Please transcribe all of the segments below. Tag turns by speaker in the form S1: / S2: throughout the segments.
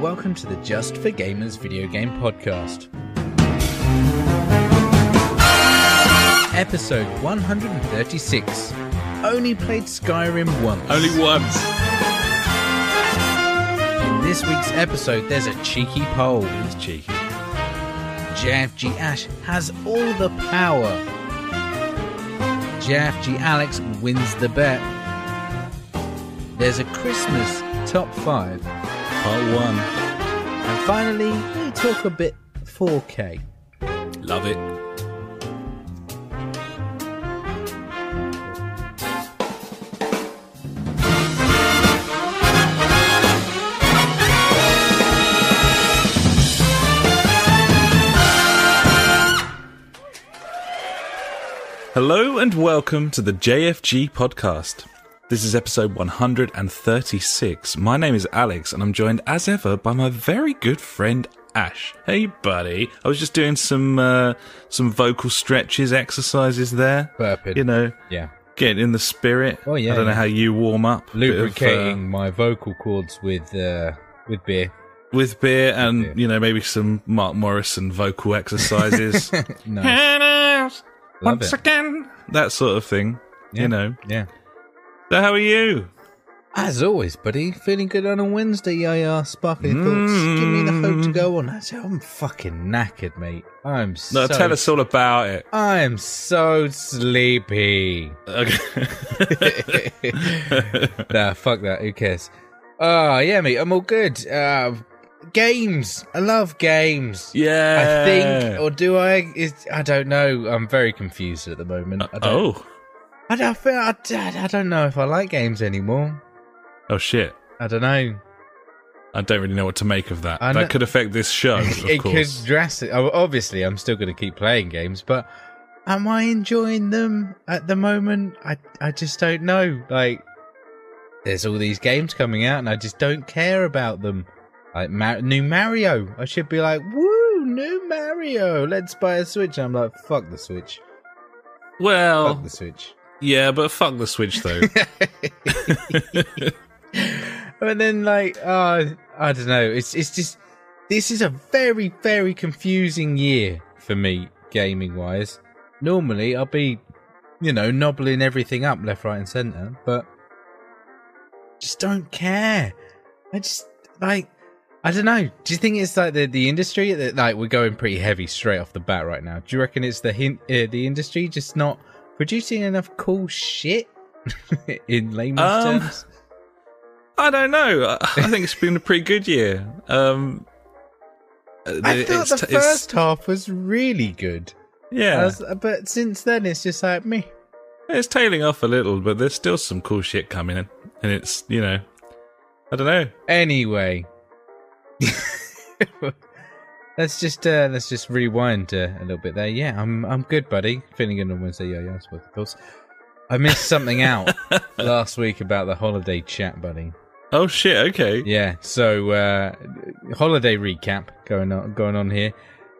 S1: welcome to the Just for Gamers video game podcast. Episode 136 Only Played Skyrim Once.
S2: Only once.
S1: In this week's episode, there's a cheeky poll.
S2: It's cheeky.
S1: JFG Ash has all the power. JFG Alex wins the bet. There's a Christmas top five.
S2: Part one.
S1: And finally, we talk a bit 4K.
S2: Love it. Hello and welcome to the JFG podcast. This is episode 136. My name is Alex and I'm joined as ever by my very good friend Ash. Hey buddy, I was just doing some uh, some vocal stretches, exercises there.
S1: Burping.
S2: You know,
S1: Yeah.
S2: getting in the spirit.
S1: Oh, yeah,
S2: I don't
S1: yeah.
S2: know how you warm up. Bit of, uh,
S1: Lubricating my vocal cords with uh, with beer.
S2: with beer and
S1: beer.
S2: you know maybe some Mark Morrison vocal exercises.
S1: Nice.
S2: Hands,
S1: Love
S2: Once
S1: it.
S2: again, that sort of thing.
S1: Yeah.
S2: You know.
S1: Yeah.
S2: So how are you?
S1: As always, buddy, feeling good on a Wednesday, yeah, yeah. Sparkly thoughts. Give me the hope to go on. I say, I'm fucking knackered, mate. I'm so
S2: No, tell us all about it.
S1: I'm so sleepy.
S2: Okay.
S1: nah, fuck that. Who cares? Oh, yeah, mate. I'm all good. Uh, games. I love games. I
S2: yeah.
S1: think, or do I? Is, I don't know. I'm very confused at the moment. I don't,
S2: oh.
S1: I don't feel. I, d- I don't know if I like games anymore.
S2: Oh shit.
S1: I don't know.
S2: I don't really know what to make of that.
S1: I know-
S2: That could affect this show, of
S1: it
S2: course.
S1: could drastically. Obviously, I'm still going to keep playing games, but am I enjoying them at the moment? I I just don't know. Like, there's all these games coming out, and I just don't care about them. Like Mar- new Mario, I should be like, woo, new Mario. Let's buy a Switch. And I'm like, fuck the Switch.
S2: Well,
S1: Fuck the Switch.
S2: yeah, but fuck the Switch though.
S1: But then, like, uh, I don't know. It's it's just this is a very very confusing year for me gaming wise. Normally, I'll be, you know, knobbling everything up left, right, and centre, but just don't care. I just like. I don't know. Do you think it's like the, the industry that like we're going pretty heavy straight off the bat right now? Do you reckon it's the hint, uh, the industry just not producing enough cool shit in layman's
S2: Um,
S1: terms?
S2: I don't know. I, I think it's been a pretty good year. Um
S1: I
S2: it-
S1: thought
S2: it's
S1: the
S2: t- it's-
S1: first half was really good, I
S2: yeah,
S1: was- but since then it's just like me.
S2: it's tailing off a little, but there's still some cool shit coming in, and it's you know, I don't know.
S1: Anyway, let's just uh, let's just rewind uh, a little bit there. Yeah, I'm I'm good, buddy. Feeling good on Wednesday. Yeah, yeah, I suppose, of course. I missed something out last week about the holiday chat, buddy.
S2: Oh shit! Okay.
S1: Yeah, so uh, holiday recap going on going on here.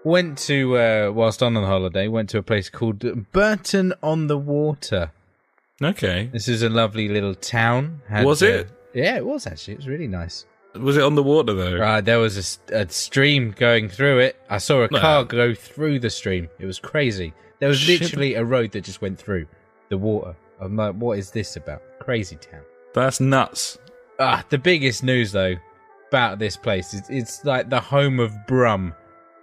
S1: Went to uh, whilst on the holiday, went to a place called Burton on the Water.
S2: Okay.
S1: This is a lovely little town. Had,
S2: Was
S1: uh,
S2: it?
S1: yeah, it was actually. It was really nice.
S2: Was it on the water though?
S1: Right, there was a s- a, stream going through it. I saw a
S2: Well-
S1: car go through the stream. It was crazy. There was
S2: Shit.
S1: literally a road that just went through the water. I'm like, what is this about? Crazy town.
S2: That's nuts.
S1: Ah, the biggest news though about this place is it's like the home of Brum.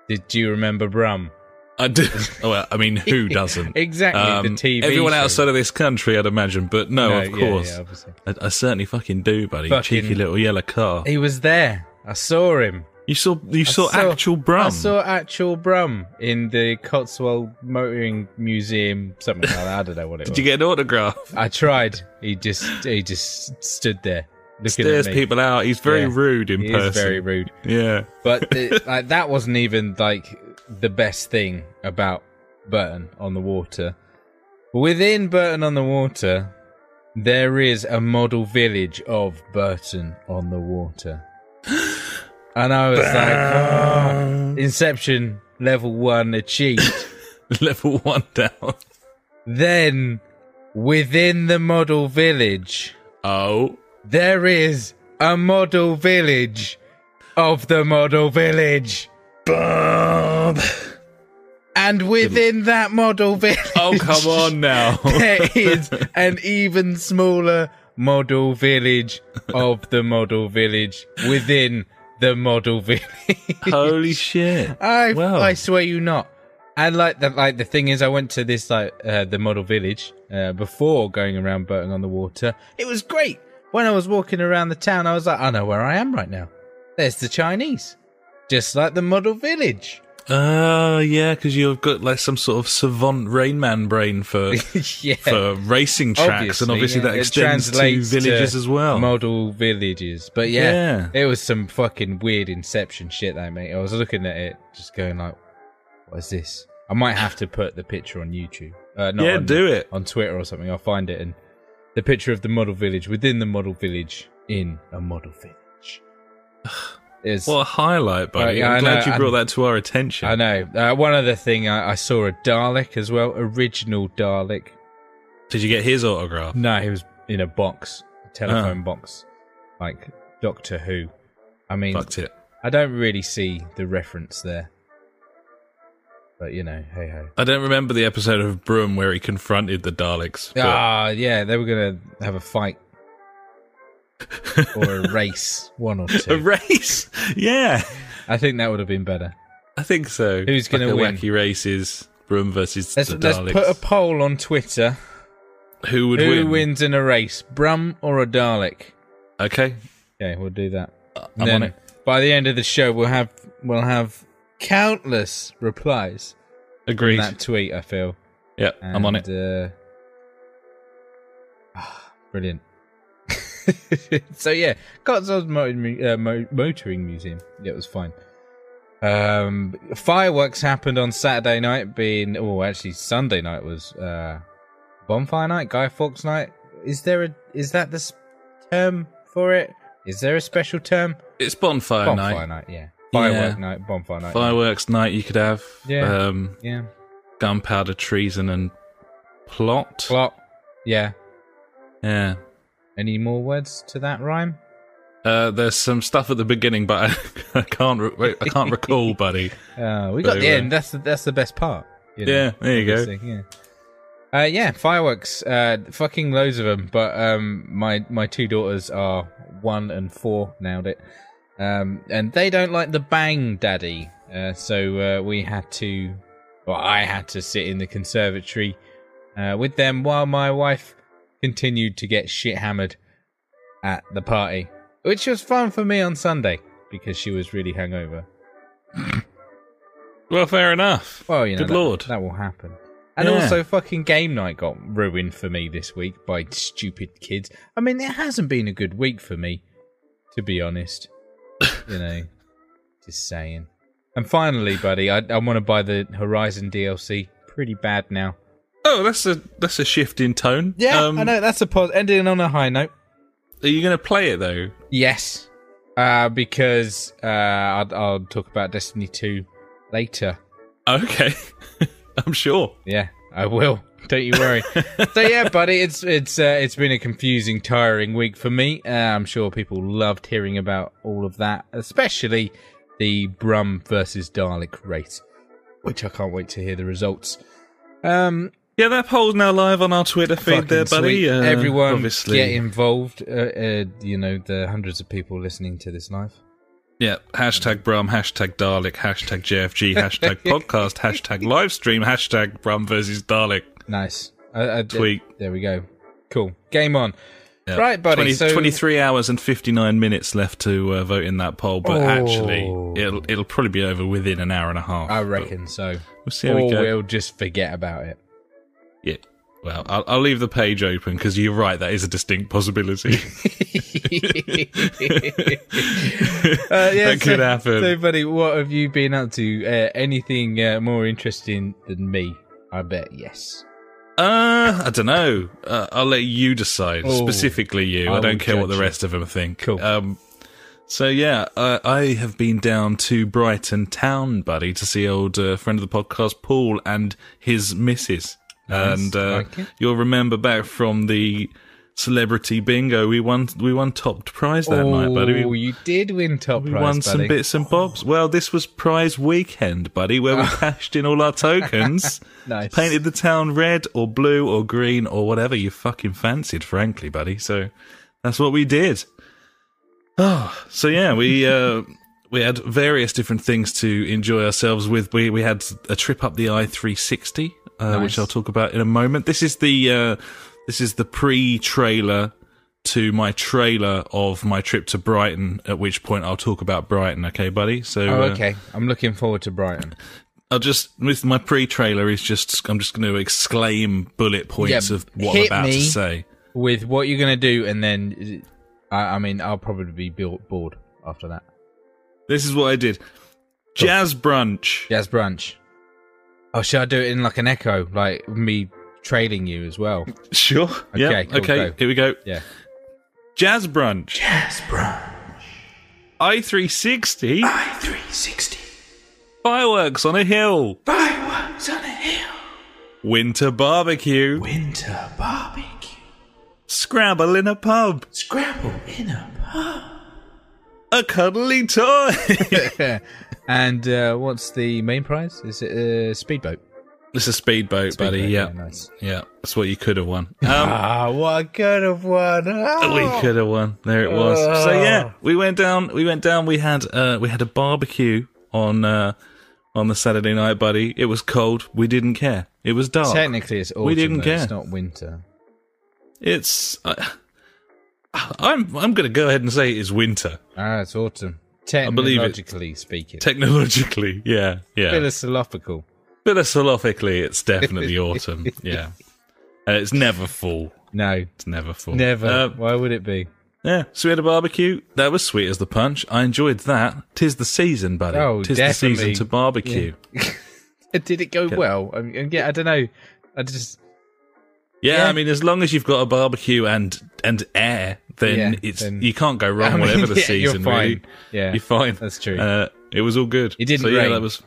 S1: Did do you remember Brum?
S2: I do. oh, well, I mean, who doesn't?
S1: Exactly, the
S2: Um,
S1: TV.
S2: Everyone
S1: show.
S2: outside of this country, I'd imagine, but no,
S1: No,
S2: of
S1: yeah, yeah,
S2: course.
S1: obviously.
S2: I, I certainly fucking do, buddy.
S1: Fucking-
S2: Cheeky little yellow car.
S1: He was there. I saw him.
S2: You saw you
S1: I
S2: saw, actual Brum.
S1: I saw actual Brum in the Cotswold Motoring Museum, something like that. I don't know what it
S2: Did
S1: was.
S2: you get an autograph?
S1: I tried. He just he just stood there looking
S2: Stares
S1: at me.
S2: people out. He's very
S1: Yeah.
S2: rude in
S1: he
S2: person.
S1: is very rude.
S2: Yeah.
S1: But the, like that wasn't even like the best thing about Burton on the Water. Within Burton on the Water, there is a model village of Burton on the Water. And I was like, "Oh, Inception level one achieved.
S2: Level one down.
S1: then, within the model village,
S2: Oh.
S1: there is a model village of the model village.
S2: Bob.
S1: And within that model village,
S2: Oh, come on now.
S1: there is an even smaller model village of the model village within the model village.
S2: Holy shit.
S1: I
S2: Wow.
S1: I swear you not. And like the like the thing is, I went to this like uh, the model village uh, before going around Burton on the Water. It was great. When I was walking around the town, I was like, I know where I am right now. There's the Chinese, just like the model village.
S2: Uh, yeah, because you've got like some sort of savant Rain Man brain for
S1: yeah,
S2: for racing tracks, and obviously
S1: Eh, yeah.
S2: that
S1: It
S2: extends to
S1: translates
S2: villages
S1: to
S2: as well.
S1: Model villages, but yeah,
S2: Yeah.
S1: it was some fucking weird Inception shit, that mate. I was looking at it, just going like, "What is this?" I might have to put the picture on YouTube. Uh, not
S2: Yeah,
S1: on-
S2: do it.
S1: on Twitter or something. I'll find it and the picture of the model village within the model village in a model village. Is
S2: What a highlight, buddy!
S1: Oh, yeah, I
S2: I'm glad
S1: know,
S2: you brought
S1: and-
S2: that to our attention.
S1: I know. Uh, one other thing, I, I saw a Dalek as well, original Dalek.
S2: Did you get his autograph?
S1: No, he was in a box, a telephone box, like Doctor Who. I mean,
S2: Fucked it.
S1: I don't really see the reference there, but you know, hey ho.
S2: I don't remember the episode of Broom where he confronted the Daleks. but-
S1: Ah, yeah, they were gonna have a fight or a race, one or
S2: a
S1: two.
S2: race. yeah,
S1: I think that would have been better.
S2: I think so.
S1: Who's gonna
S2: Like a
S1: win?
S2: Wacky races. Broom versus
S1: Let's,
S2: the
S1: let's
S2: Daleks.
S1: put a poll on Twitter.
S2: Who would
S1: Who
S2: win?
S1: wins in a race, Brum or a Dalek?
S2: Okay,
S1: Okay, we'll do that.
S2: I'm
S1: Then
S2: on it.
S1: By the end of the show, we'll have we'll have countless replies
S2: Agreed.
S1: on that tweet. I feel.
S2: Yeah, I'm on it.
S1: And, Uh, ah, brilliant. so yeah, Cotswold's motoring, Mu- uh, Mo- motoring museum. Yeah, it was fine. Um, fireworks happened on Saturday night, being oh, actually Sunday night was uh, bonfire night, Guy Fawkes night. Is there a is that the s- term for it? Is there a special term?
S2: It's bonfire,
S1: uh, bonfire
S2: night.
S1: night. yeah. Firework
S2: Yeah.
S1: night, bonfire night.
S2: Fireworks night. You could have
S1: Yeah.
S2: um,
S1: yeah.
S2: gunpowder, treason, and plot.
S1: Plot. Yeah.
S2: Yeah.
S1: Any more words to that rhyme?
S2: Uh, there's some stuff at the beginning, but I, I can't. Re- wait, I can't recall, buddy.
S1: Uh, we got
S2: So,
S1: the
S2: uh,
S1: end. That's the, that's the best part. you know,
S2: Yeah, there you go.
S1: obviously, Yeah. Uh, yeah, fireworks. Uh, fucking loads of them. But um, my my two daughters are one and four. Nailed it. Um, and they don't like the bang, daddy. Uh, so uh, we had to. Well, I had to sit in the conservatory uh, with them while my wife continued to get shit hammered at the party, which was fun for me on Sunday because she was really hungover.
S2: Well, fair enough.
S1: Well, you know,
S2: good
S1: that,
S2: lord.
S1: that will happen. And
S2: Yeah.
S1: also, fucking game night got ruined for me this week by stupid kids. I mean, it hasn't been a good week for me, to be honest. you know, just saying. And finally, buddy, I, I want to buy the Horizon DLC. Pretty bad now.
S2: Oh, that's a that's a shift in tone. Um,
S1: I know. That's a pos- ending on a high note.
S2: Are you going to play it though?
S1: Yes, uh, because uh, I'll, I'll talk about Destiny Two later.
S2: Okay, I'm sure.
S1: Yeah, I will. Don't you worry. so yeah, buddy, it's it's uh, it's been a confusing, tiring week for me. Uh, I'm sure people loved hearing about all of that, especially the Brum versus Dalek race, which I can't wait to hear the results. Um,
S2: Yeah, that poll's now live on our Twitter feed,
S1: fucking
S2: there, buddy.
S1: sweet.
S2: Uh,
S1: Everyone,
S2: obviously.
S1: get involved. Uh, uh, you know the hundreds of people listening to this live.
S2: Yeah, hashtag Brum, hashtag Dalek, hashtag JFG, hashtag podcast, hashtag livestream, hashtag Brum versus Dalek.
S1: Nice. Uh, uh,
S2: Tweet.
S1: There we go. Cool. Game on.
S2: Yeah.
S1: Right, buddy.
S2: 20
S1: so
S2: 23 hours and 59 minutes left to uh, vote in that poll, but
S1: Oh.
S2: actually, it'll, it'll probably be over within an hour and a half.
S1: I
S2: but
S1: reckon so.
S2: We'll see how
S1: Or
S2: we go.
S1: oh, we'll just forget about it.
S2: Yeah. Well, I'll, I'll leave the page open because you're right. That is a distinct possibility.
S1: Uh, yeah,
S2: that could
S1: so-
S2: happen.
S1: So, buddy, what have you been up to? Uh, anything uh, more interesting than me? I bet yes.
S2: Uh, I don't know. Uh, I'll let you decide.
S1: Oh,
S2: Specifically, you. I,
S1: I
S2: don't
S1: will
S2: care what the
S1: judge you.
S2: rest of them think.
S1: Cool.
S2: Um, so yeah, I, I have been down to Brighton town, buddy, to see old uh, friend of the podcast Paul and his missus.
S1: Nice,
S2: and uh,
S1: like it.
S2: you'll remember back from the celebrity bingo. We won. We won top prize that night, buddy.
S1: Oh,
S2: We,
S1: you did win top
S2: we
S1: prize,
S2: won
S1: buddy.
S2: some bits and bobs. Well, this was prize weekend, buddy, where we cashed in all our tokens.
S1: Ah. Nice.
S2: Painted the town red or blue or green or whatever you fucking fancied, frankly, buddy. So that's what we did. Oh, so yeah, we uh, we had various different things to enjoy ourselves with. We we had a trip up the I three sixty, uh, which
S1: Nice.
S2: I'll talk about in a moment. This is the uh, this is the pre trailer to my trailer of my trip to Brighton. At which point I'll talk about Brighton. Okay, buddy. So
S1: Oh,
S2: uh,
S1: okay. I'm looking forward to Brighton.
S2: I'll just with my pre-trailer is just I'm just going to exclaim bullet points
S1: Yeah,
S2: of what I'm
S1: hit
S2: about to
S1: me.
S2: say.
S1: With what you're going to do, and then, I, I mean, I'll probably be bo- bored after that.
S2: This is what I did. Jazz brunch.
S1: Jazz brunch. Oh, should I do it in like an echo, like me trailing you as well?
S2: Sure. yeah.
S1: cool,
S2: okay.
S1: go.
S2: Here we go.
S1: Yeah.
S2: Jazz brunch. Jazz brunch. I three sixty. I three sixty. Fireworks on a hill. Fireworks on a hill. Winter barbecue.
S3: Winter barbecue.
S2: Scrabble in a pub.
S3: Scrabble in a pub.
S2: A cuddly toy.
S1: and uh, what's the main prize? Is it a speedboat?
S2: it's a speedboat, buddy.
S1: Speedboat,
S2: Yeah.
S1: nice.
S2: Yeah. That's what you could have won. Um,
S1: Ah, what good of one! Ah!
S2: We could have won. There it was. So
S1: Oh.
S2: yeah, we went down. We went down. We had uh, we had a barbecue on uh, on the Saturday night, buddy. It was cold. We didn't care. It was
S1: Ah.
S2: dark.
S1: Technically, it's autumn.
S2: didn't
S1: though, It's
S2: care.
S1: not winter.
S2: it's. Uh, I'm I'm going to go ahead and say it is winter.
S1: Ah, it's autumn.
S2: believe it.
S1: Technologically speaking,
S2: Technologically, yeah, yeah.
S1: philosophical.
S2: Philosophically, it's definitely autumn. Yeah, and it's never fall.
S1: No,
S2: It's never fall.
S1: never.
S2: Uh,
S1: Why would it be?
S2: Yeah, so we had a barbecue. That was sweet as the punch. I enjoyed that. Tis the season, buddy.
S1: Oh,
S2: Tis
S1: definitely.
S2: the season to barbecue.
S1: Uh, Did it go well? I mean, yeah, I don't know. I just
S2: Yeah,
S1: Yeah.
S2: I mean, as long as you've got a barbecue and and air, then
S1: Yeah,
S2: it's
S1: then-
S2: you can't go wrong.
S1: I mean,
S2: whatever the
S1: yeah, you're
S2: season,
S1: fine.
S2: really,
S1: Yeah,
S2: you're fine.
S1: that's true.
S2: Uh, it was all good.
S1: It didn't
S2: So, yeah,
S1: rain.
S2: that was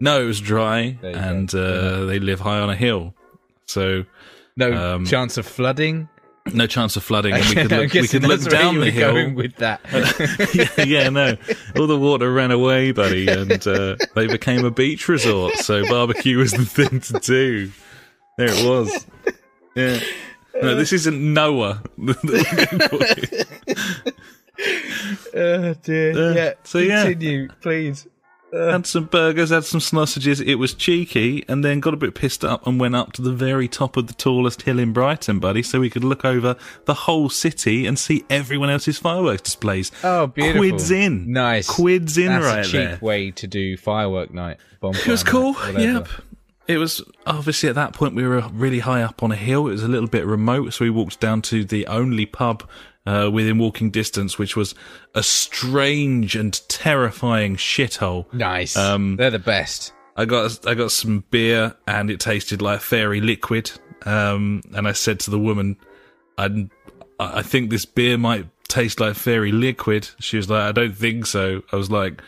S2: no, it was dry,
S1: you go.
S2: and uh, they live high on a hill, so
S1: no
S2: um,
S1: chance of flooding.
S2: no chance of flooding. And we could
S1: I'm
S2: look, we
S1: guessing
S2: could look
S1: that's where
S2: down
S1: you
S2: the
S1: were
S2: hill.
S1: Going with that.
S2: yeah, yeah, no. All the water ran away, buddy, and uh, they became a beach resort. So barbecue was the thing to do. There it was. Yeah. No, this isn't Noah.
S1: oh dear.
S2: Uh,
S1: yeah.
S2: so, yeah.
S1: Continue, please.
S2: had some burgers, had some sausages. It was cheeky, and then got a bit pissed up and went up to the very top of the tallest hill in Brighton, buddy, so we could look over the whole city and see everyone else's fireworks displays.
S1: Oh, beautiful.
S2: Quids in,
S1: Nice.
S2: Quids in
S1: That's
S2: right
S1: a cheap
S2: there.
S1: way to do firework night.
S2: It was cool. Yep. It was obviously at that point we were really high up on a hill. It was a little bit remote, so we walked down to the only pub uh, within walking distance, which was a strange and terrifying shithole.
S1: Nice. Um, They're the best.
S2: I got I got some beer and it tasted like fairy liquid. Um, and I said to the woman, I I think this beer might taste like fairy liquid. She was like, I don't think so. I was like,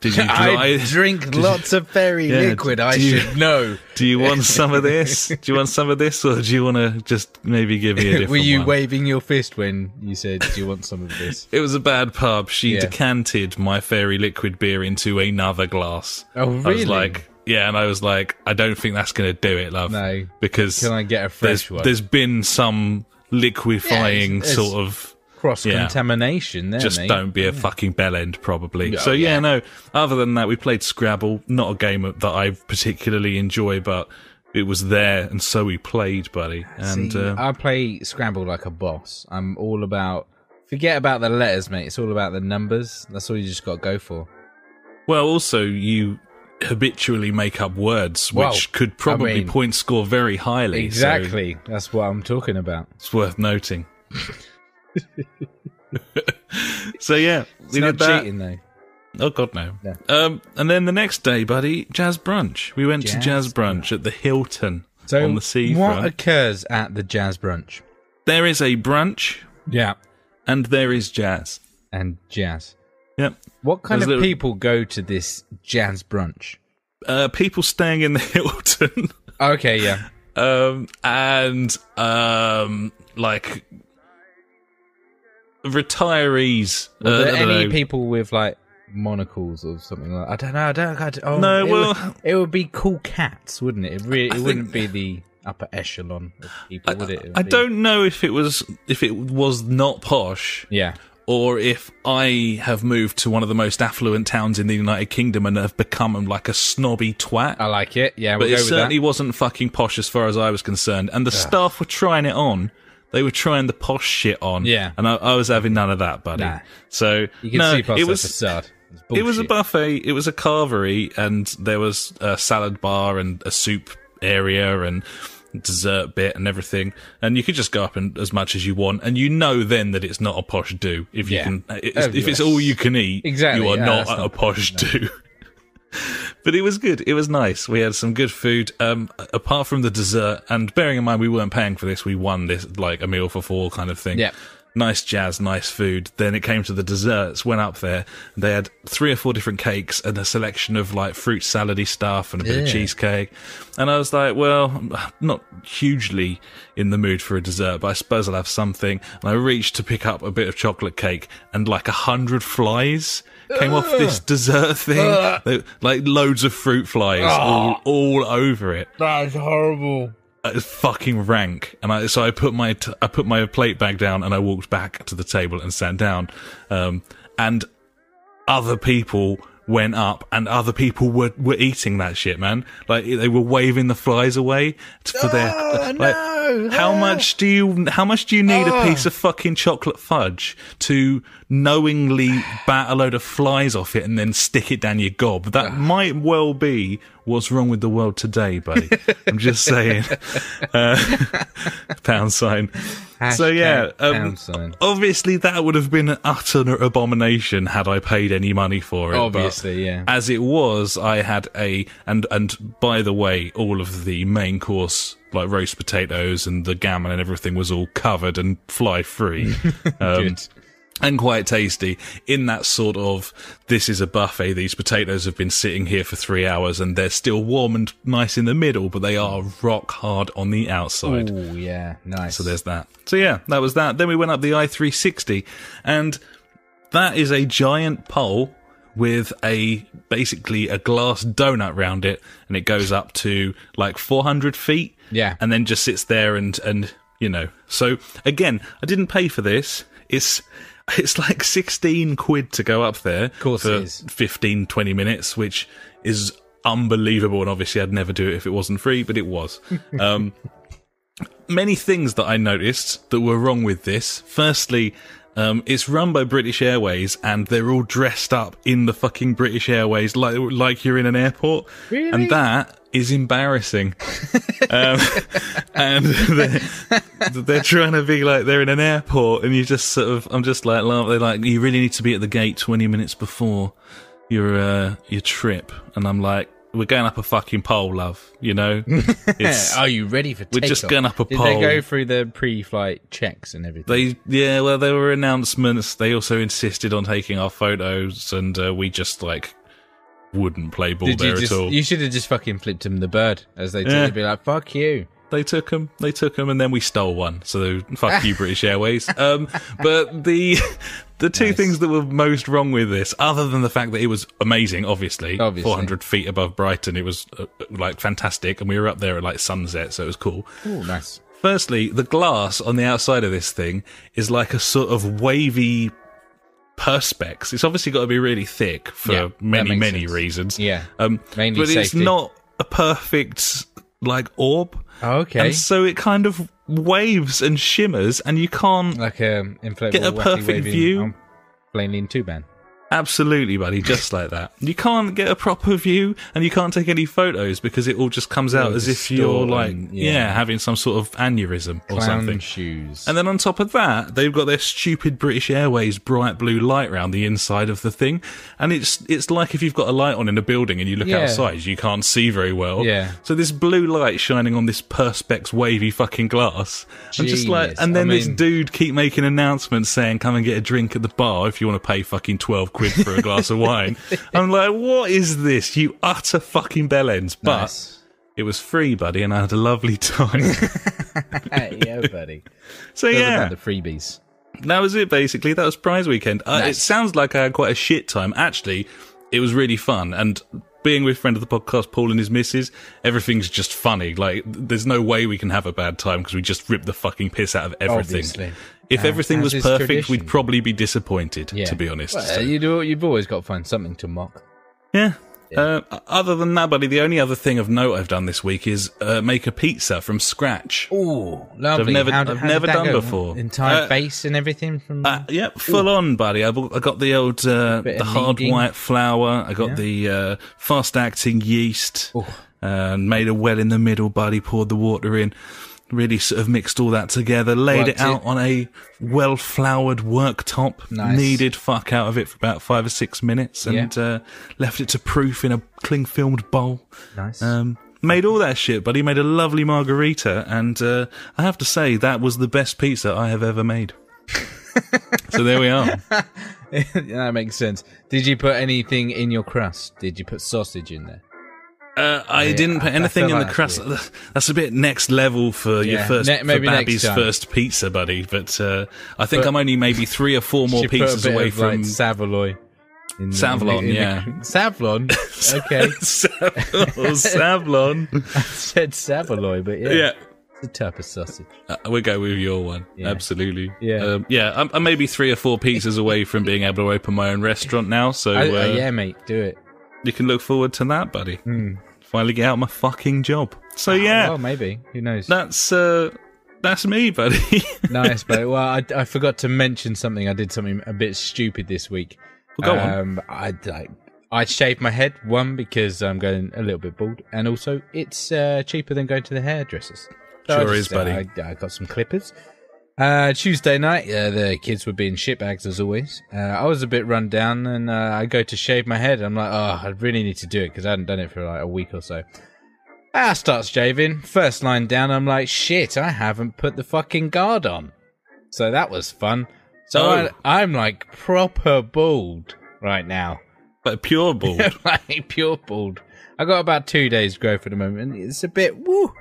S2: Did you?
S1: I
S2: try-
S1: drink lots of fairy
S2: Yeah,
S1: liquid. I
S2: do you-
S1: should know.
S2: Do you want some of this? Do you want some of this, or do you want to just maybe give me a different
S1: Were you
S2: one?
S1: waving your fist when you said, "Do you want some of this?"
S2: it was a bad pub. She
S1: Yeah.
S2: decanted my fairy liquid beer into another glass.
S1: Oh,
S2: I
S1: really?
S2: was like, yeah, and I was like, I don't think that's going to do it, love.
S1: No.
S2: because
S1: Can I get a
S2: there's
S1: fresh one?
S2: there's been some liquefying
S1: Yeah, it's-
S2: sort of
S1: Cross contamination there,
S2: just
S1: mate.
S2: don't be a fucking bell end probably so yeah,
S1: yeah.
S2: no other than that we played scrabble not a game that i particularly enjoy but it was there and so we played buddy and
S1: See,
S2: uh,
S1: I play Scramble like a boss. I'm all about forget about the letters, mate. It's all about the numbers. That's all you just got to go for.
S2: well also you habitually make up words which
S1: Well,
S2: could probably
S1: mean-
S2: point score very highly so
S1: Exactly. That's what I'm talking about.
S2: it's worth noting so yeah
S1: It's not cheating though.
S2: Oh God, no.
S1: No.
S2: Um, and then the next day, buddy, jazz brunch. We went to
S1: Jazz
S2: jazz brunch at the Hilton
S1: So
S2: on the
S1: what
S2: seafront.
S1: occurs at the jazz brunch?
S2: There is a brunch
S1: Yeah,
S2: and there is jazz.
S1: and jazz.
S2: Yep.
S1: What kind of
S2: There's little-
S1: people go to this jazz brunch?
S2: Uh, people staying in the Hilton,
S1: Okay, yeah.
S2: um, and um, like retirees.
S1: Were
S2: uh,
S1: there
S2: I don't
S1: any
S2: know.
S1: people with like monocles or something like? I don't know. I don't. I don't oh,
S2: No,
S1: it
S2: well-
S1: would, it would be cool cats, wouldn't it? It, really,
S2: I
S1: it wouldn't be the upper echelon of people, would it? It would
S2: I
S1: be-
S2: don't know if it was if it was not posh
S1: Yeah.
S2: or if I have moved to one of the most affluent towns in the United Kingdom and have become um, like a snobby twat.
S1: I like it. Yeah,
S2: but
S1: we'll
S2: it
S1: go with
S2: certainly
S1: that. Ah.
S2: wasn't fucking posh as far as I was concerned. And the staff were trying it on. They were trying the posh shit on.
S1: Yeah.
S2: And I, I was having none of that, buddy.
S1: Nah.
S2: So
S1: You can
S2: no,
S1: see past
S2: it
S1: that
S2: was
S1: facade. It's
S2: it was a
S1: bullshit.
S2: buffet. It was a carvery, and there was a salad bar and a soup area and dessert bit and everything. And you could just go up and as much as you want, and you know then that it's not a posh do if you
S1: Yeah.
S2: can. uh, It's,
S1: Oh,
S2: if
S1: yes.
S2: it's all you can eat,
S1: Exactly,
S2: you are
S1: yeah,
S2: not
S1: that's
S2: at a
S1: not
S2: posh do. But it was good. It was nice. We had some good food. Um, apart from the dessert, and bearing in mind we weren't paying for this, we won this like a meal for four kind of thing
S1: Yeah.
S2: nice jazz, nice food. Then it came to the desserts, went up there, and they had three or four different cakes and a selection of like fruit salady stuff and a bit of
S1: Yeah.
S2: cheesecake. And I was like, well, I'm not hugely in the mood for a dessert, but I suppose I'll have something. And I reached to pick up a bit of chocolate cake and like a hundred flies came off this dessert thing. They- Like loads of fruit flies all, all over it.
S1: That is horrible.
S2: It's fucking rank. And I, so I put my t- I put my plate back down and I walked back to the table and sat down. Um, and other people went up and other people were, were eating that shit, man. Like they were waving the flies away t- for their.
S1: Oh,
S2: like,
S1: no.
S2: How
S1: Ah.
S2: much do you how much do you need a piece of fucking chocolate fudge to knowingly bat a load of flies off it and then stick it down your gob? That might well be what's wrong with the world today, buddy. I'm just saying. Uh, pound sign. so
S1: Hashtag
S2: yeah, um,
S1: pound sign.
S2: obviously that would have been an utter abomination had I paid any money for it. but
S1: Obviously, yeah.
S2: As it was, I had a and and by the way, all of the main course like roast potatoes and the gammon and everything was all covered and fly free. um, and quite tasty in that sort of this is a buffet these potatoes have been sitting here for 3 hours and they're still warm and nice in the middle but they are rock hard on the outside
S1: Oh yeah, nice.
S2: so there's that. So yeah, that was that. Then we went up the i360, and that is a giant pole with a basically a glass donut round it, and it goes up to like 400 feet.
S1: Yeah.
S2: and then just sits there and and you know. So again, I didn't pay for this. It's it's like 16 quid to go up there
S1: course
S2: for
S1: it is.
S2: 15 20 minutes which is unbelievable and obviously I'd never do it if it wasn't free but it was um many things that I noticed that were wrong with this. Firstly, um, it's run by British Airways, and they're all dressed up in the fucking British Airways like like you're in an airport,
S1: Really?
S2: and that is embarrassing. um, and they're, they're trying to be like they're in an airport, and you just sort of I'm just like laugh. They're like you really need to be at the gate 20 minutes before your uh, your trip, and I'm like. We're going up a fucking pole, love. You know, it's
S1: Uh, Are you ready for?
S2: We're just
S1: takeoff?
S2: going up a
S1: Did
S2: pole.
S1: they go through the pre-flight checks and everything?
S2: They yeah, well, there were announcements. They also insisted on taking our photos, and uh, we just like wouldn't play ball
S1: Did
S2: there
S1: you just?
S2: at all.
S1: You should have just fucking flipped him the bird, as they did.
S2: Yeah.
S1: They'd be like, "Fuck you."
S2: They took them. They took them, and then we stole one. So fuck you, British Airways. Um, but the the two things that were most wrong with this, other than the fact that it was amazing, obviously,
S1: Obviously.
S2: 400 feet above Brighton, it was uh, like fantastic, and we were up there at like sunset, so it was cool.
S1: Oh, nice.
S2: Firstly, the glass on the outside of this thing is like a sort of wavy perspex. It's obviously got to be really thick for
S1: Yeah, that
S2: many,
S1: makes
S2: many
S1: sense.
S2: reasons.
S1: Yeah.
S2: Um,
S1: Mainly
S2: but it's
S1: safety.
S2: not a perfect like orb,
S1: Oh, Okay.
S2: and so it kind of waves and shimmers, and you can't
S1: like um, inflatable.
S2: Get a
S1: wacky
S2: perfect
S1: waving,
S2: view.
S1: um, plainly in two man.
S2: absolutely, buddy, just like that. You can't get a proper view, and you can't take any photos because it all just comes out as if you're
S1: distort
S2: like
S1: and-
S2: yeah.
S1: yeah.
S2: having some sort of aneurysm or
S1: Clown
S2: something.
S1: shoes.
S2: And then on top of that, they've got their stupid British Airways bright blue light round the inside of the thing, and it's it's like if you've got a light on in a building and you look
S1: Yeah.
S2: outside, you can't see very well.
S1: Yeah.
S2: So this blue light shining on this perspex wavy fucking glass, and just like,
S1: Genius.
S2: and
S1: I
S2: then this
S1: mean-
S2: dude keep making announcements saying, "Come and get a drink at the bar if you want to pay fucking twelve quid for a glass of wine." I'm like, what is this? You utter fucking bellends. But
S1: Nice.
S2: It was free, buddy, and I had a lovely time.
S1: Hey, yo, buddy.
S2: so
S1: Tell us
S2: yeah,
S1: about the freebies.
S2: that was it basically. That was prize weekend. Uh, It
S1: Nice.
S2: sounds like I had quite a shit time. Actually, it was really fun. And being with friend of the podcast, Paul and his missus, everything's just funny. Like, th- there's no way we can have a bad time because we just rip the fucking piss out of everything.
S1: Obviously.
S2: If
S1: Uh,
S2: everything
S1: as
S2: was
S1: is
S2: perfect,
S1: tradition.
S2: we'd probably be disappointed, to be honest.
S1: Well,
S2: So-
S1: you do, you've always got to find something to mock.
S2: yeah. Uh, other than that, buddy, the only other thing of note I've done this week is uh, make a pizza from scratch.
S1: Oh, lovely.
S2: I've never-
S1: How d-
S2: I've
S1: how did
S2: never
S1: that
S2: done
S1: go?
S2: before.
S1: Entire
S2: Uh,
S1: face and everything from.
S2: Uh, yep, full on, buddy. I, bu- I got the old uh,
S1: Bit
S2: the
S1: of
S2: hard
S1: kneading.
S2: white flour. I got the uh, fast acting yeast and made a well in the middle, buddy. Poured the water in, really sort of mixed all that together. Laid it
S1: Worked
S2: out
S1: it.
S2: on a well floured worktop.
S1: Nice.
S2: Kneaded fuck out of it for about five or six minutes, and uh, left it to proof in a cling filmed bowl.
S1: nice.
S2: Um, made all that shit, buddy. Made a lovely margarita, and uh, I have to say that was the best pizza I have ever made. so there we are.
S1: that makes sense. Did you put anything in your crust? Did you put sausage in there?
S2: Uh, I didn't
S1: I-
S2: put
S1: I
S2: anything
S1: feel
S2: in
S1: like
S2: the
S1: that's
S2: crust. That's a bit next level for your
S1: Yeah,
S2: first,
S1: ne- maybe
S2: for
S1: next
S2: Babby's
S1: time.
S2: first pizza, buddy. But uh, I think
S1: But-
S2: I'm only maybe three or four more
S1: Should put a
S2: pizzas
S1: bit
S2: away
S1: of,
S2: from
S1: like, Savaloy. In the-
S2: Savlon,
S1: in the- in the-
S2: yeah.
S1: Savlon? Okay.
S2: Savlon.
S1: I said Savaloy, but yeah.
S2: yeah.
S1: It's a type of sausage.
S2: Uh, we'll go with your one.
S1: Yeah.
S2: Absolutely.
S1: Yeah.
S2: Um, yeah. I'm, I'm maybe three or four pizzas away from being able to open my own restaurant now. So
S1: I-
S2: uh,
S1: uh, yeah, mate, do it.
S2: you can look forward to that, buddy. Finally get out of my fucking job. So yeah,
S1: Hmm. Ah, Well, maybe. Who knows?
S2: that's uh, that's me, buddy.
S1: nice, but well, I, I forgot to mention something. I did something a bit stupid this week.
S2: Well, go on.
S1: um, I like I shaved my head one because I'm going a little bit bald, and also it's uh, cheaper than going to the hairdressers. I uh,
S2: Sure is, buddy.
S1: I, I got some clippers. Uh, Tuesday night, uh, the kids were being shitbags as always. Uh, I was a bit run down, and uh, I go to shave my head. I'm like, oh, I really need to do it because I hadn't done it for like a week or so. I start shaving. Ah, First line down, I'm like, shit, I haven't put the fucking guard on. So that was fun. So
S2: Oh.
S1: I, I'm like proper bald right now.
S2: but pure bald.
S1: like pure bald. I got about two days growth at the moment. and It's a bit woo.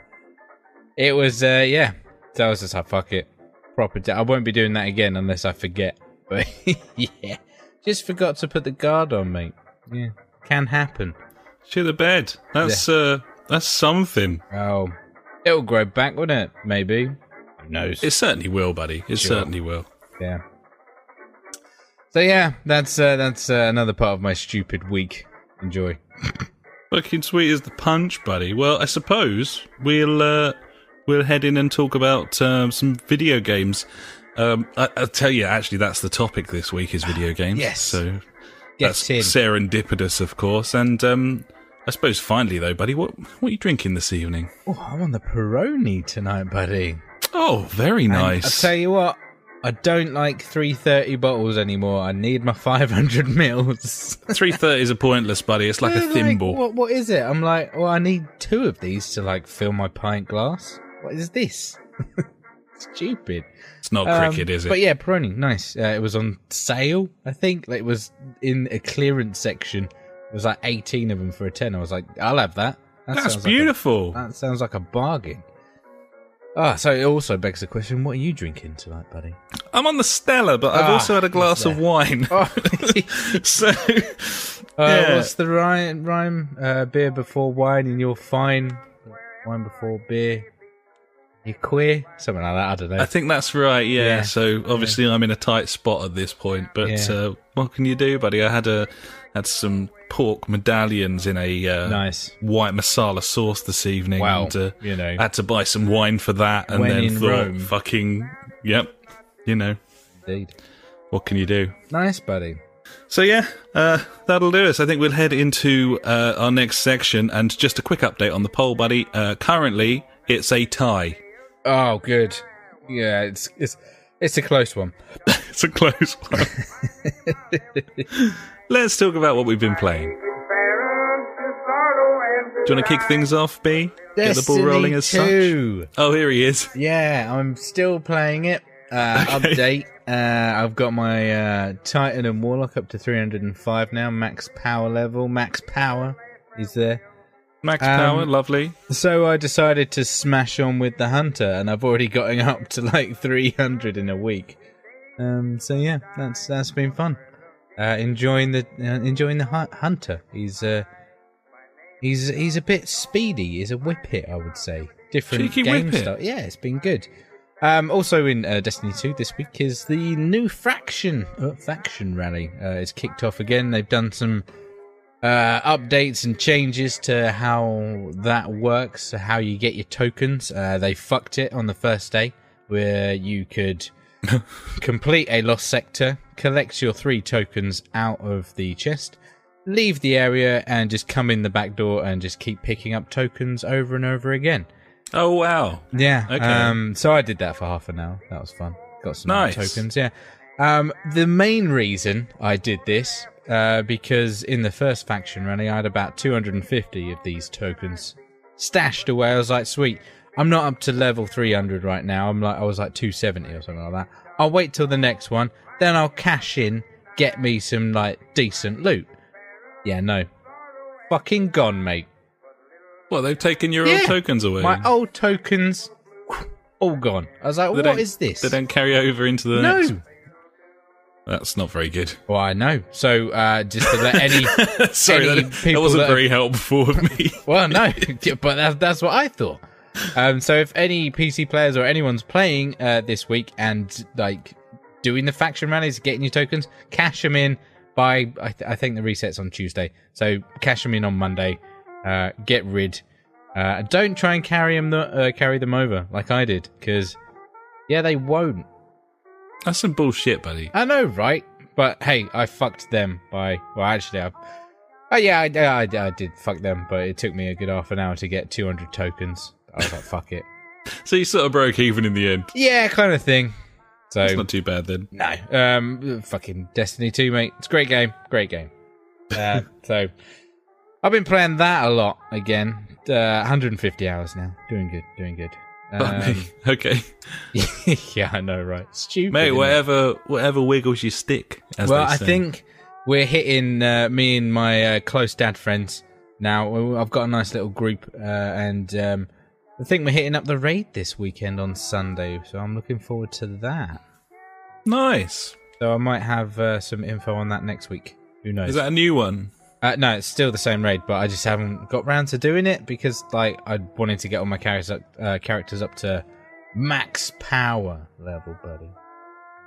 S1: It was, uh, yeah. So I was just like, fuck it. Proper. da- I won't be doing that again unless I forget. But yeah. Just forgot to put the guard on, mate. Yeah. Can happen.
S2: to the bed. That's uh, that's something.
S1: Oh. It'll grow back, won't it? Maybe. Who knows?
S2: It certainly will, buddy. It certainly will.
S1: Yeah. So yeah, that's uh, that's uh, another part of my stupid week. Enjoy.
S2: Fucking sweet is the punch, buddy. Well, I suppose we'll uh, we'll head in and talk about um, some video games. Um, I, I'll tell you, actually, that's the topic this week is video games.
S1: Ah, Yes.
S2: So
S1: Get
S2: that's
S1: in.
S2: serendipitous, of course. And um, I suppose finally, though, buddy, what what are you drinking this evening?
S1: oh, I'm on the Peroni tonight, buddy.
S2: Oh, very
S1: I
S2: nice.
S1: tell you what, I don't like 330 bottles anymore. I need my 500 mils.
S2: Three thirties are pointless, buddy. It's like a
S1: Like,
S2: thimble.
S1: what, what is it? I'm like, well, I need two of these to like fill my pint glass. What is this? Stupid.
S2: it's not
S1: Um,
S2: cricket, is it?
S1: But yeah, Peroni, nice. Uh, it was on sale, I think. Like, it was in a clearance section. It was like 18 of them for a 10. I was like, I'll have that. that
S2: that's
S1: sounds like a- Uh,
S2: beautiful.
S1: that sounds like a bargain. Ah, so it also begs the question what are you drinking tonight, buddy?
S2: I'm on the Stella, but I've
S1: Ah,
S2: also had a glass of
S1: there.
S2: wine.
S1: Oh,
S2: so,
S1: uh,
S2: yeah.
S1: what's the rhyme? rhyme uh, beer before wine, and you're fine. Wine before beer. You're queer? Something like that. I don't know.
S2: I think that's right. Yeah.
S1: Yeah.
S2: So obviously I'm in a tight spot at this point, but
S1: Yeah.
S2: uh, what can you do, buddy? I had a had some pork medallions in a uh,
S1: nice.
S2: white masala sauce this evening.
S1: Wow.
S2: and, uh,
S1: you know.
S2: I had to buy some wine for that, and
S1: When
S2: then
S1: in
S2: thought,
S1: Rome.
S2: fucking, yep, you know,
S1: Indeed.
S2: what can you do?
S1: Nice, buddy.
S2: So yeah, uh, that'll do us. I think we'll head into uh, our next section, and just a quick update on the poll, buddy. Uh, currently, it's a tie.
S1: Oh, good. Yeah, it's it's it's a close one.
S2: It's a close one. Let's talk about what we've been playing. Do you want to kick things off, B? Get the ball rolling as such. Oh, here he is.
S1: Yeah, I'm still playing it. Uh, Update. Uh, I've got my uh, Titan and Warlock up to 305 now. Max power level. Max power is there.
S2: Max
S1: Um,
S2: power, lovely.
S1: So I decided to smash on with the hunter, and I've already gotten up to like 300 in a week. Um, so yeah, that's that's been fun. Uh, enjoying the uh, enjoying the hu- hunter. He's uh, he's he's a bit speedy. He's a whip hit, I would say. Different
S2: Cheeky
S1: game
S2: whip hit.
S1: style. Yeah, it's been good. Um, also in uh, Destiny 2 this week is the new faction uh, faction rally. Uh, it's kicked off again. They've done some uh, updates and changes to how that works, how you get your tokens. Uh, they fucked it on the first day, where you could complete a lost sector, collect your three tokens out of the chest, leave the area, and just come in the back door and just keep picking up tokens over and over again.
S2: Oh wow.
S1: Yeah.
S2: Okay.
S1: Um, so I did that for half an hour. That was fun. Got some
S2: Nice.
S1: tokens. Yeah. Um, the main reason I did this uh, because in the first faction rally, I had about 250 of these tokens stashed away. I was like, sweet. I'm not up to level 300 right now. I'm like, I was like 270 or something like that. I'll wait till the next one, then I'll cash in, get me some like decent loot. Yeah, no, fucking gone, mate.
S2: Well, they've taken your
S1: Yeah.
S2: old tokens away.
S1: My old tokens, all gone. I was like,
S2: They
S1: what is
S2: don't-
S1: this?
S2: They don't carry over into the next.
S1: no.
S2: That's not very good.
S1: Well, I know. So uh, just to let any.
S2: Sorry,
S1: Any
S2: that, that
S1: people
S2: wasn't
S1: that-
S2: very helpful of me.
S1: well, no, but that, that's what I thought. Um, so if any PC players or anyone's playing uh, this week and like doing the faction rallies, getting your tokens, cash them in by I, th- I think the resets on Tuesday. So cash them in on Monday. Uh, get rid. Uh, don't try and carry them the, uh, carry them over like I did because yeah, they won't.
S2: That's some bullshit, buddy.
S1: I know, right? But hey, I fucked them by. Well, actually, I. Oh yeah, I, I, I did fuck them, but it took me a good half an hour to get 200 tokens. I was like, fuck it.
S2: So you sort of broke even in the end.
S1: Yeah, kind of thing. So
S2: It's not too bad then.
S1: no, um, fucking Destiny 2, mate. It's a great game, great game. Uh, so I've been playing that a lot again. Uh, 150 hours now. Doing good, doing good.
S2: Fuck
S1: Um,
S2: me. okay,
S1: yeah, I know, right? Stupid.
S2: mate.
S1: isn't it?
S2: Whatever, whatever wiggles your stick. As
S1: well,
S2: they
S1: I
S2: say.
S1: think we're hitting uh, me and my uh, close dad friends now. I've got a nice little group, uh, and um, I think we're hitting up the raid this weekend on Sunday. So I'm looking forward to that.
S2: nice.
S1: So I might have uh, some info on that next week. Who knows?
S2: Is that a new one?
S1: uh, no, it's still the same raid, but I just haven't got round to doing it because, like, I wanted to get all my characters up, uh, characters up to max power level, buddy.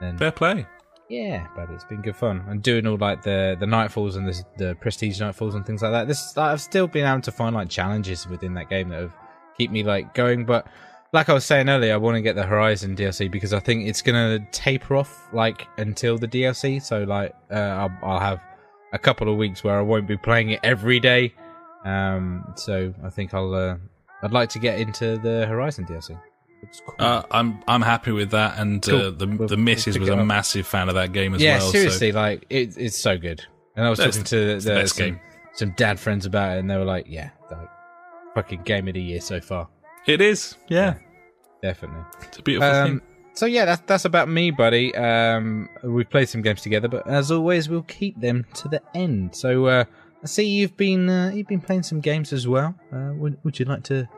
S1: Then
S2: Fair play.
S1: Yeah, but it's been good fun. And doing all like the the nightfalls and the the prestige nightfalls and things like that. This like, I've still been able to find like challenges within that game that have keep me like going. But like I was saying earlier, I want to get the Horizon DLC because I think it's gonna taper off like until the DLC. So like uh, I'll, I'll have a couple of weeks where I won't be playing it every day. Um, so I think I'll uh, I'd like to get into the Horizon DLC. It's cool.
S2: Uh, I'm I'm happy with that, and uh,
S1: Cool.
S2: the
S1: We'll-
S2: the
S1: we'll
S2: missus
S1: pick
S2: was
S1: it
S2: a
S1: up.
S2: massive fan of that game as
S1: yeah,
S2: well. so-
S1: seriously, like it, it's so good. And I was
S2: That's
S1: talking
S2: the-
S1: to the,
S2: the best
S1: some,
S2: game.
S1: some dad friends about it, and they were like, "Yeah, like fucking game of the year so far,
S2: it is. Yeah,
S1: definitely."
S2: it's a beautiful
S1: Um,
S2: thing.
S1: so yeah, that's that's about me, buddy. Um, we've played some games together, but as always, we'll keep them to the end. So uh, I see you've been uh, you've been playing some games as well. Uh, would, would you like to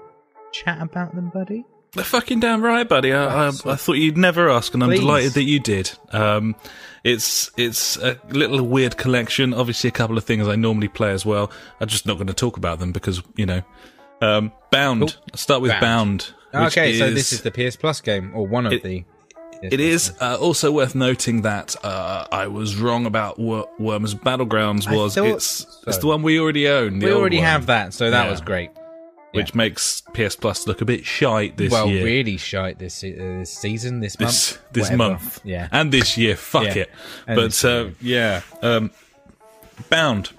S1: chat about them, buddy?
S2: They're fucking damn right, buddy. I, I, I thought you'd never ask, and I'm
S1: Please.
S2: delighted that you did. Um, it's it's a little weird collection. Obviously, a couple of things I normally play as well. I'm just not going to talk about them because you know. Um, Bound. I'll start with
S1: Oh,
S2: Bound.
S1: Bound.
S2: which
S1: okay, so this is the PS Plus game, or one of the.
S2: It is uh, also worth noting that uh, I was wrong about Wor- Worms Battlegrounds.
S1: I
S2: Was
S1: thought
S2: it's it's
S1: so.
S2: the one we already own. the
S1: We
S2: old
S1: already
S2: one,
S1: have that, so that
S2: Yeah.
S1: was great.
S2: which makes PS Plus look a bit shite this
S1: well,
S2: year.
S1: really shite this, se- uh, this season, this,
S2: this
S1: month,
S2: this
S1: whatever.
S2: month,
S1: Yeah,
S2: and this year. Fuck
S1: Yeah.
S2: it.
S1: And
S2: But
S1: this
S2: uh, yeah, um, Bound.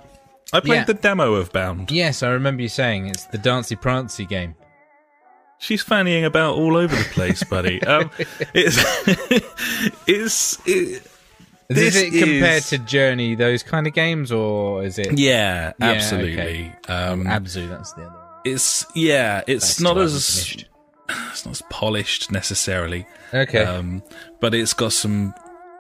S2: I played
S1: Yeah.
S2: the demo of Bound.
S1: yes, I remember you saying it's the Dancy Prancy game.
S2: She's fannying about all over the place, buddy. Um, it's it's it, This
S1: is it compared
S2: is-
S1: to Journey, those kind of games, or is it
S2: yeah,
S1: Yeah,
S2: absolutely. Um,
S1: Abzu? That's the other one.
S2: it's yeah, it's
S1: Still
S2: not
S1: haven't
S2: as
S1: finished.
S2: it's not as polished necessarily,
S1: okay.
S2: um, but it's got some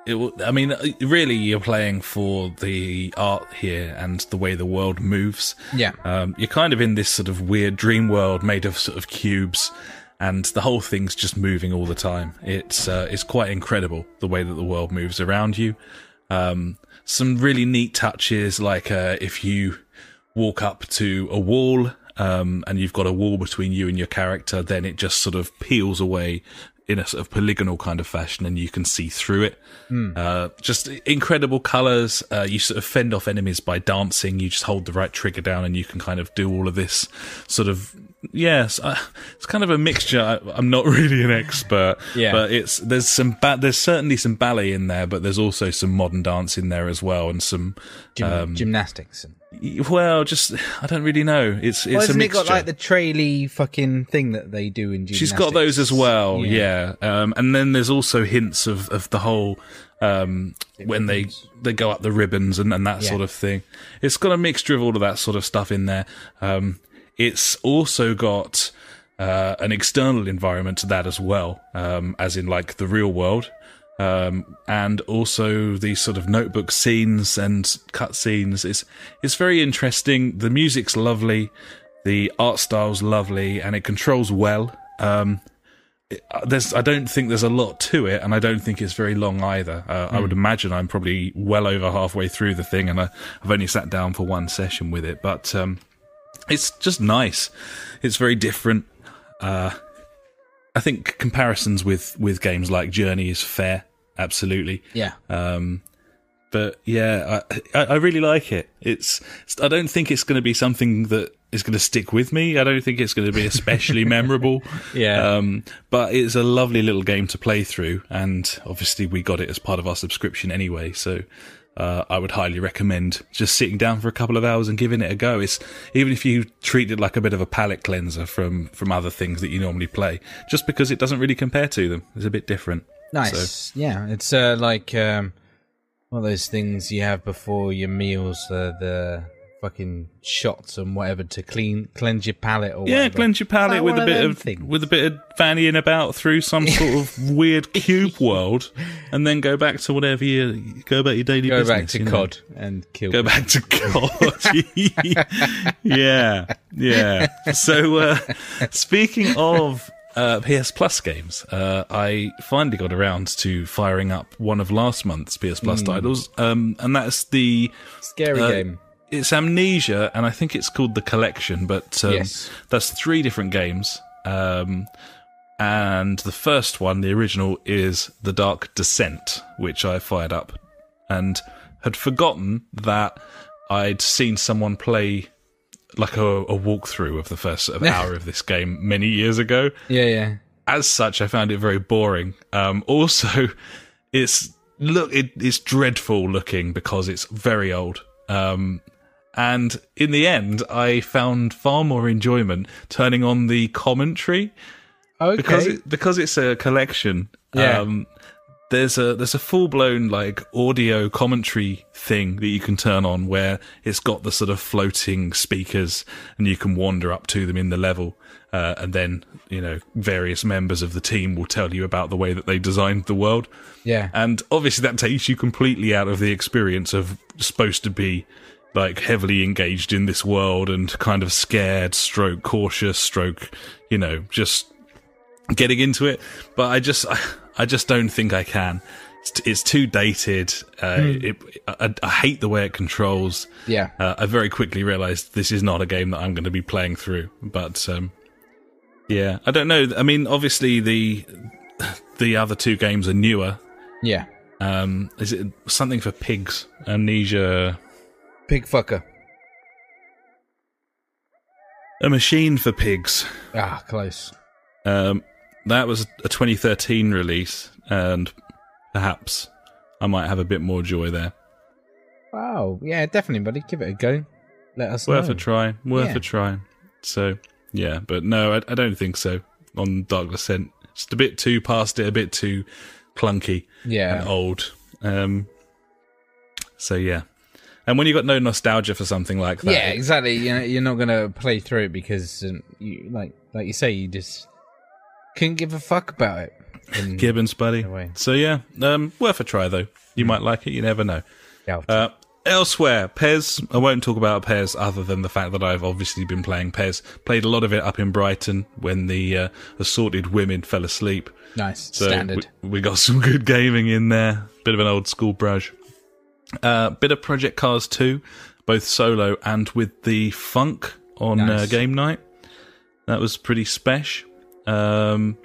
S2: It will, I mean, uh, really, you're playing for the art here and the way the world moves.
S1: Yeah.
S2: Um, you're kind of in this sort of weird dream world made of sort of cubes, and the whole thing's just moving all the time. It's uh, it's quite incredible the way that the world moves around you. Um, some really neat touches, like uh, if you walk up to a wall um, and you've got a wall between you and your character, then it just sort of peels away in a sort of polygonal kind of fashion and you can see through it.
S1: Hmm.
S2: Uh, just incredible colors. Uh, you sort of fend off enemies by dancing. You just hold the right trigger down and you can kind of do all of this sort of. Yes, uh, it's kind of a mixture. I, I'm not really an expert,
S1: Yeah.
S2: but it's there's some ba- there's certainly some ballet in there, but there's also some modern dance in there as well, and some
S1: Gym-
S2: um,
S1: gymnastics. And,
S2: well, just I don't really know. It's it's
S1: well,
S2: a
S1: hasn't it
S2: mixture.
S1: got like the traily fucking thing that they do in gymnastics?
S2: She's got those as well, yeah. Um, and then there's also hints of, of the whole um, when they they go up the ribbons and, and that
S1: Yeah.
S2: sort of thing. It's got a mixture of all of that sort of stuff in there. Um, it's also got uh, an external environment to that as well, um, as in like the real world. Um, and also these sort of notebook scenes and cut scenes. It's it's very interesting. The music's lovely, the art style's lovely, and it controls well. Um, uh, there's I don't think there's a lot to it, and I don't think it's very long either. Uh, I would imagine I'm probably well over halfway through the thing, and I, I've only sat down for one session with it, but um, it's just nice. It's very different. Uh, I think comparisons with with games like Journey is fair, absolutely.
S1: Yeah.
S2: Um, but yeah, I, I I really like it. It's I don't think it's going to be something that is going to stick with me. I don't think it's going to be especially memorable.
S1: Yeah.
S2: Um, but it's a lovely little game to play through, and obviously we got it as part of our subscription anyway. So. Uh, I would highly recommend just sitting down for a couple of hours and giving it a go. It's even if you treat it like a bit of a palate cleanser from from other things that you normally play, just because it doesn't really compare to them. It's a bit different. So-
S1: Nice. Yeah, it's uh, like um, one of those things you have before your meals, uh, the fucking shots and whatever to clean cleanse your palate or
S2: Yeah,
S1: whatever.
S2: cleanse your
S1: Like
S2: palate with
S1: one
S2: a
S1: of
S2: bit
S1: them
S2: of
S1: things.
S2: with a bit of fannying about through some sort of weird cube world, and then go back to whatever you go about your daily
S1: Go
S2: business.
S1: back to
S2: you know.
S1: cod and kill.
S2: Go back to COD. yeah, yeah. So, uh, speaking of uh, PS Plus games, uh, I finally got around to firing up one of last month's PS
S1: Hmm.
S2: Plus titles, um, and that's the
S1: Scary
S2: uh,
S1: game.
S2: It's Amnesia, and I think it's called The Collection, but um,
S1: Yes.
S2: that's three different games. Um, and the first one, the original, is The Dark Descent, which I fired up and had forgotten that I'd seen someone play like a, a walkthrough of the first sort of hour of this game many years ago
S1: Yeah, yeah.
S2: as such, I found it very boring. Um, also, it's look, it, it's dreadful looking because it's very old. Um, and in the end, I found far more enjoyment turning on the commentary
S1: Okay.
S2: because it, because it's a collection.
S1: Yeah.
S2: Um, there's a there's a full blown like audio commentary thing that you can turn on where it's got the sort of floating speakers and you can wander up to them in the level uh, and then you know various members of the team will tell you about the way that they designed the world
S1: yeah.
S2: and obviously that takes you completely out of the experience of supposed to be like heavily engaged in this world and kind of scared stroke cautious stroke you know just getting into it but i just i just don't think i can it's, t- it's too dated uh, it, I, I hate the way it controls
S1: Yeah.
S2: uh, i very quickly realized this is not a game that i'm going to be playing through but um yeah i don't know i mean obviously the the other two games are newer
S1: yeah.
S2: um, is it something for pigs? Amnesia.
S1: Pig fucker.
S2: A machine for pigs.
S1: Ah, close.
S2: Um, that was a 2013 release, and perhaps I might have a bit more joy there.
S1: Wow. Yeah, definitely, buddy. Give it a go. Let us
S2: Worth
S1: know.
S2: a try. Worth
S1: Oh. Yeah.
S2: a try. So, yeah, but no, I, I don't think so. On Dark Descent, just a bit too past it, a bit too clunky and
S1: yeah.
S2: old. Um, so yeah, and when you got no nostalgia for something like that,
S1: Yeah, exactly. You know, you're not gonna play through it because um, you like like you say you just couldn't give a fuck about it. in
S2: Mm. Gibbons, buddy.
S1: way. Mm.
S2: So yeah, um, worth a try though. You might like it. You never know.
S1: doubt.
S2: Uh, elsewhere, Pez. I won't talk about Pez other than the fact that I've obviously been playing Pez. Played a lot of it up in Brighton when the uh, assorted women fell asleep.
S1: nice.
S2: So
S1: Standard.
S2: We, we got some good gaming in there. Bit of an old school brush. Uh, bit of Project Cars 2, both solo and with the funk on uh,
S1: Nice.
S2: game night. That was pretty spesh. Um,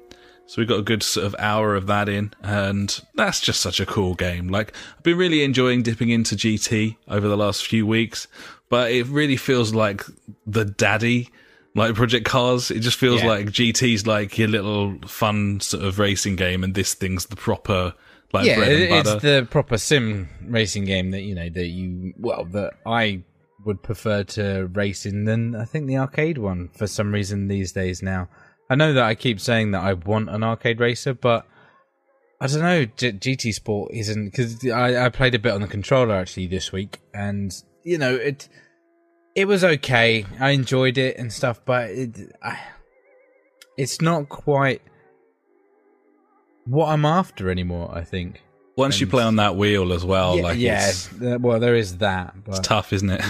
S2: so we got a good sort of hour of that in, and that's just such a cool game. Like I've been really enjoying dipping into GT over the last few weeks, but it really feels like the daddy, like Project Cars. It just feels
S1: Yeah.
S2: like GT's like your little fun sort of racing game, and this thing's the proper like
S1: yeah,
S2: bread and
S1: it-
S2: butter.
S1: it's the proper sim racing game that you know that you well that I would prefer to race in than I think the arcade one for some reason these days now. I know that I keep saying that I want an arcade racer, but I don't know. G- GT Sport isn't because I, I played a bit on the controller actually this week, and you know it. It was okay. I enjoyed it and stuff, but it, I, it's not quite what I'm after anymore. I think.
S2: Once you play on that wheel as well,
S1: yeah,
S2: Oh, like
S1: yeah,
S2: it's,
S1: th- well, there is that. But,
S2: it's tough, isn't it?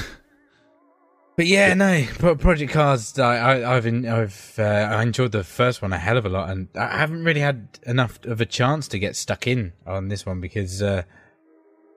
S1: but yeah, no, Pro- Project Cars. I, I, I've in, I've uh, I enjoyed the first one a hell of a lot, and I haven't really had enough of a chance to get stuck in on this one because uh,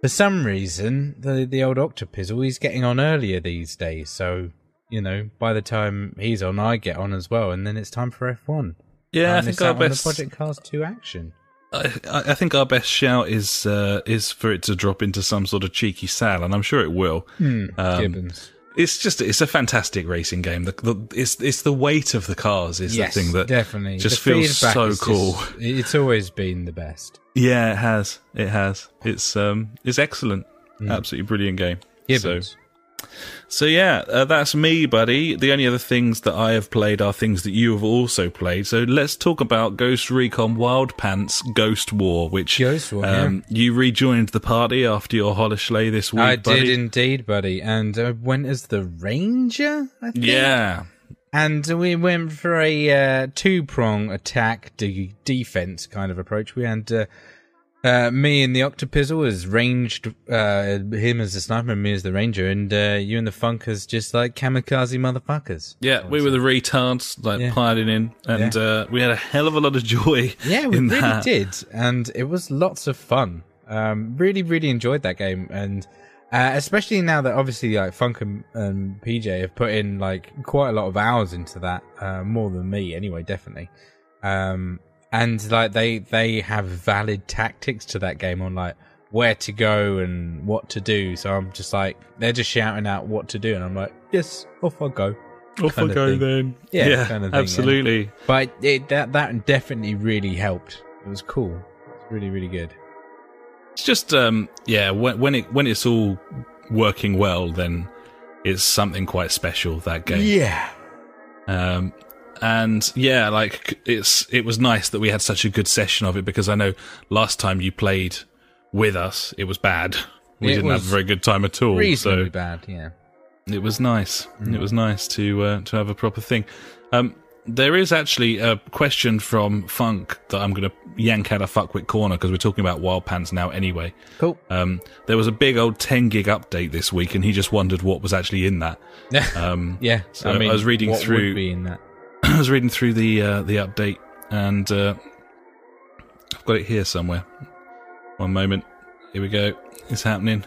S1: for some reason the the old Octopizzle he's getting on earlier these days. So you know, by the time he's on, I get on as well, and then it's time for F one.
S2: Yeah, I
S1: miss
S2: think our
S1: out on the
S2: best
S1: Project Cars two action.
S2: I, I think our best shout is uh, is for it to drop into some sort of cheeky sale, and I'm sure it will.
S1: Hmm,
S2: Um,
S1: Gibbons.
S2: It's just it's a fantastic racing game. The, the, it's it's the weight of the cars is the thing that
S1: definitely
S2: just
S1: The
S2: feels
S1: feedback
S2: so
S1: is just-
S2: cool.
S1: it's always been the best.
S2: Yeah, it has. It has. It's um it's excellent.
S1: Hmm.
S2: Absolutely brilliant game. So,
S1: Gibbons.
S2: so yeah, uh, that's me, buddy. The only other things that I have played are things that you have also played. So let's talk about Ghost Recon Wild Pants Ghost War, which um,
S1: Ghost War,
S2: you rejoined the party after your holiday this week.
S1: I
S2: buddy.
S1: did indeed, buddy. And I went as the ranger, I think.
S2: Yeah.
S1: And we went for a uh, two prong attack, de- defense kind of approach. We had uh, uh, me and the Octopizzle as ranged, uh, him as the sniper, and me as the ranger, and uh, you and the Funk as just like kamikaze motherfuckers.
S2: Yeah, we were the retards, like
S1: Yeah.
S2: piling in, and uh, we had a hell of a lot of joy.
S1: Yeah, we
S2: in
S1: really
S2: that.
S1: did, and it was lots of fun. Um, really, really enjoyed that game, and uh, especially now that obviously like Funk and, and PJ have put in like quite a lot of hours into that, uh, more than me anyway, definitely. Um, and like they they have valid tactics to that game on like where to go and what to do. So I'm just like they're just shouting out what to do, and I'm like, yes, off I go.
S2: Off I
S1: kind of
S2: go
S1: thing.
S2: then.
S1: Yeah, kind of thing, yeah.
S2: absolutely.
S1: But it, that that definitely really helped. It was cool. It's really, really good.
S2: It's just um yeah when when it when it's all working well then it's something quite special that game.
S1: Yeah.
S2: Um and yeah like c- it's it was nice that we had such a good session of it because I know last time you played with us it was bad. We
S1: It
S2: didn't have
S1: was
S2: a very good time at all.
S1: reasonably Mm.
S2: so
S1: bad. Yeah,
S2: it was nice. It was nice to uh, to have a proper thing. Um, there is actually a question from Funk that I'm going to yank out of Fuckwit Corner because we're talking about Wild Pants now anyway.
S1: cool.
S2: Um, there was a big old 10 gig update this week, and he just wondered what was actually in that. Um,
S1: yeah,
S2: so I was reading
S1: what would
S2: through-
S1: be in that.
S2: I was reading through the uh, the update, and uh, I've got it here somewhere. One moment. Here we go. It's happening.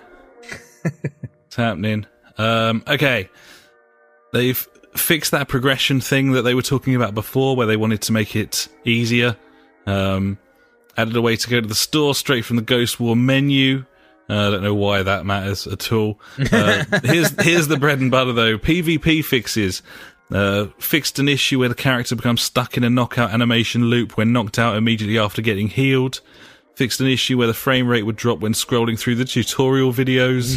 S2: it's happening. Um, okay. They've fixed that progression thing that they were talking about before, where they wanted to make it easier. Um, added a way to go to the store straight from the Ghost War menu. Uh, I don't know why that matters at all. Uh, here's here's the bread and butter though. PvP fixes uh, fixed an issue where the character becomes stuck in a knockout animation loop when knocked out immediately after getting healed. Fixed an issue where the frame rate would drop when scrolling through the tutorial videos.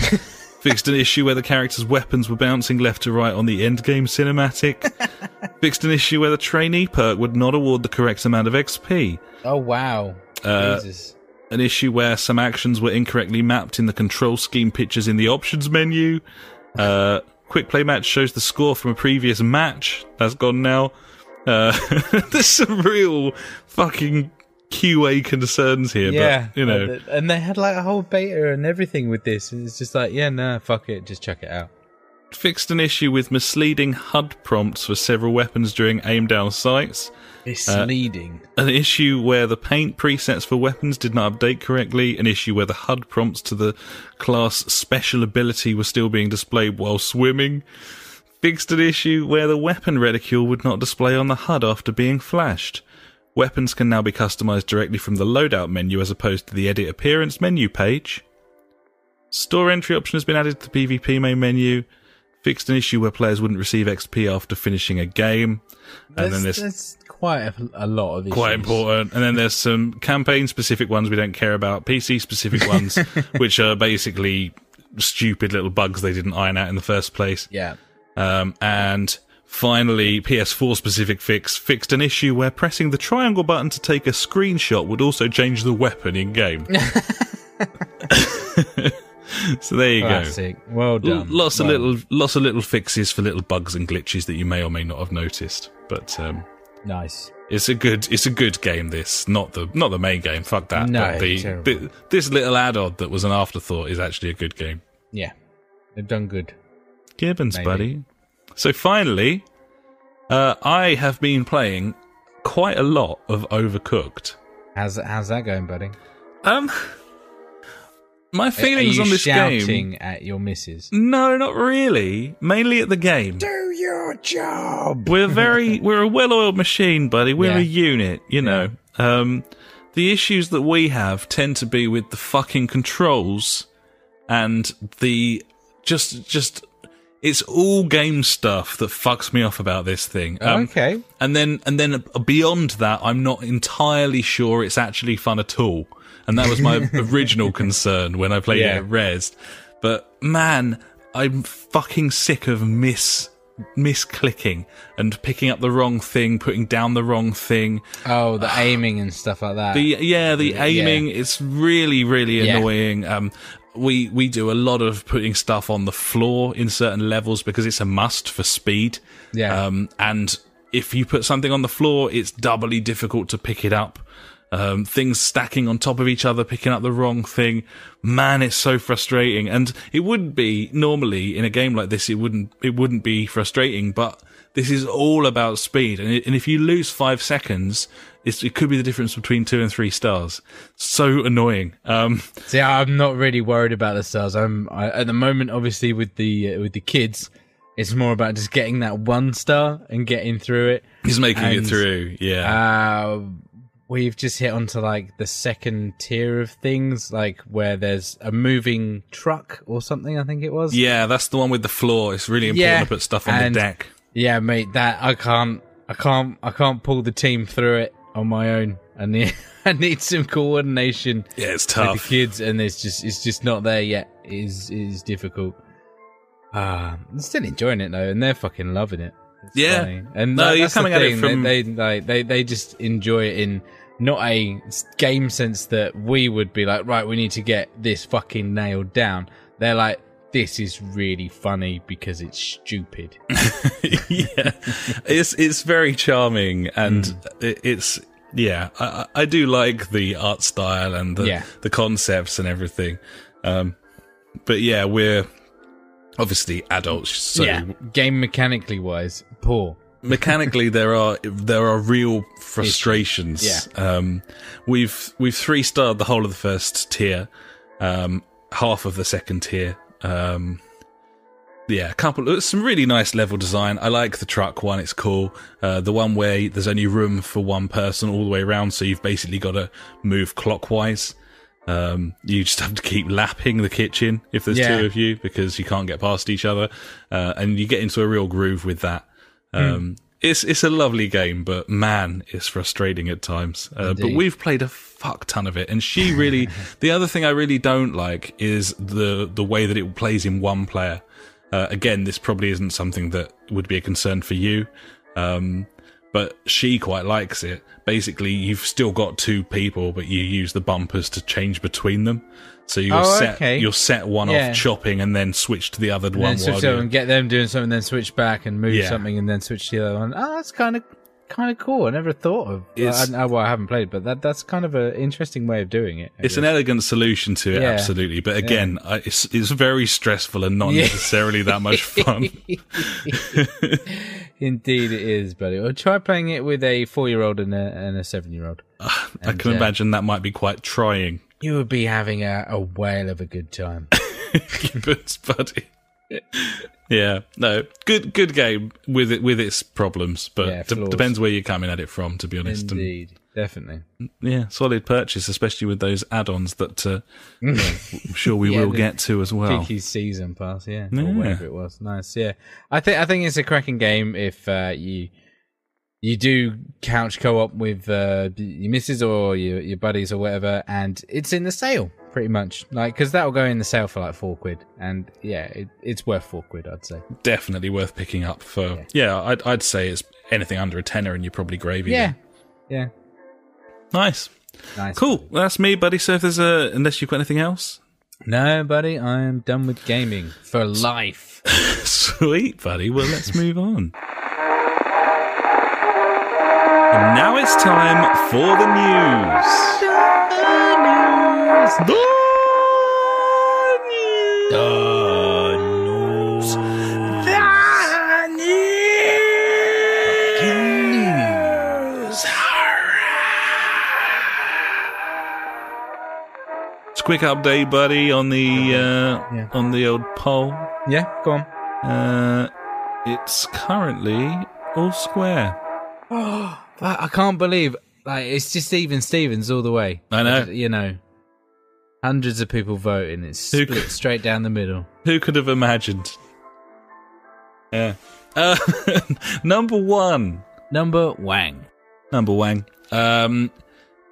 S2: fixed an issue where the character's weapons were bouncing left to right on the endgame cinematic. fixed an issue where the trainee perk would not award the correct amount of XP
S1: Oh wow!
S2: uh,
S1: Jesus.
S2: an issue where some actions were incorrectly mapped in the control scheme pictures in the options menu. Uh, quick play match shows the score from a previous match. That's gone now. Uh, there's some real fucking QA concerns here,
S1: yeah,
S2: but you know,
S1: and- and they had like a whole beta and everything with this, and it's just like, yeah, nah, fuck it, just check it out.
S2: fixed an issue with misleading HUD prompts for several weapons during aim down sights.
S1: It's leading.
S2: An issue where the paint presets for weapons did not update correctly. An issue where the HUD prompts to the class special ability were still being displayed while swimming. Fixed an issue where the weapon reticule would not display on the HUD after being flashed. Weapons can now be customized directly from the loadout menu as opposed to the edit appearance menu page. Store entry option has been added to the PvP main menu. Fixed an issue where players wouldn't receive XP after finishing a game.
S1: That's, that's quite a, a lot of issues.
S2: quite important. And then there's some campaign specific ones we don't care about, PC specific ones, which are basically stupid little bugs they didn't iron out in the first place.
S1: Yeah.
S2: Um, and finally, PS4 specific fix fixed an issue where pressing the triangle button to take a screenshot would also change the weapon in game. so there you go.
S1: Classic. Well
S2: L-
S1: done.
S2: Lots of
S1: Well-
S2: little, lots of little fixes for little bugs and glitches that you may or may not have noticed, but um,
S1: Nice.
S2: it's a good it's a good game this, not the not the main game, fuck that.
S1: No,
S2: but the,
S1: terrible.
S2: the this little add on that was an afterthought is actually a good game.
S1: Yeah. They've done good.
S2: Gibbons,
S1: Maybe.
S2: buddy. So finally, uh, I have been playing quite a lot of Overcooked.
S1: How's how's that going, buddy?
S2: Um my feelings
S1: Are you
S2: on this
S1: shouting
S2: game
S1: at your missus.
S2: No, not really. Mainly at the game.
S1: Do your job.
S2: We're very we're a well-oiled machine, buddy. We're
S1: Yeah.
S2: a unit, you know. Um the issues that we have tend to be with the fucking controls and the just just it's all game stuff that fucks me off about this thing. Um,
S1: okay.
S2: And then and then beyond that, I'm not entirely sure it's actually fun at all. And that was my original concern when I played
S1: Yeah.
S2: it at Res. But man, I'm fucking sick of miss misclicking and picking up the wrong thing, putting down the wrong thing.
S1: Oh, the aiming and stuff like that.
S2: Ah. The yeah, the aiming it's really really
S1: Yeah.
S2: annoying. Um we we do a lot of putting stuff on the floor in certain levels because it's a must for speed.
S1: Yeah.
S2: Um and if you put something on the floor, it's doubly difficult to pick it up. Um, things stacking on top of each other, picking up the wrong thing. Man, it's so frustrating. And it would be normally in a game like this, it wouldn't, it wouldn't be frustrating, but this is all about speed. And, it, and if you lose five seconds, it's, it could be the difference between two and three stars. So annoying. Um,
S1: See, I'm not really worried about the stars. I'm I, at the moment, obviously, with the uh, with the kids, it's more about just getting that one star and getting through it.
S2: he's making
S1: And,
S2: it through. Yeah.
S1: Uh, we've just hit onto like the second tier of things, like where there's a moving truck or something. I think it was.
S2: yeah. That's the one with the floor. It's really important
S1: Yeah.
S2: to put stuff on
S1: And-
S2: the deck.
S1: Yeah, mate. That I can't, I can't, I can't pull the team through it on my own. I need, I need some coordination
S2: Yeah. It's
S1: with the
S2: tough.
S1: kids, and it's just, it's just not there yet. It is, it is difficult. Ah, I'm still enjoying it though, and they're fucking loving it. It's
S2: Yeah.
S1: funny. and
S2: No,
S1: that-
S2: you're
S1: that's the
S2: coming at it
S1: thing,
S2: from-
S1: they, they like they they just enjoy it in not a s- game sense that we would be like, right, we need to get this fucking nailed down. They're like, this is really funny because it's stupid.
S2: yeah, it's it's very charming, and
S1: Hmm.
S2: it, it's yeah, I, I I do like the art style and the
S1: Yeah.
S2: the concepts and everything. Um, but yeah, we're obviously adults, so
S1: yeah, game mechanically wise, poor.
S2: mechanically there are there are real frustrations. Um, we've we've three starred the whole of the first tier, um, half of the second tier. Um, yeah, a couple. Some really nice level design. I like the truck one. It's cool. Uh, the one where there's only room for one person all the way around, so you've basically got to move clockwise. Um, you just have to keep lapping the kitchen if there's
S1: Yeah.
S2: two of you because you can't get past each other, uh, and you get into a real groove with that.
S1: Hmm.
S2: Um, It's it's a lovely game, but man, it's frustrating at times. Uh, but
S1: Indeed.
S2: we've played a fuck ton of it, and she really. the other thing I really don't like is the the way that it plays in one player. Uh, again, this probably isn't something that would be a concern for you, um, but she quite likes it. Basically, you've still got two people, but you use the bumpers to change between them. So you'll
S1: Oh,
S2: set
S1: okay.
S2: you'll set one
S1: Yeah.
S2: off chopping and then switch to the other
S1: And
S2: one.
S1: then
S2: while
S1: switch
S2: you're-
S1: over and get them doing something, then switch back and move
S2: Yeah.
S1: something, and then switch to the other one. Oh, that's kind of kind of cool. I never thought of.
S2: It's-
S1: I, I- well, I haven't played, but that that's kind of an interesting way of doing it. I
S2: It's an
S1: guess.
S2: elegant solution to it,
S1: Yeah.
S2: absolutely. But again, I it's, it's very stressful and not
S1: Yeah.
S2: necessarily that much fun.
S1: Indeed, it is, buddy. Well, try playing it with a four-year-old and a, and a seven-year-old.
S2: I can
S1: uh,
S2: imagine that might be quite trying.
S1: You would be having a, a whale of a good time.
S2: Gibbons, buddy. yeah, no, good, good game with it with its problems, but
S1: Yeah,
S2: de-
S1: flaws.
S2: depends where you're coming at it from, to be honest. And,
S1: Indeed, definitely.
S2: yeah, solid purchase, especially with those add-ons that uh, you know, I'm sure we
S1: Yeah,
S2: will
S1: the
S2: get to as well.
S1: Peaky season pass, yeah,
S2: Yeah.
S1: or whatever it was. Nice, yeah. I think I think it's a cracking game if uh, you you do couch co-op with uh, your missus or your your buddies or whatever, and it's in the sale pretty much, like because that will go in the sale for like four quid, and yeah, it, it's worth four quid, I'd say.
S2: Definitely worth picking up for. Yeah, I'd, I'd say it's anything under a tenner, and you're probably gravy.
S1: Yeah,
S2: there.
S1: yeah,
S2: nice,
S1: nice.
S2: cool. Well, that's me, buddy. So if there's a, unless you've got anything else,
S1: No, buddy, I am done with gaming for life.
S2: Sweet, buddy. Well, let's move on. And now it's time for the news. It's a quick update, buddy, on the uh,
S1: Yeah.
S2: on the old poll.
S1: yeah, go on.
S2: Uh, it's currently all square.
S1: I, I can't believe like it's just even Stevens all the way.
S2: I know.
S1: just- you know, hundreds of people voting. It's
S2: Who
S1: split
S2: could-
S1: straight down the middle.
S2: Who could have imagined? Yeah. Uh, number one.
S1: Number Wang.
S2: Number Wang. Um,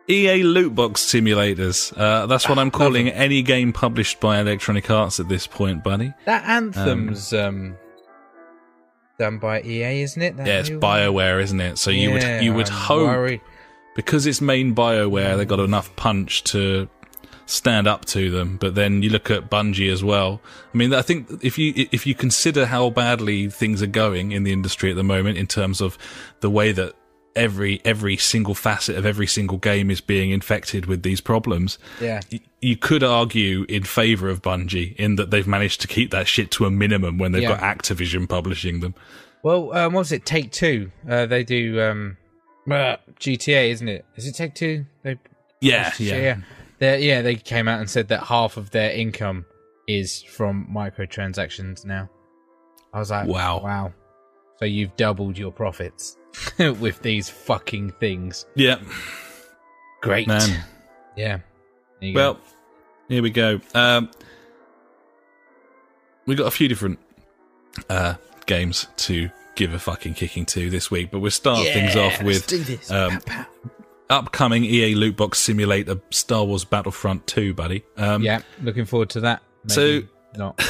S2: EA loot box simulators. Uh, that's what I'm calling any game published by Electronic Arts at this point, buddy.
S1: That anthem's um, done by EA, isn't it? That
S2: Yeah, it's
S1: new
S2: Bioware, isn't it? So
S1: one?
S2: you
S1: Yeah,
S2: would you would
S1: I'm
S2: hope
S1: worried.
S2: because it's main Bioware, they got enough punch to stand up to them. But then you look at Bungie as well. I mean, I think if you if you consider how badly things are going in the industry at the moment in terms of the way that every every single facet of every single game is being infected with these problems.
S1: Yeah.
S2: y- You could argue in favor of Bungie in that they've managed to keep that shit to a minimum when they've
S1: Yeah.
S2: got Activision publishing them.
S1: Well, um, what was it? Take Two. Uh, they do um, uh, GTA, isn't it? Is it Take Two? They
S2: Yeah,
S1: yeah.
S2: yeah,
S1: yeah. They, yeah, they came out and said that half of their income is from microtransactions now. I was like,
S2: Wow.
S1: Wow. So you've doubled your profits with these fucking things.
S2: yeah.
S1: Great.
S2: Man.
S1: Yeah. There you go.
S2: Well, here we go. Um, we got a few different uh, games to give a fucking kicking to this week, but we'll start things off with Um, upcoming EA loot box simulator Star Wars Battlefront 2, buddy. Um,
S1: yeah, looking forward to that.
S2: So-
S1: So, not.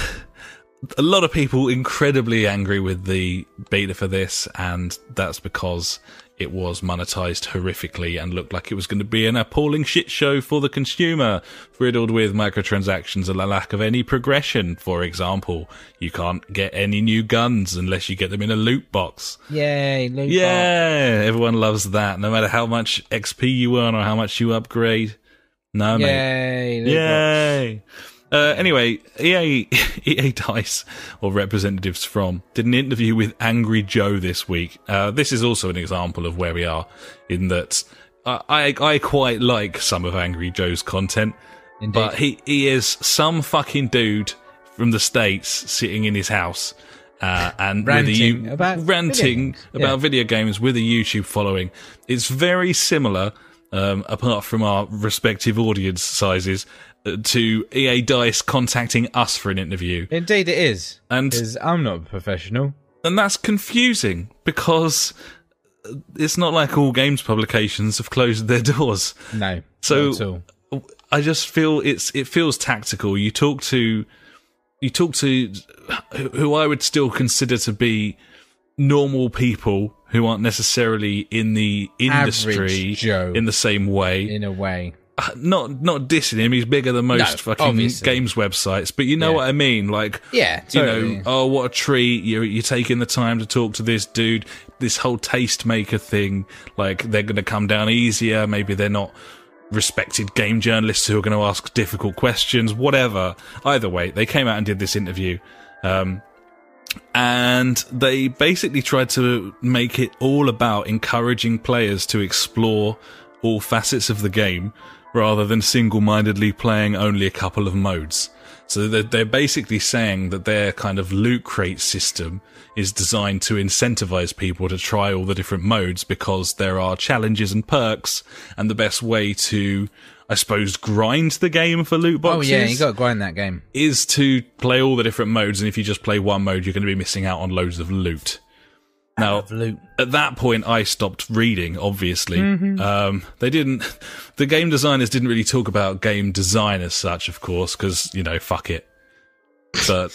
S2: a lot of people incredibly angry with the beta for this, and that's because it was monetized horrifically and looked like it was going to be an appalling shit show for the consumer, riddled with microtransactions and a lack of any progression. For example, you can't get any new guns unless you get them in a loot box.
S1: Yay, loot box.
S2: Yeah, everyone loves that. No matter how much XP you earn or how much you upgrade. No, mate.
S1: Yay, loot box.
S2: Yay! Uh, anyway, EA, EA Dice, or representatives from, did an interview with Angry Joe this week. Uh, this is also an example of where we are, in that I, I, I quite like some of Angry Joe's content,
S1: Indeed.
S2: but he, he is some fucking dude from the States sitting in his house. Uh, and with a
S1: Ranting
S2: U-
S1: about video
S2: ranting
S1: games.
S2: about video games with a YouTube following. It's very similar, um, apart from our respective audience sizes, uh, to EA Dice contacting us for an interview.
S1: Indeed, it is.
S2: And,
S1: Because I'm not a professional.
S2: and that's confusing because uh, it's not like all games publications have closed their doors.
S1: No.
S2: So-
S1: not at all.
S2: I just feel it's it feels tactical. You talk to you talk to who- who I would still consider to be normal people who aren't necessarily in the
S1: Average
S2: industry
S1: Joe.
S2: in the same way.
S1: in a way.
S2: uh, not not dissing him. He's bigger than most
S1: No,
S2: fucking
S1: obviously.
S2: games websites, but you know
S1: Yeah.
S2: what I mean. Like,
S1: Yeah,
S2: you
S1: totally.
S2: know, oh, what a treat! You're you're taking the time to talk to this dude. This whole tastemaker thing, like they're going to come down easier. Maybe they're not respected game journalists who are going to ask difficult questions. Whatever. Either way, they came out and did this interview. Um, and they basically tried to make it all about encouraging players to explore all facets of the game rather than single-mindedly playing only a couple of modes. So they're, they're basically saying that their kind of loot crate system is designed to incentivize people to try all the different modes because there are challenges and perks and the best way to, I suppose, grind the game for loot
S1: Oh
S2: boxes
S1: yeah, you got to grind that game.
S2: is to play all the different modes, and if you just play one mode, you're going to be missing out on loads of loot. Now,
S1: Loot.
S2: at that point, I stopped reading. Obviously, um, they didn't. The game designers didn't really talk about game design as such, of course, because you know, fuck it. But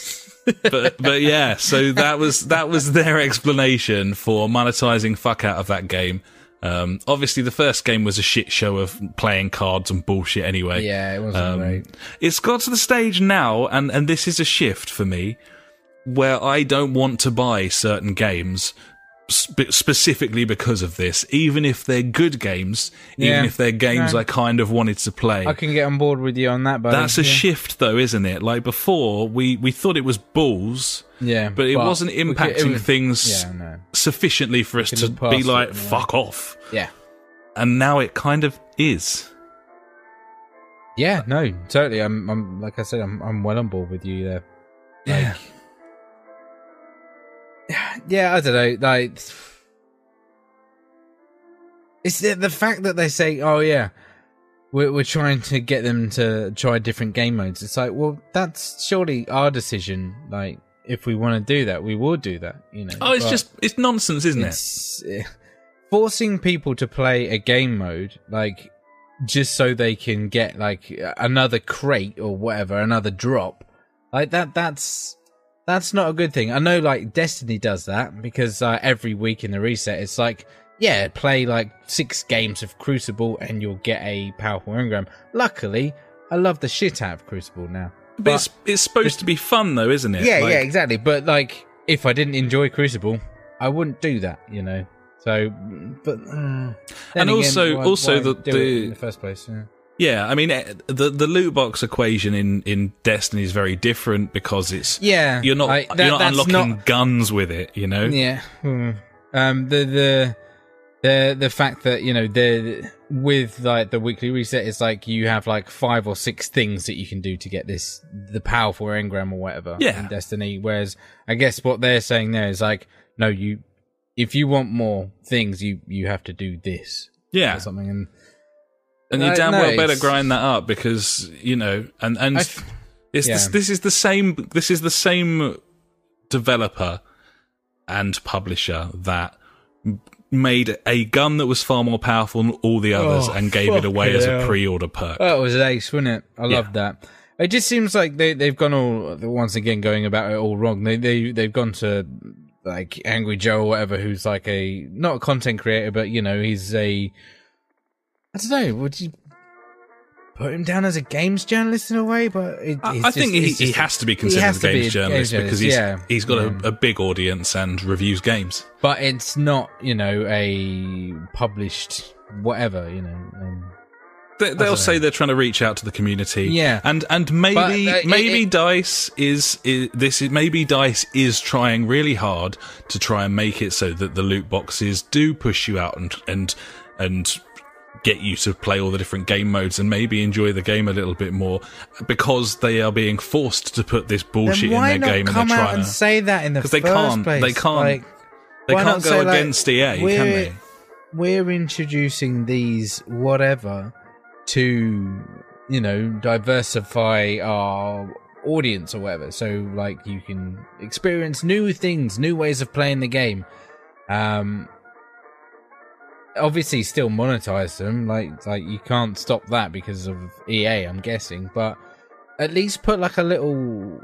S2: but but yeah, so that was that was their explanation for monetizing fuck out of that game. Um, obviously, the first game was a shit show of playing cards and bullshit. Anyway,
S1: Yeah, it wasn't great.
S2: Um, it's got to the stage now, and, and this is a shift for me, where I don't want to buy certain games spe- specifically because of this, even if they're good games, even
S1: Yeah.
S2: if they're games
S1: No.
S2: I kind of wanted to play.
S1: I can get on board with you on that, but
S2: That's a shift, though, isn't it? Like before, we, we thought it was balls,
S1: yeah,
S2: but it wasn't
S1: we could-
S2: impacting
S1: it was-
S2: things
S1: Yeah, no.
S2: sufficiently for us
S1: could
S2: to
S1: look past
S2: be
S1: it
S2: like,
S1: in a way.
S2: fuck off.
S1: Yeah,
S2: And now it kind of is.
S1: yeah, no, totally. I'm, I'm like I said, I'm, I'm well on board with you there.
S2: Yeah.
S1: Yeah, I don't know. Like, it's the, the fact that they say, "Oh yeah, we're we're trying to get them to try different game modes." It's like, well, that's surely our decision. Like, if we want to do that, we will do that. You know.
S2: Oh, it's
S1: But
S2: just, it's nonsense, isn't it?
S1: it's eh, forcing people to play a game mode like just so they can get like another crate or whatever, another drop. Like that. That's that's not a good thing. I know, like Destiny does that because uh, every week in the reset, it's like, yeah, play like six games of Crucible and you'll get a powerful engram. Luckily, I love the shit out of Crucible now.
S2: But, it's, it's supposed to be fun, though, isn't it?
S1: Yeah,
S2: Like,
S1: yeah, exactly. But like, if I didn't enjoy Crucible, I wouldn't do that, you know. So, but mm, then
S2: And
S1: again,
S2: also-
S1: why-
S2: also
S1: why
S2: the-
S1: do it
S2: the-
S1: in the first place. Yeah.
S2: Yeah, I mean eh, the the loot box equation in in Destiny is very different because it's
S1: Yeah,
S2: you're not
S1: I- that-
S2: you're not
S1: that's
S2: unlocking
S1: not-
S2: guns with it, you know.
S1: Yeah. Hmm. Um. The the the the fact that you know the with like the weekly reset, it's like you have like five or six things that you can do to get this the powerful engram or whatever.
S2: Yeah.
S1: In Destiny. Whereas I guess what they're saying there is like, no, you if you want more things, you you have to do this
S2: Yeah,
S1: or something. And
S2: and you
S1: I-
S2: damn
S1: Uh, no,
S2: well better
S1: it's-
S2: grind that up because you know, and and
S1: I f-
S2: it's this,
S1: yeah.
S2: this is the same this is the same developer and publisher that m- made a gun that was far more powerful than all the others
S1: Oh,
S2: and gave it away as a
S1: hell.
S2: pre-order perk.
S1: Oh, it was ace, wasn't it? I love that. It just seems like they they've gone all once again going about it all wrong. They they they've gone to like Angry Joe or whatever, who's like a not a content creator, but you know he's a I don't know. Would you put him down as a games journalist in a way? But it,
S2: I, I
S1: it's just-
S2: think he,
S1: it's
S2: he
S1: just-
S2: has to be
S1: he
S2: considered
S1: has
S2: a
S1: to be
S2: games
S1: a
S2: journalist
S1: games
S2: because he's
S1: journalist, yeah.
S2: he's got
S1: Yeah.
S2: a, a big audience and reviews games.
S1: but it's not you know a published whatever you know. Um,
S2: They, they'll say they're trying to reach out to the community.
S1: Yeah.
S2: and and maybe
S1: But, uh, it-
S2: maybe
S1: it-
S2: Dice is, is this is maybe Dice is trying really hard to try and make it so that the loot boxes do push you out and and and get you to play all the different game modes and maybe enjoy the game a little bit more because they are being forced to put this bullshit
S1: then
S2: in
S1: why
S2: their
S1: not
S2: game and they're
S1: come out
S2: trying
S1: and
S2: to
S1: say that in the
S2: 'Cause
S1: first
S2: they can't-
S1: place?
S2: they can't-
S1: Like,
S2: they
S1: why
S2: can't
S1: not
S2: go
S1: say, like,
S2: against EA, can
S1: we're-
S2: they?
S1: we're introducing these whatever to you know diversify our audience or whatever so like you can experience new things new ways of playing the game um obviously still monetize them like like you can't stop that because of EA I'm guessing but at least put like a little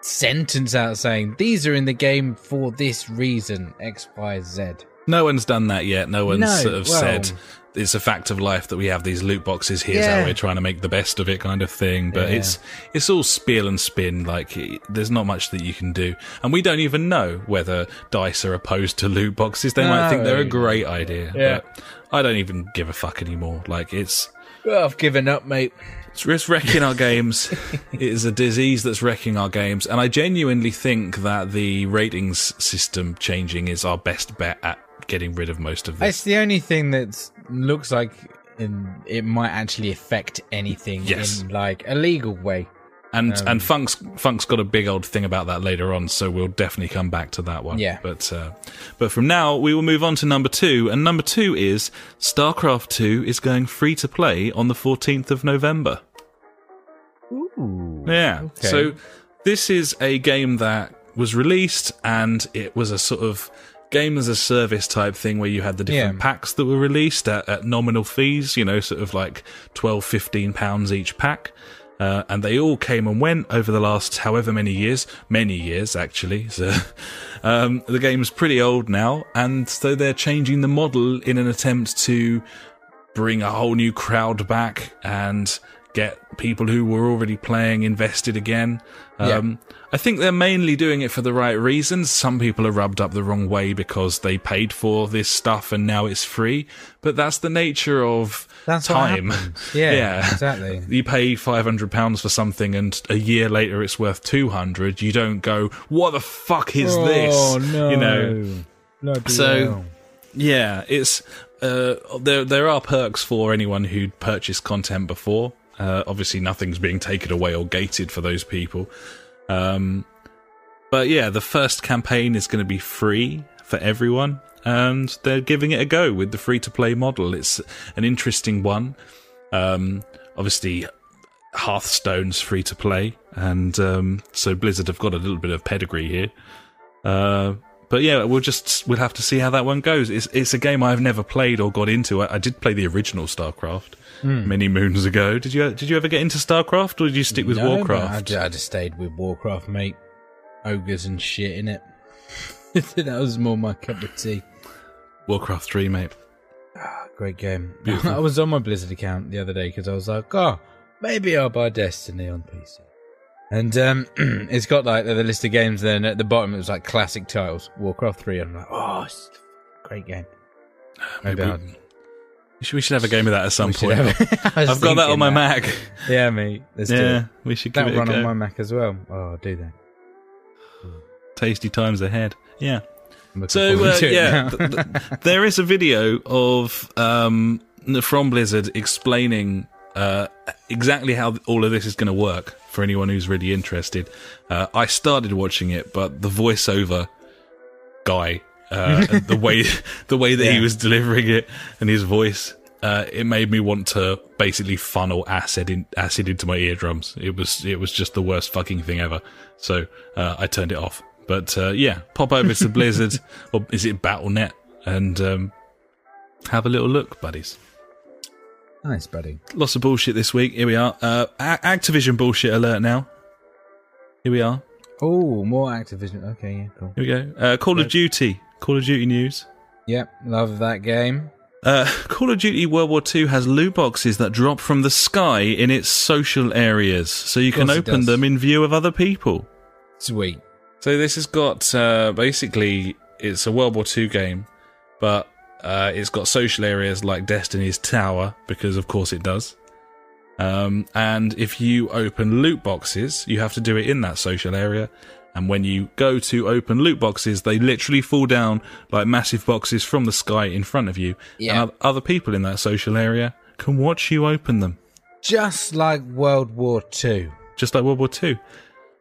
S1: sentence out saying these are in the game for this reason x y z
S2: No one's done that yet. No one's
S1: No,
S2: sort of
S1: well-
S2: said it's a fact of life that we have these loot boxes. Here's
S1: Yeah.
S2: how we're trying to make the best of it, kind of thing. But
S1: Yeah.
S2: it's it's all spiel and spin. Like it- there's not much that you can do, and we don't even know whether dice are opposed to loot boxes. They might think they're a
S1: No.
S2: great idea.
S1: Yeah.
S2: But I don't even give a fuck anymore. Like it's
S1: Well, I've given up, mate.
S2: it's, it's wrecking our games. it is a disease that's wrecking our games. And I genuinely think that the ratings system changing is our best bet at getting rid of most of this.
S1: It's the only thing that looks like in, it might actually affect anything
S2: Yes.
S1: in like a legal way.
S2: And and Funk's Funk's got a big old thing about that later on, so we'll definitely come back to that one.
S1: Yeah.
S2: But uh, but from now we will move on to number two, and number two is StarCraft Two is going free to play on the fourteenth of November.
S1: Ooh.
S2: Yeah.
S1: Okay.
S2: So this is a game that was released and it was a sort of game as a service type thing where you had the different
S1: Yeah.
S2: packs that were released at, at nominal fees, you know, sort of like 12, 15 pounds each pack. Uh, and they all came and went over the last however many years, many years actually. So, um, the game's pretty old now, and so they're changing the model in an attempt to bring a whole new crowd back and get people who were already playing invested again. Um, I think they're mainly doing it for the right reasons. Some people are rubbed up the wrong way because they paid for this stuff and now it's free. But that's the nature of
S1: That's what
S2: time.
S1: happens. Yeah, exactly.
S2: You pay five hundred pounds for something, and a year later it's worth two hundred. You don't go, "What the fuck is this?"
S1: Oh no!
S2: You know,
S1: Bloody
S2: So-
S1: hell.
S2: yeah, it's uh, there. There are perks for anyone who'd purchased content before. Uh, obviously, nothing's being taken away or gated for those people. Um, but yeah, the first campaign is going to be free for everyone, and they're giving it a go with the free-to-play model. It's an interesting one. Um, obviously, Hearthstone's free to play, and um, so Blizzard have got a little bit of pedigree here. Uh, but yeah, we'll just we'll have to see how that one goes. It's it's a game I've never played or got into. I, I did play the original StarCraft
S1: Hmm.
S2: many moons ago. Did you did you ever get into StarCraft, or did you stick with
S1: No, but I
S2: Warcraft?
S1: ju- I just, stayed with Warcraft, mate. Ogres and shit in it. that was more my cup of tea.
S2: Warcraft three, mate.
S1: Great game. I was on my Blizzard account the other day because I was like, oh, maybe I'll buy Destiny on PC. And um, it's got like the, the list of games. Then at the bottom it was like classic titles, Warcraft three. And I'm like, oh, it's a great game.
S2: Maybe
S1: I'll-
S2: we, we should, we should have a game of that at some
S1: We should
S2: point.
S1: have it. I was
S2: I've got that
S1: thinking
S2: on my Mac.
S1: Yeah, mate. Let's do
S2: Yeah,
S1: it.
S2: we should give
S1: That'll
S2: it a
S1: run
S2: go.
S1: on my Mac as well. Oh, I'll do that.
S2: Tasty times ahead. Yeah.
S1: I'm looking
S2: So
S1: forward
S2: uh,
S1: to it
S2: yeah,
S1: now.
S2: th- th- there is a video of um, from Blizzard explaining uh, exactly how th- all of this is going to work for anyone who's really interested. Uh, I started watching it, but the voiceover guy, uh, and the way the way that he
S1: Yeah.
S2: was delivering it and his voice. Uh, it made me want to basically funnel acid in, acid into my eardrums. It was it was just the worst fucking thing ever. So uh, I turned it off. But uh, yeah, pop over to Blizzard or is it BattleNet and um, have a little look, buddies.
S1: nice, buddy.
S2: Lots of bullshit this week. Here we are. Uh, A- Activision bullshit alert now. Here we are.
S1: Oh, more Activision. Okay, yeah, cool.
S2: Here we go. Uh, Call of Duty. Call of Duty news.
S1: Yep, love that game.
S2: Uh, Call of Duty World War II has loot boxes that drop from the sky in its social areas, so you can
S1: course it
S2: open
S1: does.
S2: them in view of other people.
S1: Sweet.
S2: So this has got uh, basically it's a World War II game, but uh, it's got social areas like Destiny's Tower because of course it does. Um, and if you open loot boxes, you have to do it in that social area. And when you go to open loot boxes, they literally fall down like massive boxes from the sky in front of you.
S1: Yeah.
S2: And oth- other people in that social area can watch you open them
S1: Just like World War Two.
S2: just like World War Two.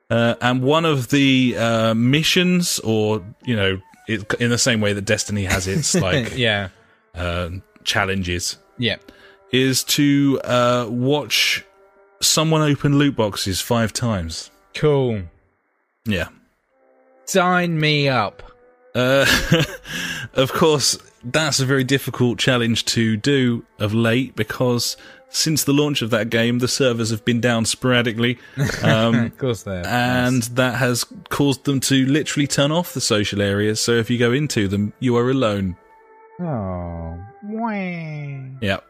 S2: Uh, and one of the uh, missions, or you know, it, in the same way that Destiny has its like
S1: Yeah.
S2: uh, challenges,
S1: Yep.
S2: is to uh, watch someone open loot boxes five times.
S1: Cool.
S2: Yeah.
S1: Sign me up.
S2: Uh, of course, that's a very difficult challenge to do of late because since the launch of that game, the servers have been down sporadically. Um,
S1: Of course they are.
S2: and that has caused them to Uh, literally turn off the social areas. So if you go into them, you are alone.
S1: oh, Wang.
S2: Yep.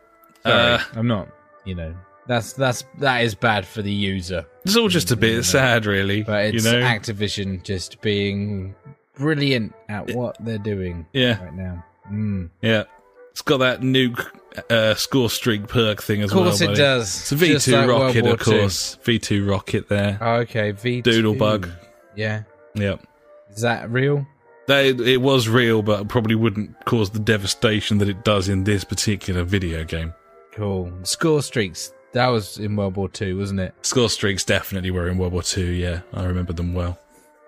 S1: Sorry,
S2: Uh,
S1: I'm not. You know, that's that's that is bad for the user.
S2: it's all just a bit sad, really.
S1: But it's
S2: you know,
S1: Activision just being brilliant at what they're doing
S2: yeah,
S1: right now. Mm.
S2: yeah. It's got that nuke uh, score streak perk thing as
S1: Of course
S2: well.
S1: it
S2: buddy.
S1: does.
S2: It's a V
S1: Just
S2: two
S1: like World
S2: rocket,
S1: War
S2: of
S1: II.
S2: course. V two rocket there.
S1: Oh, okay, V
S2: Doodle bug.
S1: Yeah,
S2: Yep.
S1: is that real?
S2: They, it was real, but probably wouldn't cause the devastation that it does in this particular video game.
S1: Cool. Score streaks. That was in World War Two, wasn't it?
S2: Score streaks definitely were in World War Two. Yeah, I remember them well.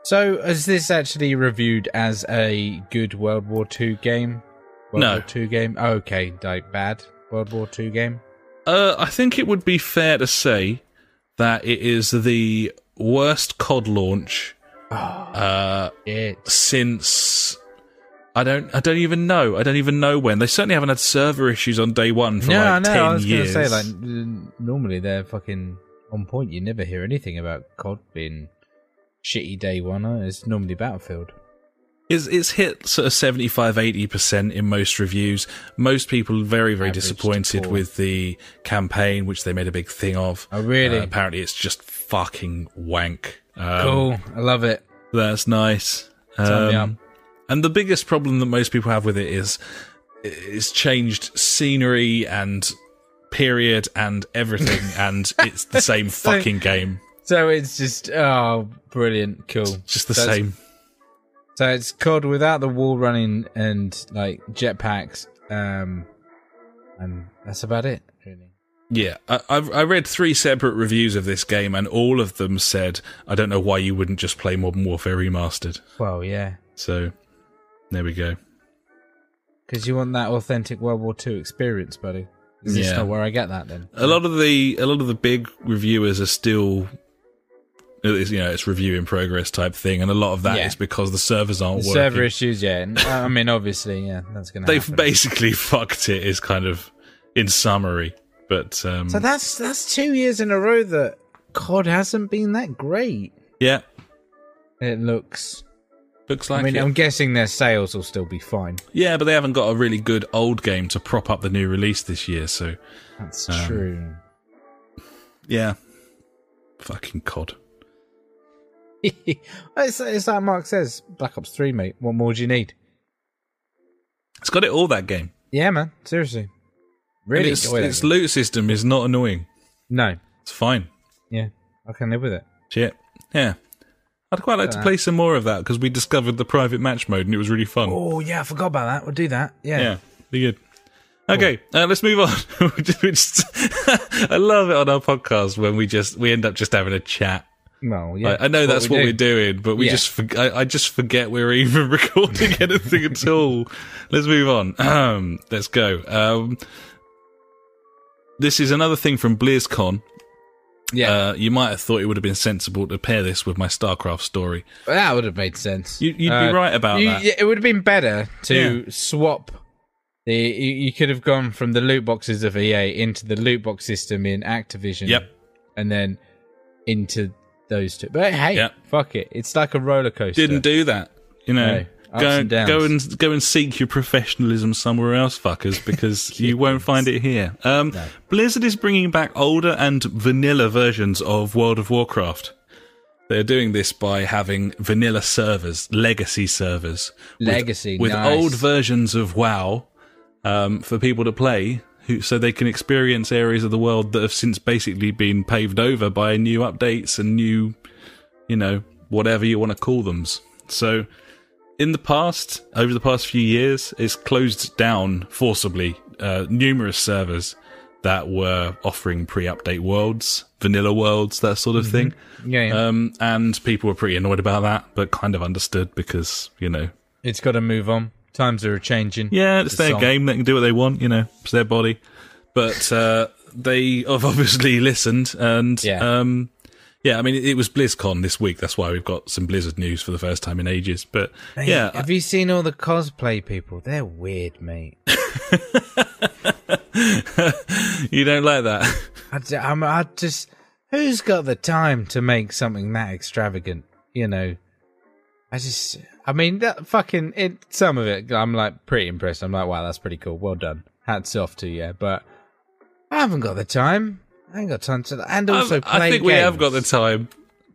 S1: So is this actually reviewed as a good World War Two game? World
S2: No.
S1: War Two game. Okay, like bad World War Two game.
S2: Uh, I think it would be fair to say that it is the worst COD launch
S1: Ah.
S2: uh,
S1: It.
S2: since I don't I don't even know I don't even know when they certainly haven't had server issues on day one for
S1: no,
S2: like
S1: no.
S2: ten
S1: I was
S2: years.
S1: gonna say like n- normally they're fucking on point. You never hear anything about COD being shitty day one. huh? It's normally Battlefield.
S2: It's, it's hit sort of 75 80% in most reviews. Most people very, very
S1: Average to
S2: disappointed
S1: poor.
S2: with the campaign, which they made a big thing of.
S1: Oh, really?
S2: Uh, apparently, it's just fucking wank. Um,
S1: cool. I love it.
S2: That's nice.
S1: Sign me
S2: Um, and the biggest problem that most people have with it is it's changed scenery and period and everything, and it's the same
S1: So-
S2: fucking game.
S1: So it's just oh, brilliant, cool.
S2: Just the
S1: So it's-
S2: same.
S1: So it's COD without the wall running and like jetpacks, um, and that's about it. Really.
S2: Yeah, I, I've, I read three separate reviews of this game, and all of them said, "I don't know why you wouldn't just play Modern Warfare Remastered."
S1: Well, yeah,
S2: So there we go.
S1: because you want that authentic World War II experience, buddy. Is this
S2: Yeah.
S1: not where I get that then?
S2: A lot of the a lot of the big reviewers are still, it's, you know, it's review in progress type thing, and a lot of that is
S1: Yeah.
S2: because the servers aren't
S1: The
S2: working.
S1: server issues, yeah. and- I mean, obviously, yeah, that's gonna.
S2: They've
S1: happen.
S2: basically fucked it. Is kind of in summary, but um,
S1: so that's that's two years in a row that COD hasn't been that great.
S2: yeah,
S1: It looks.
S2: looks
S1: I
S2: like
S1: mean,
S2: it.
S1: I'm guessing their sales will still be fine.
S2: yeah, but they haven't got a really good old game to prop up the new release this year, so.
S1: That's
S2: Um,
S1: true.
S2: Yeah. Fucking cod.
S1: it's, it's like Mark says, Black Ops Three, mate. What more do you need?
S2: It's got it all that game.
S1: Yeah, man. Seriously.
S2: And
S1: Really?
S2: its,
S1: enjoy that
S2: its
S1: game.
S2: loot system is not annoying.
S1: no.
S2: It's fine.
S1: Yeah. I can live with it.
S2: Shit. Yeah. I'd quite like to
S1: Uh,
S2: play some more of that because we discovered the private match mode and it was really fun.
S1: Oh, yeah. I forgot about that. We'll do that. Yeah.
S2: yeah. Be good. Okay, uh, let's move on. We just- we just- I love it on our podcast when we just we end up just having a chat.
S1: Well, yeah.
S2: I, I know that's, what,
S1: we
S2: we're
S1: do.
S2: doing, but we
S1: Yeah.
S2: just forg I, I just forget we're even recording anything at all. Let's move on. Um, let's go. Um, this is another thing from BlizzCon.
S1: Yeah.
S2: Uh, you might have thought it would have been sensible to pair this with my StarCraft story.
S1: Well, that would have made sense.
S2: You- you'd be right about
S1: Uh, you-
S2: that.
S1: yeah, It would have been better to swap. The, you, you could have gone from the loot boxes of EA into the loot box system in Activision.
S2: Yep.
S1: And then into those two. But hey,
S2: Yep.
S1: fuck it. It's like a roller coaster.
S2: Didn't do that. You know,
S1: No. Ups
S2: go
S1: and downs.
S2: go and go and seek your professionalism somewhere else, fuckers, because you won't find it here. Um, Blizzard is bringing back older and vanilla versions of World of Warcraft. They're doing this by having vanilla servers, legacy servers, with-
S1: Legacy,
S2: with,
S1: nice.
S2: old versions of WoW um, for people to play, who, so they can experience areas of the world that have since basically been paved over by new updates and new, you know, whatever you want to call them. So, in the past, over the past few years, it's closed down forcibly uh, numerous servers that were offering pre-update worlds, vanilla worlds, that sort of
S1: Mm-hmm.
S2: thing.
S1: Yeah. yeah.
S2: Um, and people were pretty annoyed about that, but kind of understood because you know,
S1: it's got to move on. Times are changing.
S2: yeah, it's
S1: The
S2: their
S1: song.
S2: game; they can do what they want. You know, it's their body. But uh, they have obviously listened, and
S1: Yeah.
S2: um, yeah, I mean, it, it was BlizzCon this week. That's why we've got some Blizzard news for the first time in ages. But
S1: Mate,
S2: yeah,
S1: Have you seen all the cosplay people? They're weird, mate.
S2: you don't like that.
S1: I, d- I'm- I just. Who's got the time to make something that extravagant? You know? I just. I mean, that fucking. It, some of it, I'm like pretty impressed. I'm like, wow, that's pretty cool. Well done. hats off to you, but I haven't got the time. I ain't got time to. And also
S2: Um,
S1: play
S2: I think we have got the
S1: games.
S2: time.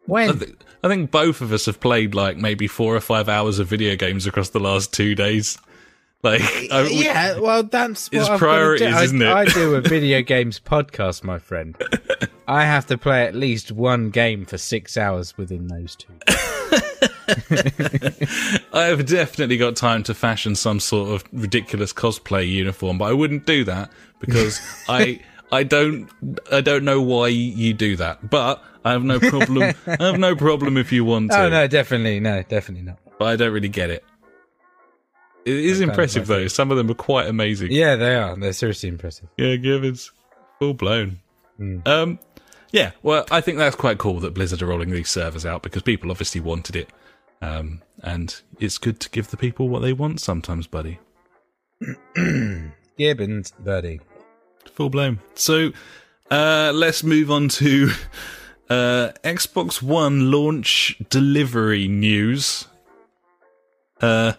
S1: when
S2: I, th- I think both of us have played like maybe four or five hours of video games across the last two days. Like, I, Oh, we-
S1: Uh, yeah, well, that's what
S2: It's
S1: I've gotta
S2: priorities,
S1: do. I-
S2: isn't it?
S1: I do a video games podcast, my friend. I have to play at least one game for six hours within those two.
S2: I have definitely got time to fashion some sort of ridiculous cosplay uniform, but I wouldn't do that because I I don't I don't know why you do that. But I have no problem. I have no problem if you want to.
S1: Oh no, definitely no, definitely not.
S2: But I don't really get it. It is impressive though. Some of them are quite amazing.
S1: Yeah, they are. They're seriously impressive.
S2: Yeah, Gibbons. Full blown.
S1: Hmm.
S2: Um, yeah, well, I think that's quite cool that Blizzard are rolling these servers out because people obviously wanted it. Um, and it's good to give the people what they want sometimes, buddy.
S1: Gibbons, buddy.
S2: Full blown. So uh, let's move on to uh, Xbox One launch delivery news. Uh,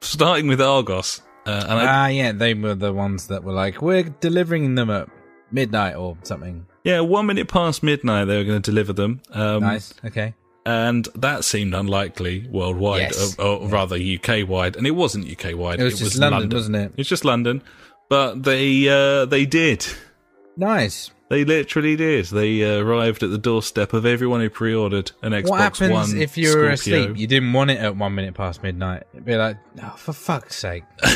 S2: starting with Argos. Uh, and I,
S1: Ah, yeah, they were the ones that were like, we're delivering them at midnight or something.
S2: yeah, one minute past midnight, they were going to deliver them. Um,
S1: Nice. Okay.
S2: and that seemed unlikely worldwide,
S1: Yes.
S2: or, or rather UK wide, and it wasn't UK wide.
S1: It was just London, wasn't it?
S2: It's just London, but they uh, they did.
S1: Nice.
S2: They literally did. They uh, arrived at the doorstep of everyone who pre-ordered an Xbox
S1: what happens
S2: One.
S1: if you were
S2: Scorpio.
S1: asleep? You didn't want it at one minute past midnight. It'd be like, oh, for fuck's sake.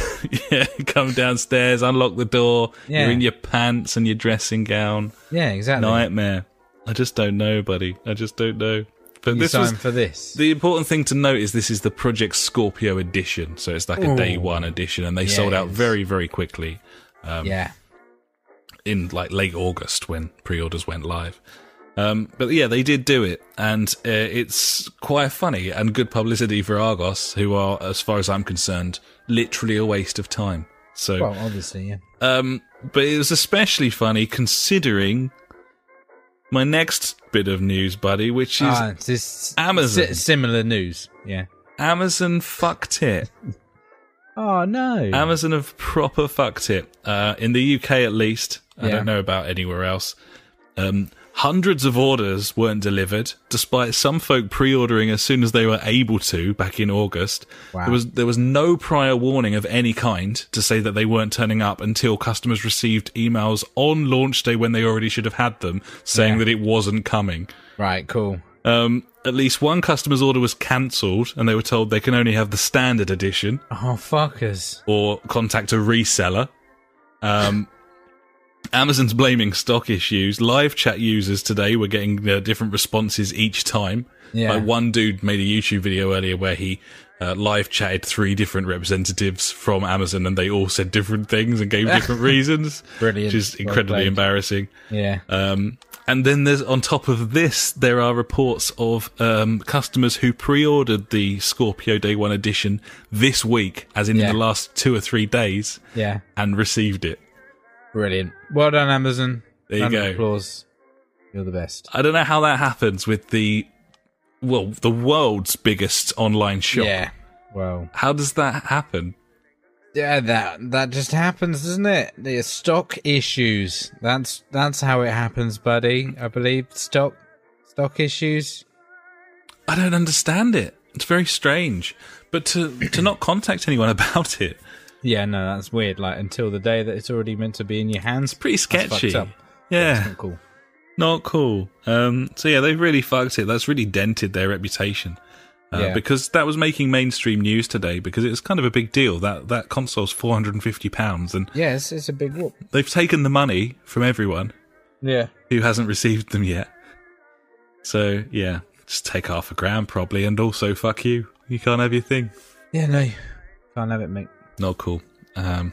S2: yeah, come downstairs, unlock the door.
S1: Yeah.
S2: You're in your pants and your dressing gown.
S1: Yeah, exactly.
S2: Nightmare. I just don't know, buddy. I just don't know. But
S1: you
S2: this
S1: signed
S2: was
S1: for this.
S2: The important thing to note is this is the Project Scorpio edition, so it's like a day
S1: Ooh.
S2: one edition, and they
S1: Yeah,
S2: sold
S1: it
S2: out
S1: is.
S2: very, very quickly
S1: yeah.
S2: in like late August when pre-orders went live. Um, but yeah, they did do it, and uh, it's quite funny and good publicity for Argos, who are, as far as I'm concerned, literally a waste of time. So
S1: Well, obviously, yeah.
S2: Um, but it was especially funny considering my next bit of news, buddy, which is
S1: Ah, it's just
S2: Amazon.
S1: si- similar news. Yeah.
S2: Amazon fucked it.
S1: Oh no.
S2: Amazon have proper fucked it. Uh, in the UK, at least. I
S1: Yeah.
S2: don't know about anywhere else. Um, hundreds of orders weren't delivered, despite some folk pre-ordering as soon as they were able to back in August.
S1: Wow.
S2: There was there was no prior warning of any kind to say that they weren't turning up until customers received emails on launch day when they already should have had them, saying that it wasn't coming.
S1: right. Cool.
S2: Um, at least one customer's order was cancelled, and they were told they can only have the standard edition
S1: Oh fuckers.
S2: or contact a reseller. Um, Amazon's blaming stock issues. Live chat users today were getting uh, different responses each time.
S1: Yeah.
S2: Like one dude made a YouTube video earlier where he uh, live chatted three different representatives from Amazon and they all said different things and gave different reasons.
S1: Brilliant.
S2: Which is
S1: Well
S2: incredibly
S1: played.
S2: embarrassing.
S1: Yeah.
S2: Um, and then there's on top of this, there are reports of um, customers who pre-ordered the Scorpio Day One edition this week, as in,
S1: Yeah.
S2: the last two or three days,
S1: yeah.
S2: and received it.
S1: Brilliant. Well done, Amazon.
S2: There you
S1: Round of
S2: go.
S1: Applause. You're the best.
S2: I don't know how that happens with the well, the world's biggest online shop.
S1: Yeah. Well.
S2: How does that happen?
S1: Yeah. That that just happens, doesn't it? The stock issues. That's that's how it happens, buddy. I believe stock stock issues.
S2: I don't understand it. It's very strange. But to to not contact anyone about it,
S1: Yeah. No, that's weird. Like until the day that it's already meant to be in your hands.
S2: pretty
S1: That's fucked
S2: sketchy.
S1: up.
S2: Yeah.
S1: It's not cool.
S2: Not cool. Um, so yeah, they've really fucked it. That's really dented their reputation. Uh,
S1: Yeah.
S2: Because that was making mainstream news today because it was kind of a big deal. That that console's four hundred and fifty pounds, and
S1: Yeah. It's, it's a big whoop.
S2: they've taken the money from everyone
S1: Yeah.
S2: who hasn't received them yet. So yeah, just take half a grand probably, and also fuck you. You can't have your thing.
S1: Yeah, no. Can't have it, mate.
S2: Not cool. Um,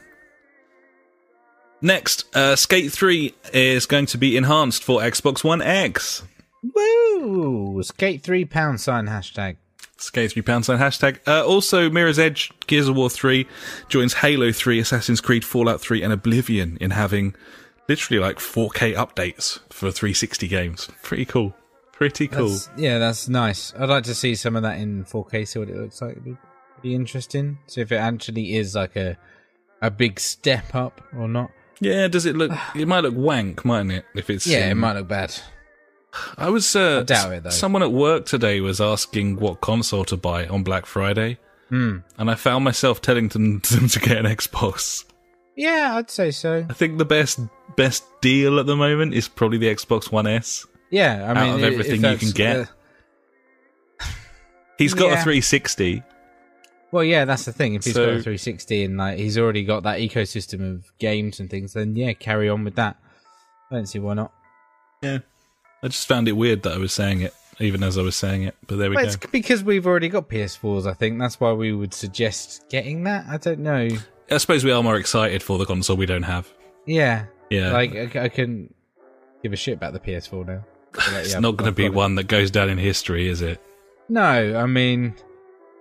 S2: next, uh, Skate Three is going to be enhanced for Xbox One X.
S1: Woo! Skate three pound sign hashtag.
S2: Skate three pound sign hashtag. Uh, also, Mirror's Edge, Gears of War three, joins Halo three, Assassin's Creed, Fallout three, and Oblivion in having literally like 4K updates for 360 games. Pretty cool. Pretty cool.
S1: That's- yeah, that's nice. I'd like to see some of that in 4K, see what it looks like. It'd be pretty interesting. So if it actually is like a a big step up or not.
S2: Yeah, does it look? It might look wank, mightn't it? If it's
S1: Yeah, it
S2: in-
S1: might look bad.
S2: I was. Uh,
S1: I doubt it, though.
S2: Someone at work today was asking what console to buy on Black Friday,
S1: Hmm.
S2: and I found myself telling them, them to get an Xbox.
S1: Yeah, I'd say so.
S2: I think the best best deal at the moment is probably the Xbox One S.
S1: Yeah, I
S2: Out
S1: mean,
S2: of
S1: i- if
S2: everything you
S1: that's-
S2: can get.
S1: uh,
S2: He's got
S1: Yeah.
S2: a 360.
S1: well, yeah, that's the thing. If he's got a
S2: So-
S1: 360 and like he's already got that ecosystem of games and things, then yeah, carry on with that. I don't see why not.
S2: Yeah, I just found it weird that I was saying it, even as I was saying it. But there we
S1: Well,
S2: go.
S1: it's because we've already got PS4s. I think that's why we would suggest getting that. I don't know.
S2: I suppose we are more excited for the console we don't have.
S1: Yeah,
S2: Yeah,
S1: like I, I can give a shit about the PS4 now.
S2: it's not going to be one that goes down in history, is it?
S1: No, I mean,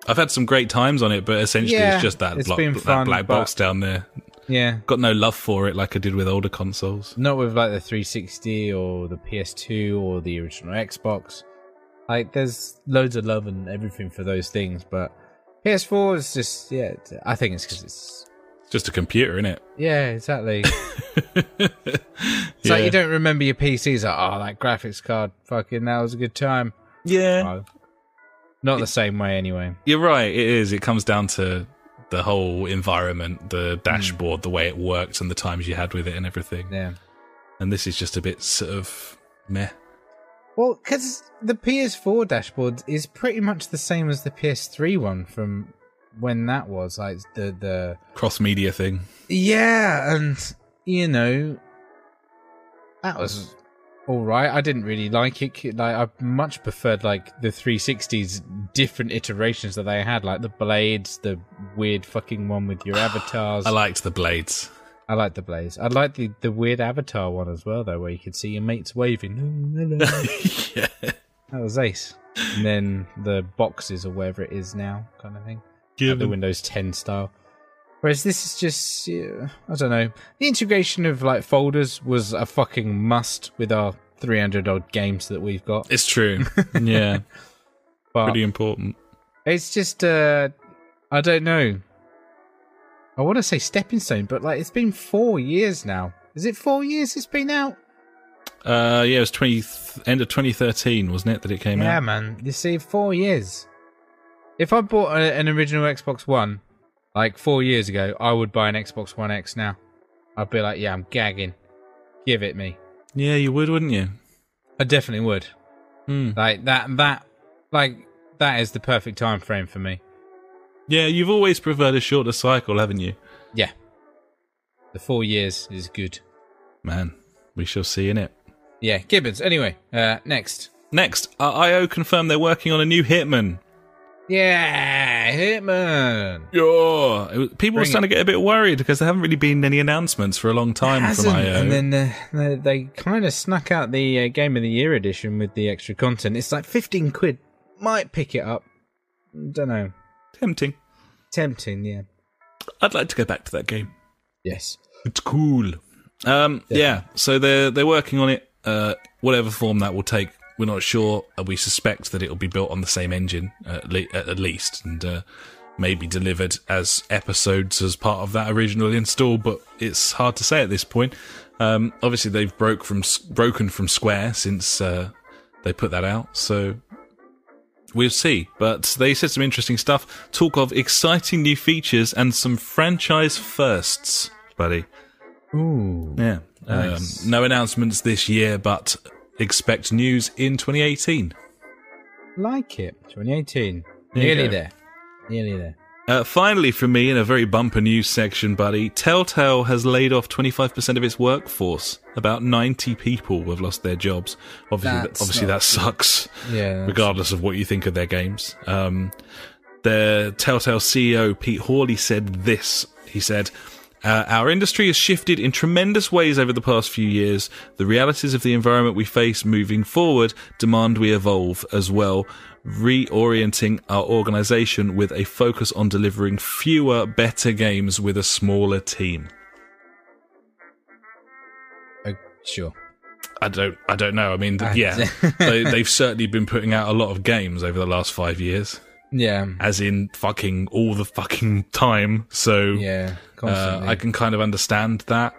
S2: I've had some great times on it, but essentially
S1: Yeah,
S2: it's just that,
S1: it's
S2: block,
S1: been
S2: that
S1: fun,
S2: black
S1: but-
S2: box down there.
S1: yeah,
S2: Got no love for it like I did with older consoles.
S1: not with like the 360 or the PS2 or the original Xbox. Like, there's loads of love and everything for those things, but PS4 is just yeah. I think it's because it's
S2: It's just a computer, innit?
S1: yeah, exactly. it's
S2: yeah.
S1: like you don't remember your PCs. Like, oh, that graphics card, fucking, that was a good time.
S2: yeah.
S1: Well, not the same way, anyway.
S2: You're right, it is. It comes down to the whole environment, the dashboard, the way it worked, and the times you had with it and everything.
S1: Hmm. Yeah.
S2: And this is just a bit sort of meh.
S1: Well, because the PS4 dashboard is pretty much the same as the PS3 one from when that was like the the
S2: Cross media thing.
S1: yeah, and you know that was all right. I didn't really like it. Like I much preferred like the 360s different iterations that they had, like the blades, the weird fucking one with your avatars.
S2: I liked the blades.
S1: I like the blaze. I like the the weird avatar one as well, though, where you could see your mates waving. Hello.
S2: yeah.
S1: That was ace. And then the boxes or wherever it is now, kind of thing.
S2: Give
S1: Like the
S2: them-
S1: Windows 10 style. Whereas this is just, yeah, I don't know. The integration of like folders was a fucking must with our 300 odd games that we've got.
S2: It's true. yeah.
S1: But
S2: Pretty important.
S1: it's just, uh, I don't know. I want to say stepping stone, but like it's been four years now. Is it four years it's been out?
S2: Uh, yeah, it was 20 th- end of 2013, wasn't it, that it came
S1: Yeah,
S2: out?
S1: man. You see, four years. If I bought a, an original Xbox One, like four years ago, I would buy an Xbox One X now. I'd be like, yeah, I'm gagging. Give it me.
S2: Yeah, you would, wouldn't you?
S1: I definitely would.
S2: Hmm.
S1: Like that. That. Like that is the perfect time frame for me.
S2: Yeah, you've always preferred a shorter cycle, haven't you?
S1: Yeah. The four years is good.
S2: Man, we shall see in it.
S1: Yeah, Gibbons. Anyway, uh, next.
S2: Next, uh, IO confirmed they're working on a new Hitman.
S1: Yeah, Hitman.
S2: Yeah, it was, people were
S1: Bring
S2: starting to get a bit worried because there haven't really been any announcements for a long time from
S1: hasn't.
S2: IO.
S1: And then uh, they, they kind of snuck out the uh, Game of the Year edition with the extra content. It's like 15 quid. Might pick it up. Don't know.
S2: Tempting.
S1: Tempting, yeah.
S2: I'd like to go back to that game.
S1: Yes.
S2: It's cool. Um, yeah. so they're they're working on it. Uh, whatever form that will take, we're not sure. Uh, we suspect that it'll be built on the same engine uh, at, le- at least, and uh, maybe delivered as episodes as part of that original install. But it's hard to say at this point. Um, obviously, they've broke from s- broken from Square since uh, they put that out, so We'll see, but they said some interesting stuff. Talk of exciting new features and some franchise firsts, buddy.
S1: Ooh.
S2: Yeah.
S1: Nice.
S2: Um, no announcements this year, but expect news in 2018.
S1: Like it. 2018.
S2: There you
S1: Nearly
S2: go.
S1: there. Nearly there.
S2: Uh, finally, from me, in a very bumper news section, buddy, Telltale has laid off 25% of its workforce. About 90 people have lost their jobs. Obviously,
S1: That's
S2: obviously
S1: not
S2: that sucks.
S1: Yeah.
S2: regardless of what you think of their games. Um, their Telltale CEO, Pete Hawley, said this. He said, uh, Our industry has shifted in tremendous ways over the past few years. The realities of the environment we face moving forward demand we evolve as well, reorienting our organization with a focus on delivering fewer, better games with a smaller team.
S1: Uh, sure.
S2: I don't, I don't know. I mean, th-
S1: I-
S2: yeah, they, they've certainly been putting out a lot of games over the last five years.
S1: Yeah.
S2: as in fucking all the fucking time. So
S1: Yeah. constantly.
S2: Uh, I can kind of understand that,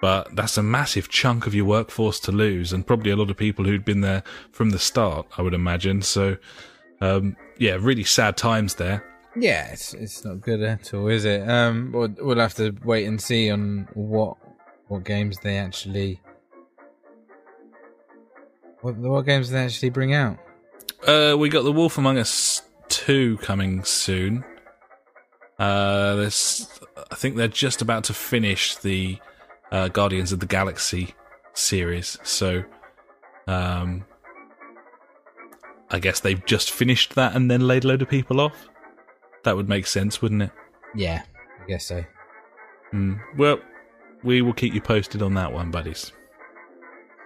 S2: but that's a massive chunk of your workforce to lose, and probably a lot of people who'd been there from the start, I would imagine. So, um, yeah, really sad times there.
S1: Yeah, it's it's not good at all, is it? Um, we'll, we'll have to wait and see on what what games they actually what what games they actually bring out.
S2: Uh, we got The Wolf Among Us 2 coming soon. Uh, there's, I think they're just about to finish the uh, Guardians of the Galaxy series. So, um, I guess they've just finished that and then laid a load of people off. That would make sense, wouldn't it?
S1: Yeah, I guess so.
S2: Mm. Well, we will keep you posted on that one, buddies.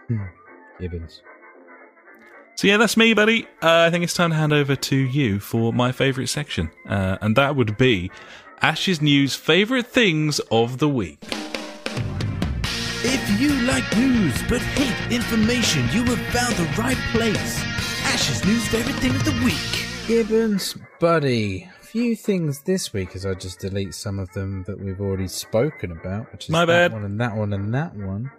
S1: Hmm. Gibbons.
S2: So yeah, that's me, buddy. Uh, I think it's time to hand over to you for my favourite section, uh, and that would be Ash's News favourite things of the week.
S4: If you like news but hate information, you have found the right place. Ash's News Favorite Thing of the Week.
S1: Gibbons, buddy. Few things this week, as I just delete some of them that we've already spoken about, which is
S2: My
S1: that
S2: bad.
S1: one and that one and that one.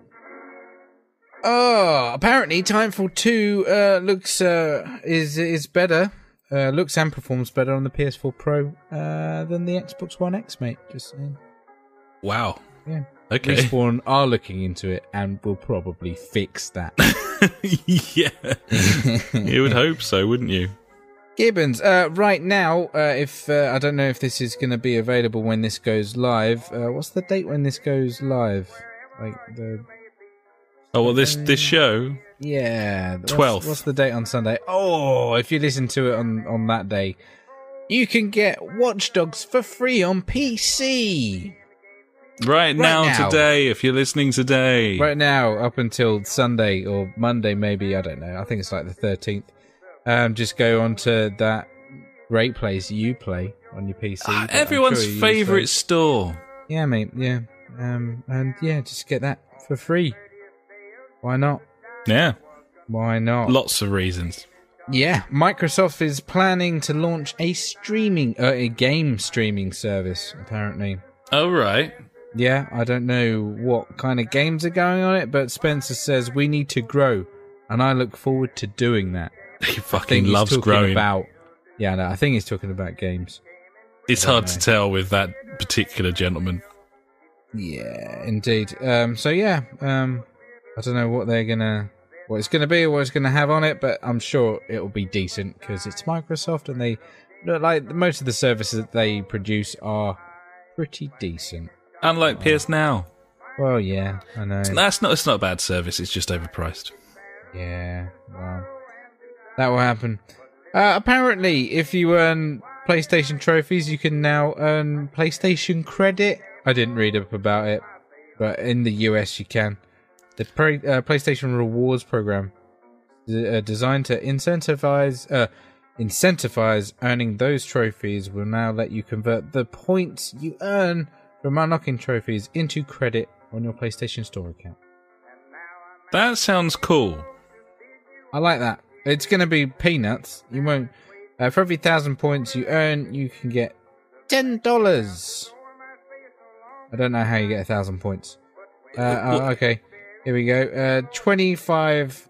S1: Oh, apparently Timefall Two uh, looks uh, is is better, uh, looks and performs better on the PS4 Pro uh, than the Xbox One X, mate. Just saying.
S2: Wow.
S1: Yeah.
S2: Okay.
S1: Respawn are looking into it and will probably fix that.
S2: yeah. you would hope so, wouldn't you?
S1: Gibbons, uh, right now, uh, if uh, I don't know if this is going to be available when this goes live. Uh, what's the date when this goes live? Like the
S2: Oh well, this this show.
S1: yeah, what's-
S2: 12th.
S1: What's, the date on Sunday? Oh, if you listen to it on on that day, you can get Watch Dogs for free on PC
S2: Right, now,
S1: now.
S2: today, if you're listening today,
S1: right now up until Sunday or Monday, maybe I don't know. I think it's like the thirteenth. Um, just go on to that great place you play on your PC.
S2: Ah,
S1: but I'm
S2: everyone's
S1: sure you use
S2: favourite
S1: those.
S2: store.
S1: Yeah, mate. Yeah. Um, and yeah, just get that for free. Why not?
S2: Yeah,
S1: Why not?
S2: lots of reasons.
S1: yeah, Microsoft is planning to launch a streaming, uh, a game streaming service. Apparently.
S2: All right.
S1: Yeah, I don't know what kind of games are going on it, but Spencer says we need to grow, and I look forward to doing that.
S2: He
S1: I
S2: fucking
S1: think he's
S2: loves
S1: talking
S2: growing.
S1: about. Yeah, no, I think he's talking about games.
S2: it's hard to tell with that particular gentleman.
S1: Yeah, indeed. Um, so yeah, um, I don't know what they're gonna, what it's gonna be, or what it's gonna have on it, but I'm sure it'll be decent because it's Microsoft, and they look like most of the services that they produce are pretty decent. Oh.
S2: Unlike PS Now.
S1: Well, yeah, I know.
S2: That's not. It's not a bad service. It's just overpriced.
S1: Yeah, well, that will happen. Uh, apparently, if you earn PlayStation trophies, you can now earn PlayStation credit. I didn't read up about it, but in the US, you can. The pro- uh, PlayStation Rewards Program d- uh, designed to incentivize uh, incentivize earning those trophies will now let you convert the points you earn from unlocking trophies into credit on your PlayStation Store account.
S2: That sounds cool.
S1: I like that. It's going to be peanuts. You won't. Uh, for every thousand points you earn, you can get ten dollars. I don't know how you get a thousand points. Uh, oh, okay, here we go. Uh, Twenty-five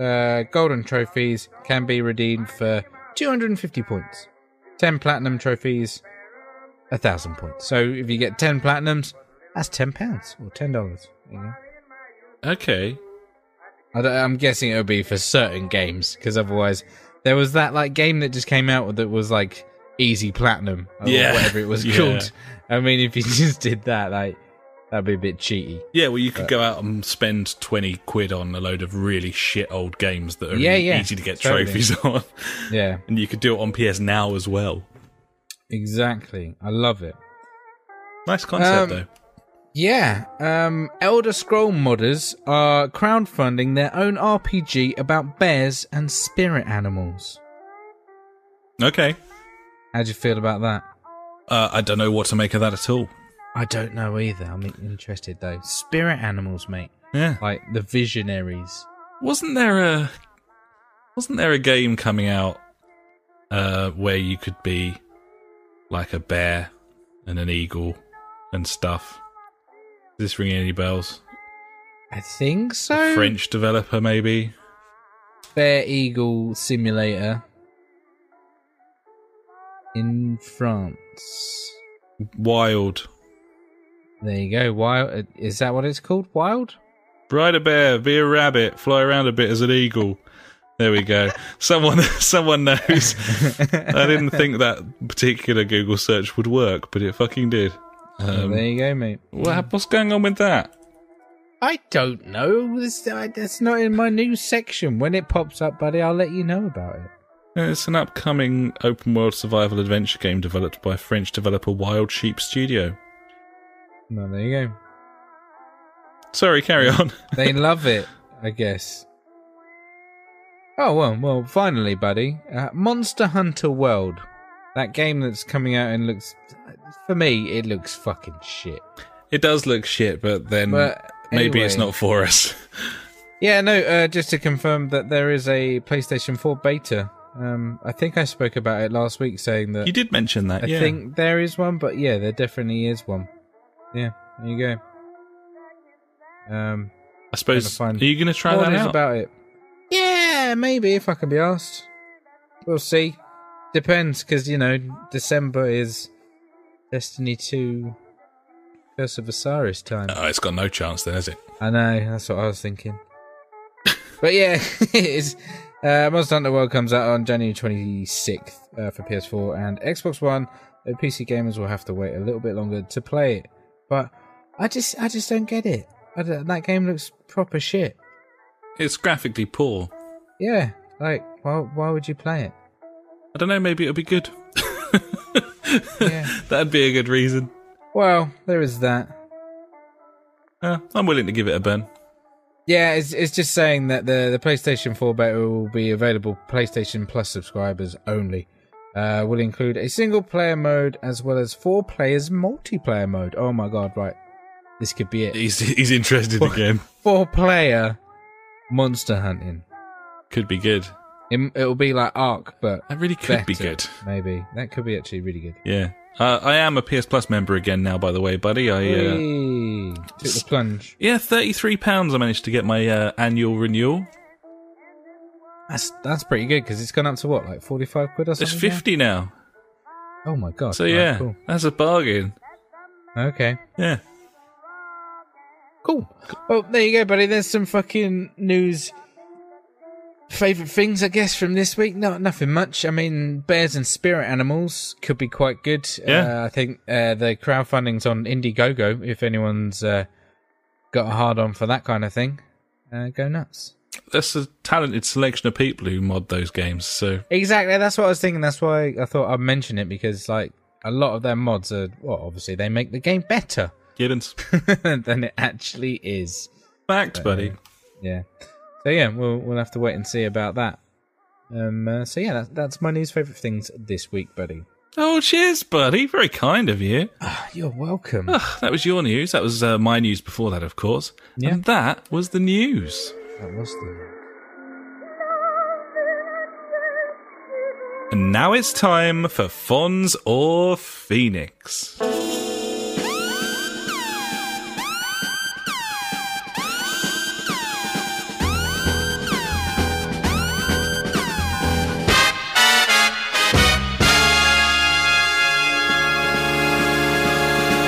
S1: uh, golden trophies can be redeemed for two hundred and fifty points. Ten platinum trophies, a thousand points. So if you get ten platinums, that's ten pounds or ten dollars. You know?
S2: Okay.
S1: I am guessing it'll be for certain games because otherwise, there was that like game that just came out that was like easy platinum or
S2: Yeah.
S1: whatever it was
S2: Yeah.
S1: called. I mean, if you just did that, like that'd be a bit cheaty.
S2: Yeah, well, you
S1: Uh,
S2: could go out and spend twenty quid on a load of really shit old games that are
S1: Yeah,
S2: really
S1: yeah,
S2: easy to get
S1: totally.
S2: trophies on,
S1: Yeah,
S2: and you could do it on PS Now as well.
S1: exactly. I love it.
S2: Nice concept,
S1: Um,
S2: though.
S1: Yeah, um, Elder Scroll modders are crowdfunding their own RPG about bears and spirit animals.
S2: Okay.
S1: How do you feel about that?
S2: Uh, I don't know what to make of that at all.
S1: I don't know either. I'm interested though. Spirit animals, mate.
S2: Yeah.
S1: Like the visionaries.
S2: Wasn't there a wasn't there a game coming out uh, where you could be like a bear and an eagle and stuff. Is this ringing any bells?
S1: I think so.
S2: French developer, maybe?
S1: Fair Eagle Simulator in France.
S2: Wild.
S1: There you go. Wild. Is that what it's called? Wild?
S2: Ride a bear, be a rabbit, fly around a bit as an eagle. There we go. Someone, someone knows.
S1: Oh,
S2: I didn't think that particular Google search would work, but it fucking did.
S1: there you go, mate.
S2: What, hap- what's going on with that?
S1: I don't know. This, I, that's not in my news section. When it pops up, buddy, I'll let you know about it.
S2: It's an upcoming open world survival adventure game developed by French developer Wild Sheep Studio.
S1: No, there you go.
S2: Sorry, carry on.
S1: They love it, I guess. Oh well, well, finally, buddy. Uh, Monster Hunter World, that game that's coming out and looks, for me, it looks fucking shit.
S2: It does look shit, but then
S1: But
S2: maybe it's
S1: anyway.
S2: not for us.
S1: Yeah, no. Uh, just to confirm that there is a PlayStation 4 beta. Um, I think I spoke about it last week, saying that
S2: You did mention that,
S1: I
S2: yeah.
S1: think there is one, but yeah, there definitely is one. Yeah, there you go. Um,
S2: I suppose.
S1: Trying to find-
S2: Are you going to try
S1: more
S2: that
S1: news
S2: out?
S1: about it. Yeah, maybe if I can be asked. We'll see. Depends, because you know December is Destiny Two, Curse of Osiris time.
S2: oh, it's got no chance then, has it?
S1: I know. That's what I was thinking. but yeah, it's, uh, Monster Hunter World comes out on January 26th uh, for PS4 and Xbox One. The PC gamers will have to wait a little bit longer to play it. But I just, I just don't get it. I don't- that game looks proper shit.
S2: It's graphically poor.
S1: Yeah, like why, why would you play it?
S2: I don't know, maybe it'll be good.
S1: Yeah.
S2: That'd be a good reason.
S1: well, there is that.
S2: Uh, I'm willing to give it a burn.
S1: Yeah, it's, it's just saying that the, the PlayStation 4 beta will be available PlayStation Plus subscribers only. Uh, will include a single player mode as well as four players multiplayer mode. Oh my god, right. This could be it.
S2: He's, he's interested again.
S1: Four player monster hunting.
S2: Could be good.
S1: It, it'll be like Ark, but
S2: That really could be
S1: better,
S2: good.
S1: Maybe. That could be actually really good.
S2: Yeah. Uh, I am a PS Plus member again now, by the way, buddy. I uh,
S1: Whee! Took the plunge.
S2: yeah, thirty three pounds. I managed to get my uh, annual renewal.
S1: That's that's pretty good because it's gone up to what, like 45 quid or
S2: It's
S1: something? now?
S2: fifty now.
S1: Oh my god.
S2: So
S1: Right,
S2: yeah,
S1: cool.
S2: that's a bargain.
S1: Okay.
S2: Yeah.
S1: Cool. Well, there you go, buddy. There's some fucking news. Favorite things, I guess, from this week. Not nothing much. I mean, bears and spirit animals could be quite good.
S2: Yeah.
S1: Uh, I think uh, the crowdfunding's on Indiegogo. If anyone's uh, got a hard on for that kind of thing, uh, go nuts.
S2: That's a talented selection of people who mod those games. So
S1: Exactly. That's what I was thinking. That's why I thought I'd mention it because, like, a lot of their mods are well, obviously they make the game better
S2: Gibbons,
S1: than it actually is.
S2: fact, buddy.
S1: Yeah. So yeah, we'll we'll have to wait and see about that. Um. Uh, so yeah, that's that's my news favorite things this week, buddy.
S2: Oh, cheers, buddy. Very kind of you.
S1: Ah, You're welcome.
S2: That was your news. That was uh, my news before that, of course.
S1: Yeah.
S2: And that was the news.
S1: that was the
S2: And now it's time for Fonz or Phoenix.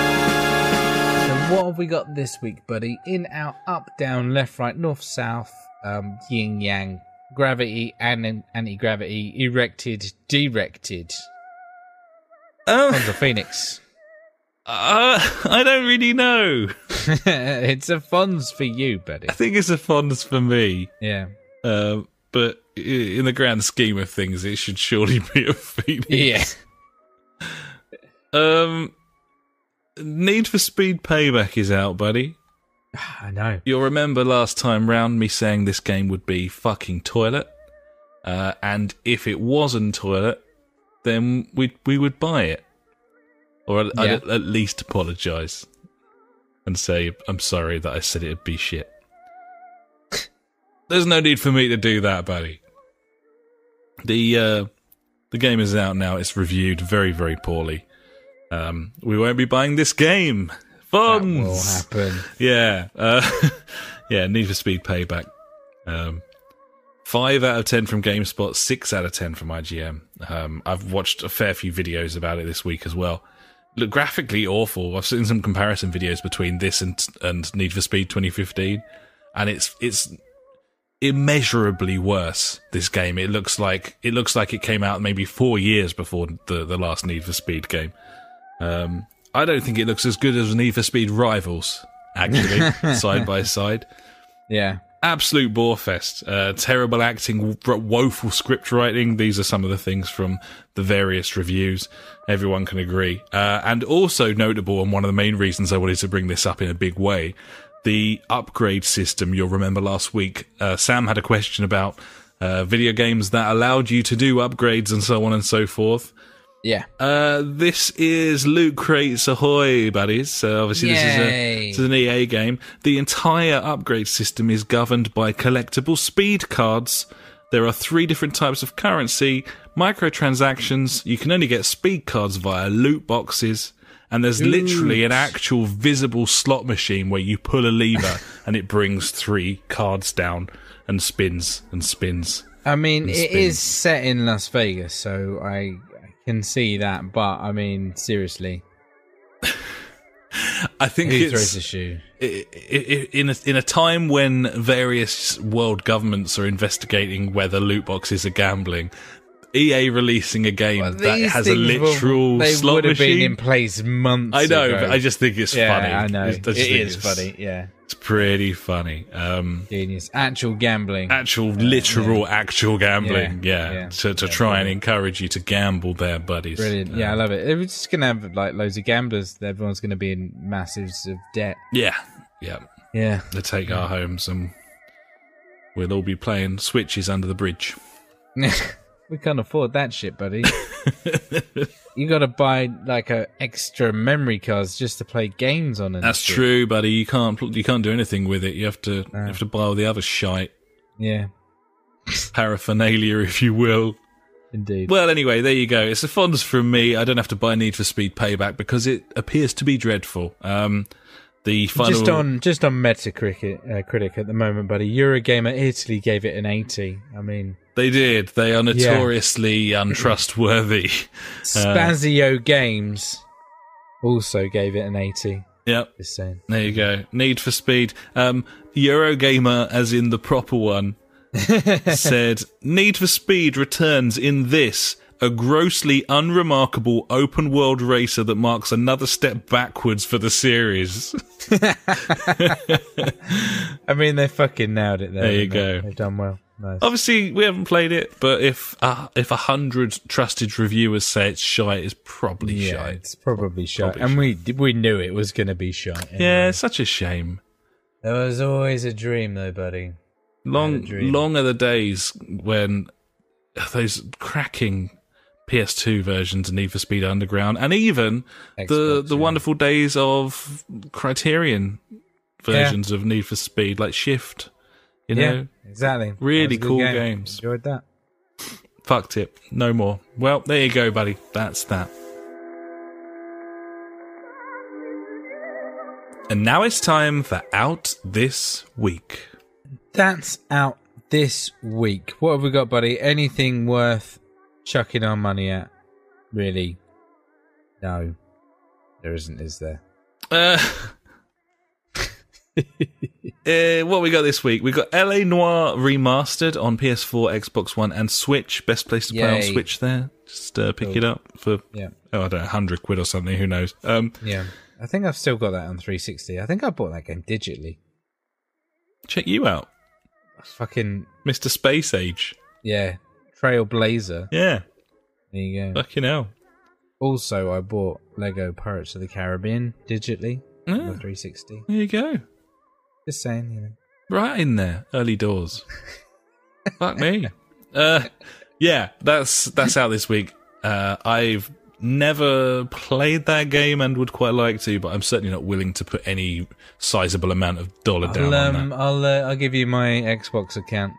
S1: So what have we got this week, buddy? In our up, down, left, right, north, south, um, yin yang, gravity and anti gravity, erected, directed.
S2: Um,
S1: Fonz of Phoenix.
S2: uh, I don't really know.
S1: it's a Fonz for you, buddy.
S2: I think it's a Fonz for me.
S1: Yeah.
S2: Um, but i- in the grand scheme of things, it should surely be a Phoenix.
S1: Yeah.
S2: Um, Need for Speed Payback is out, buddy.
S1: I know.
S2: You'll remember last time round me saying this game would be fucking toilet. Uh, and if it wasn't toilet, then we we would buy it. Or I'd, I'd
S1: Yeah.
S2: at least apologise and say, I'm sorry that I said it'd be shit. There's no need for me to do that, buddy. The uh, the game is out now. It's reviewed very, very poorly. um, we won't be buying this game. Fun.
S1: That will happen.
S2: Yeah. Uh, yeah, Need for Speed Payback. Um, five out of 10 from GameSpot, six out of 10 from IGM. Um, I've watched a fair few videos about it this week as well. Look, graphically awful. I've seen some comparison videos between this and, and Need for Speed 2015, and it's, it's immeasurably worse this game it looks like it looks like it came out maybe four years before the the last need for speed game um i don't think it looks as good as need for speed rivals actually side by side
S1: Yeah.
S2: absolute bore fest uh terrible acting wo- woeful script writing these are some of the things from the various reviews everyone can agree uh and also notable and one of the main reasons i wanted to bring this up in a big way the upgrade system you'll remember last week uh, sam had a question about uh, video games that allowed you to do upgrades and so on and so forth
S1: Yeah.
S2: uh, this is Loot Crates Ahoy, buddies. So obviously this is, a,
S1: Yay.
S2: this is an EA game. The entire upgrade system is governed by collectible speed cards. There are three different types of currency, microtransactions. You can only get speed cards via loot boxes. And there's literally an actual visible slot machine where you pull a lever and it brings three cards down and spins and spins.
S1: I mean, it
S2: spin.
S1: is set in Las Vegas, so I, I can see that. But I mean, seriously,
S2: I think
S1: who
S2: it's,
S1: throws a shoe?
S2: i- i- in a, in a time when various world governments are investigating whether loot boxes are gambling, EA releasing a game that
S1: These
S2: has a
S1: things will-
S2: literal
S1: they
S2: slot
S1: would have
S2: machine.
S1: been in place months.
S2: I know,
S1: ago.
S2: but I just think it's
S1: yeah,
S2: funny.
S1: I know
S2: It's- I
S1: it
S2: just think
S1: is
S2: it's-
S1: funny. Yeah,
S2: It's pretty funny. Um,
S1: genius. Actual gambling.
S2: actual, literal, actual gambling. Yeah,
S1: Yeah, yeah,
S2: to, to try and encourage you to gamble, there, buddies.
S1: Brilliant. Yeah, I love it. We're just gonna have like loads of gamblers. Everyone's gonna be in masses of debt.
S2: Yeah, yeah.
S1: Yeah.
S2: They take our homes, and we'll all be playing switches under the bridge.
S1: we can't afford that shit, buddy. you got to buy like a extra memory cards just to play games on. And
S2: That's
S1: shit.
S2: true, buddy. You can't pl- you can't do anything with it. You have to you have to buy all the other shite
S1: Yeah,
S2: paraphernalia, if you will.
S1: indeed.
S2: Well, anyway, there you go. It's the funds from me. I don't have to buy Need for Speed Payback because it appears to be dreadful. Um, the final
S1: just on just on Metacritic uh, critic at the moment, buddy. Eurogamer Italy gave it an eighty. I mean,
S2: they did. They are notoriously untrustworthy.
S1: Spazio Games also gave it an eighty.
S2: yep.
S1: Just saying.
S2: There you go. Need for Speed. Um, Eurogamer, as in the proper one, said Need for Speed returns in this, a grossly unremarkable open world racer that marks another step backwards for the series.
S1: I mean, they fucking nailed it. There,
S2: There you
S1: haven't they?
S2: go.
S1: They've done well. Nice.
S2: Obviously, we haven't played it, but if uh, if a hundred trusted reviewers say it's shite, it's probably
S1: yeah,
S2: shite.
S1: it's probably shot, and we we knew it was going to be shot.
S2: Yeah, it's such a shame.
S1: There was always a dream, though, buddy.
S2: Long,
S1: Had a dream.
S2: long are the days when those cracking PS2 versions of Need for Speed Underground, and even the
S1: Xbox,
S2: the
S1: yeah.
S2: wonderful days of Criterion versions of Need for Speed, like Shift. You know,
S1: exactly.
S2: really
S1: That was a good
S2: cool
S1: game.
S2: games.
S1: Enjoyed that.
S2: fucked it, no more. Well, there you go, buddy. That's that. And now it's time for out this week.
S1: That's out this week. What have we got, buddy? Anything worth chucking our money at? Really? No, there isn't, is there?
S2: Uh, uh, what we got this week? We got LA Noir remastered on PS4, Xbox One, and Switch. Best place to play on
S1: Yay.
S2: Switch. There, just uh, pick it up for
S1: Yeah,
S2: oh, I don't know, hundred quid or something. Who knows? Um,
S1: yeah. I think I've still got that on 360. I think I bought that game digitally.
S2: check you out,
S1: Fucking
S2: Mister Space Age.
S1: yeah, Trailblazer.
S2: Yeah,
S1: There you go.
S2: fucking hell.
S1: Also, I bought Lego Pirates of the Caribbean digitally on the
S2: Yeah.
S1: 360.
S2: There you go.
S1: Just saying, you know.
S2: right in there, early doors. Fuck me. Uh, yeah, that's that's out this week. Uh, I've never played that game and would quite like to, but I'm certainly not willing to put any sizable amount of dollar
S1: I'll,
S2: down on
S1: um,
S2: that.
S1: I'll, uh, I'll give you my Xbox account.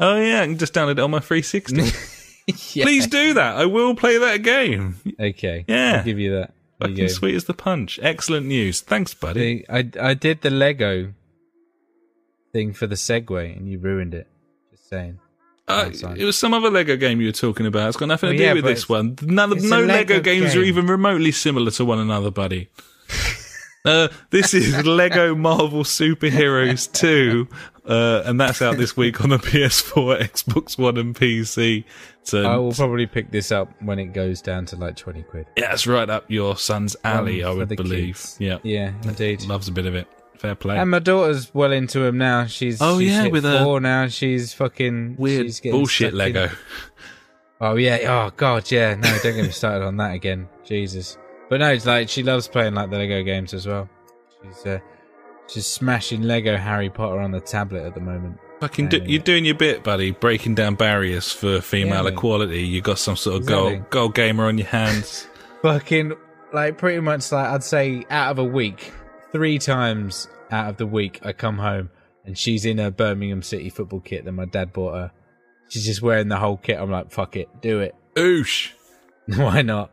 S2: Oh yeah, I can just download it on my 360.
S1: Yeah.
S2: Please do that. I will play that game.
S1: Okay.
S2: Yeah.
S1: I'll give you that. There you
S2: Fucking
S1: go.
S2: sweet as the punch. Excellent news. Thanks, buddy.
S1: The- I I did the Lego thing for the Segway, and you ruined it. Just saying.
S2: Uh,
S1: outside.
S2: it was some other Lego game you were talking about. It's got nothing to
S1: Well,
S2: do
S1: yeah,
S2: with
S1: but
S2: this
S1: it's-
S2: one. None,
S1: it's a
S2: no Lego,
S1: Lego
S2: games are
S1: game.
S2: even remotely similar to one another, buddy. uh, this is Lego Marvel Superheroes 2, uh, and that's out this week on the PS4, Xbox One, and PC. So
S1: I will probably pick this up when it goes down to like twenty quid.
S2: yeah, it's right up your son's alley,
S1: Um,
S2: I
S1: for
S2: would
S1: the
S2: believe.
S1: kids.
S2: Yeah,
S1: Yeah, indeed.
S2: loves a bit of it. Fair play.
S1: And my daughter's well into him now. She's
S2: Oh,
S1: she's
S2: yeah,
S1: hit
S2: with a-
S1: four now. She's fucking
S2: Weird
S1: she's getting
S2: bullshit
S1: stuck in-
S2: Lego.
S1: Oh yeah. Oh god. Yeah. No, don't get me started on that again. Jesus. But no, it's like she loves playing like the Lego games as well. She's uh, she's smashing Lego Harry Potter on the tablet at the moment.
S2: Fucking, do,
S1: Yeah.
S2: you're doing your bit, buddy. Breaking down barriers for female
S1: Yeah.
S2: equality. You got some sort of goal
S1: Exactly.
S2: goal gamer on your hands.
S1: Fucking like pretty much like I'd say out of a week, three times out of the week I come home and she's in her Birmingham City football kit that my dad bought her. She's just wearing the whole kit. I'm like, fuck it, do it.
S2: Oosh!
S1: Why not?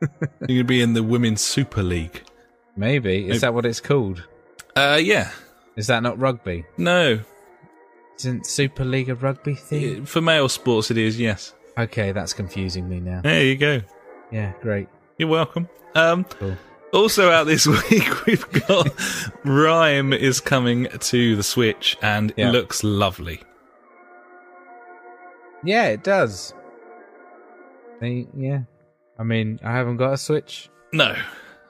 S2: You're gonna be in the women's super league.
S1: Maybe. Is that what it's called?
S2: Uh, yeah.
S1: Is that not rugby?
S2: No,
S1: Isn't Super League a rugby thing?
S2: for male sports it is. Yes.
S1: Okay, that's confusing me now.
S2: There you go.
S1: Yeah, great.
S2: You're welcome. Um,
S1: Cool.
S2: also out this week we've got Rhyme is coming to the Switch and
S1: Yeah.
S2: it looks lovely.
S1: Yeah, it does. They, yeah. I mean, I haven't got a Switch.
S2: No,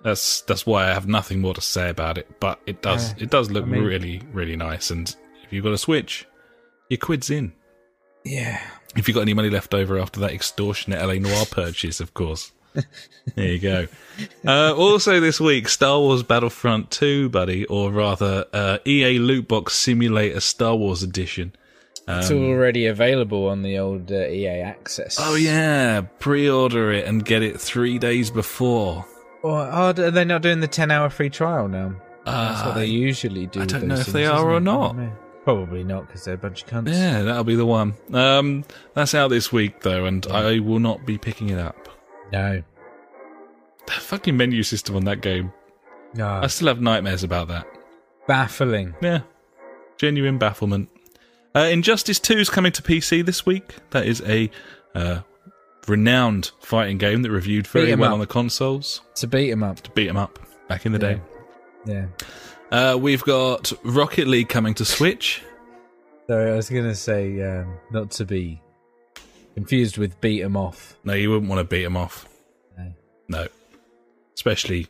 S2: that's that's why I have nothing more to say about it. But it does
S1: Yeah,
S2: it does look
S1: I mean-
S2: really really nice. And if you've got a Switch, your quid's in.
S1: Yeah.
S2: If you've got any money left over after that extortionate LA Noir purchase, of course. There you go. Uh, also this week, Star Wars Battlefront 2, buddy, or rather uh, EA Lootbox Simulator Star Wars Edition.
S1: It's already available on the old uh, EA Access.
S2: Um, Oh yeah, pre-order it and get it three days before.
S1: Or, oh, d- are they not doing the 10 hour free trial now? That's what
S2: Uh,
S1: they usually do.
S2: I
S1: with
S2: don't
S1: those
S2: know if they
S1: things,
S2: are
S1: isn't it? I
S2: or not.
S1: don't know. Probably not, because they're a bunch of cunts.
S2: Yeah, that'll be the one. Um, that's out this week though, and I will not be picking it up.
S1: No.
S2: That fucking menu system on that game.
S1: No.
S2: I still have nightmares about that.
S1: baffling.
S2: Yeah, genuine bafflement. Uh, Injustice Two is coming to PC this week. That is a uh, renowned fighting game that reviewed very
S1: Beat 'em
S2: well
S1: up.
S2: on the consoles.
S1: To beat them up.
S2: To beat 'em up back in the day.
S1: Yeah.
S2: Uh, we've got Rocket League coming to Switch.
S1: Sorry, I was gonna say um, not to be confused with beat 'em off.
S2: No, you wouldn't want to beat 'em off.
S1: No.
S2: No, especially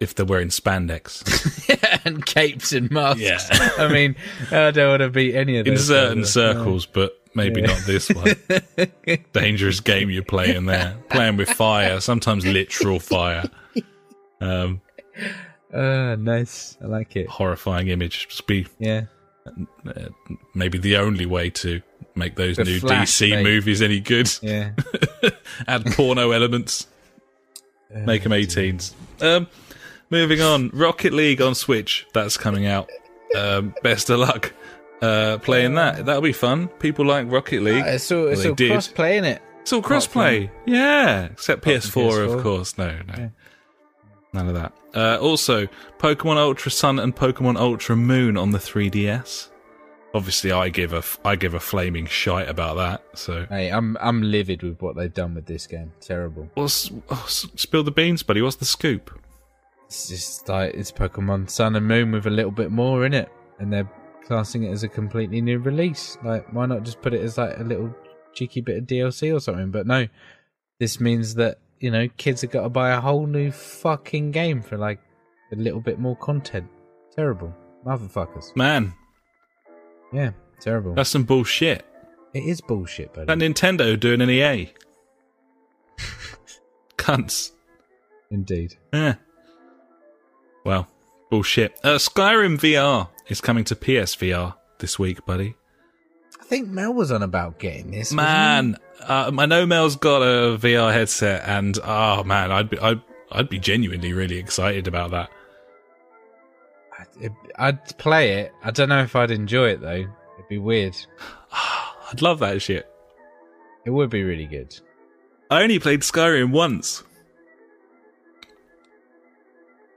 S2: if they're wearing spandex.
S1: and capes and masks.
S2: Yeah.
S1: I mean, I don't want to beat any of
S2: in
S1: those.
S2: certain
S1: guys.
S2: circles, but maybe not this one. Dangerous game you're playing there, playing with fire, sometimes literal fire. Um,
S1: Ah, nice. I like it.
S2: horrifying image. Just be
S1: Yeah.
S2: maybe the only way to make those
S1: The
S2: new
S1: Flash,
S2: DC
S1: mate.
S2: movies any good.
S1: Yeah.
S2: Add porno elements, make them 18s. Um, moving on, Rocket League on Switch. That's coming out. Um, best of luck uh, playing that. That'll be fun. People like Rocket League.
S1: Uh, It's all it's
S2: Well,
S1: all
S2: they did.
S1: cross playing it.
S2: It's all crossplay. Yeah, except PS4, of
S1: PS4.
S2: course. No, no. None of that. Uh, also, Pokemon Ultra Sun and Pokemon Ultra Moon on the 3DS. Obviously, I give a f- I give a flaming shite about that. So,
S1: Hey, I'm I'm livid with what they've done with this game. Terrible.
S2: what's oh, s- spill the beans, buddy? What's the scoop?
S1: It's just like it's Pokemon Sun and Moon with a little bit more in it, and they're classing it as a completely new release. Like, why not just put it as like a little cheeky bit of DLC or something? But no, this means that you know kids have got to buy a whole new fucking game for like a little bit more content. Terrible, motherfuckers.
S2: Man,
S1: Yeah, terrible.
S2: that's some bullshit.
S1: it is bullshit, buddy.
S2: That Nintendo doing an E EA. Cunts.
S1: Indeed.
S2: Yeah. Eh. Well, bullshit. Uh, Skyrim VR is coming to PSVR this week, buddy.
S1: I think Mel was on about getting this. wasn't
S2: Man, um, I know Mel's got a VR headset, and oh man, I'd be, I'd, I'd be genuinely really excited about that.
S1: he? I- I'd play it. I don't know if I'd enjoy it though. It'd be weird.
S2: I'd love that shit.
S1: It would be really good.
S2: I only played Skyrim once.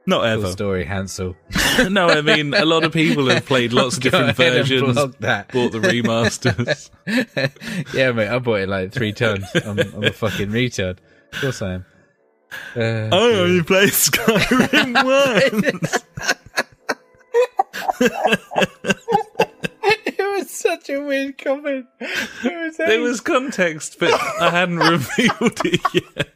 S2: Not
S1: Cool
S2: ever.
S1: story, Hansel.
S2: no, I mean a lot of people have played lots of
S1: Go
S2: different
S1: ahead and
S2: versions.
S1: block that.
S2: Bought the remasters.
S1: yeah, mate, I bought it like three times. I'm, I'm a fucking retard. Of course I am. Uh,
S2: I only played Skyrim once.
S1: It was such a weird comment. It was,
S2: there was context, but I hadn't revealed it yet.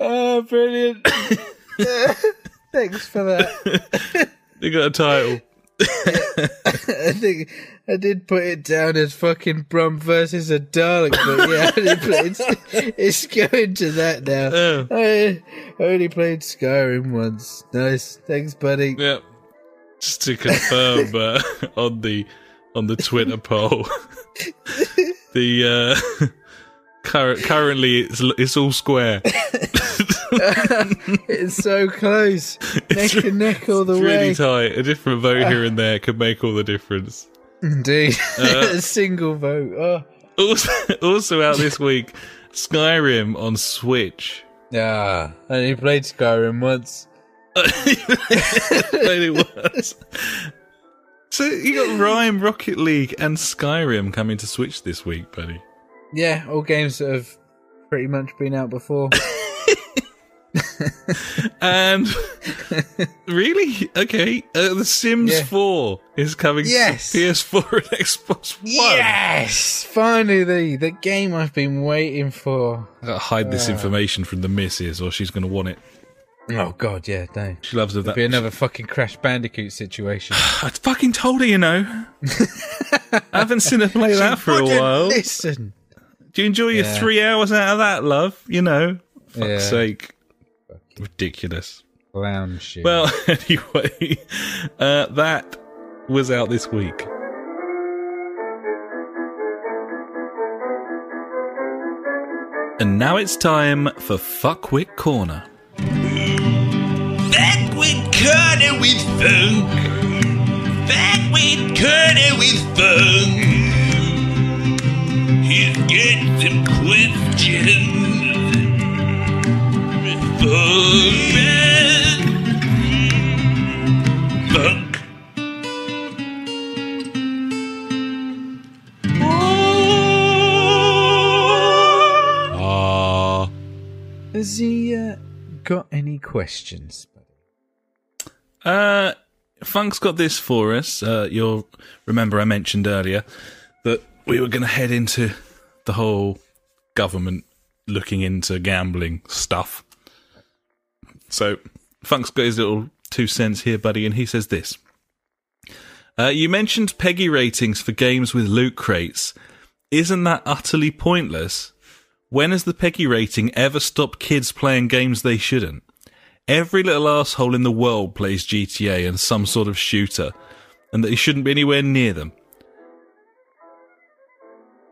S1: oh, brilliant. Thanks for that.
S2: They got a title.
S1: I think I did put it down as fucking Brum versus a Dalek, but yeah, I only played, it's going to that now.
S2: Oh.
S1: I I only played Skyrim once. Nice. Thanks, buddy.
S2: Yeah. Just to confirm uh, on the on the Twitter poll, the uh, current currently it's it's all square.
S1: It's so close. neck
S2: re-
S1: and neck all the
S2: It's
S1: way.
S2: really tight. A different vote here and there could make all the difference.
S1: Indeed. a single vote. Oh.
S2: Also, also out this week, Skyrim on Switch.
S1: Ah, I only played Skyrim once.
S2: Played it once. So you got Rhyme, Rocket League, and Skyrim coming to Switch this week, buddy.
S1: Yeah, all games that have pretty much been out before.
S2: And Um, really, okay, uh, The Sims
S1: Yeah.
S2: 4 is coming
S1: Yes.
S2: to PS4 and Xbox One.
S1: yes! Finally, the, the game I've been waiting for.
S2: I gotta hide this information from the missus, or she's gonna want it.
S1: Oh, God, yeah, no.
S2: She loves that.
S1: Be another fucking Crash Bandicoot situation.
S2: I fucking told her, you know. I haven't seen her play that for a
S1: Fucking
S2: while.
S1: Listen.
S2: Do you enjoy your
S1: Yeah.
S2: three hours out of that, love? You know, fuck's
S1: Yeah.
S2: sake, ridiculous.
S1: Clown shit.
S2: Well, anyway, uh, that was out this week. And now it's time for Fuckwit Corner.
S3: Back with Curdy with funk. Back with Curdy with funk. He's got some questions. Funk back. Funk.
S2: Ah,
S1: Has he uh, got any questions?
S2: uh, Funk's got this for us. Uh, you'll remember I mentioned earlier that we were going to head into the whole government looking into gambling stuff. So, Funk's got his little two cents here, buddy, and he says this. Uh, you mentioned Peggy ratings for games with loot crates. Isn't that utterly pointless? When has the Peggy rating ever stopped kids playing games they shouldn't? Every little asshole in the world plays GTA and some sort of shooter, and that he shouldn't be anywhere near them.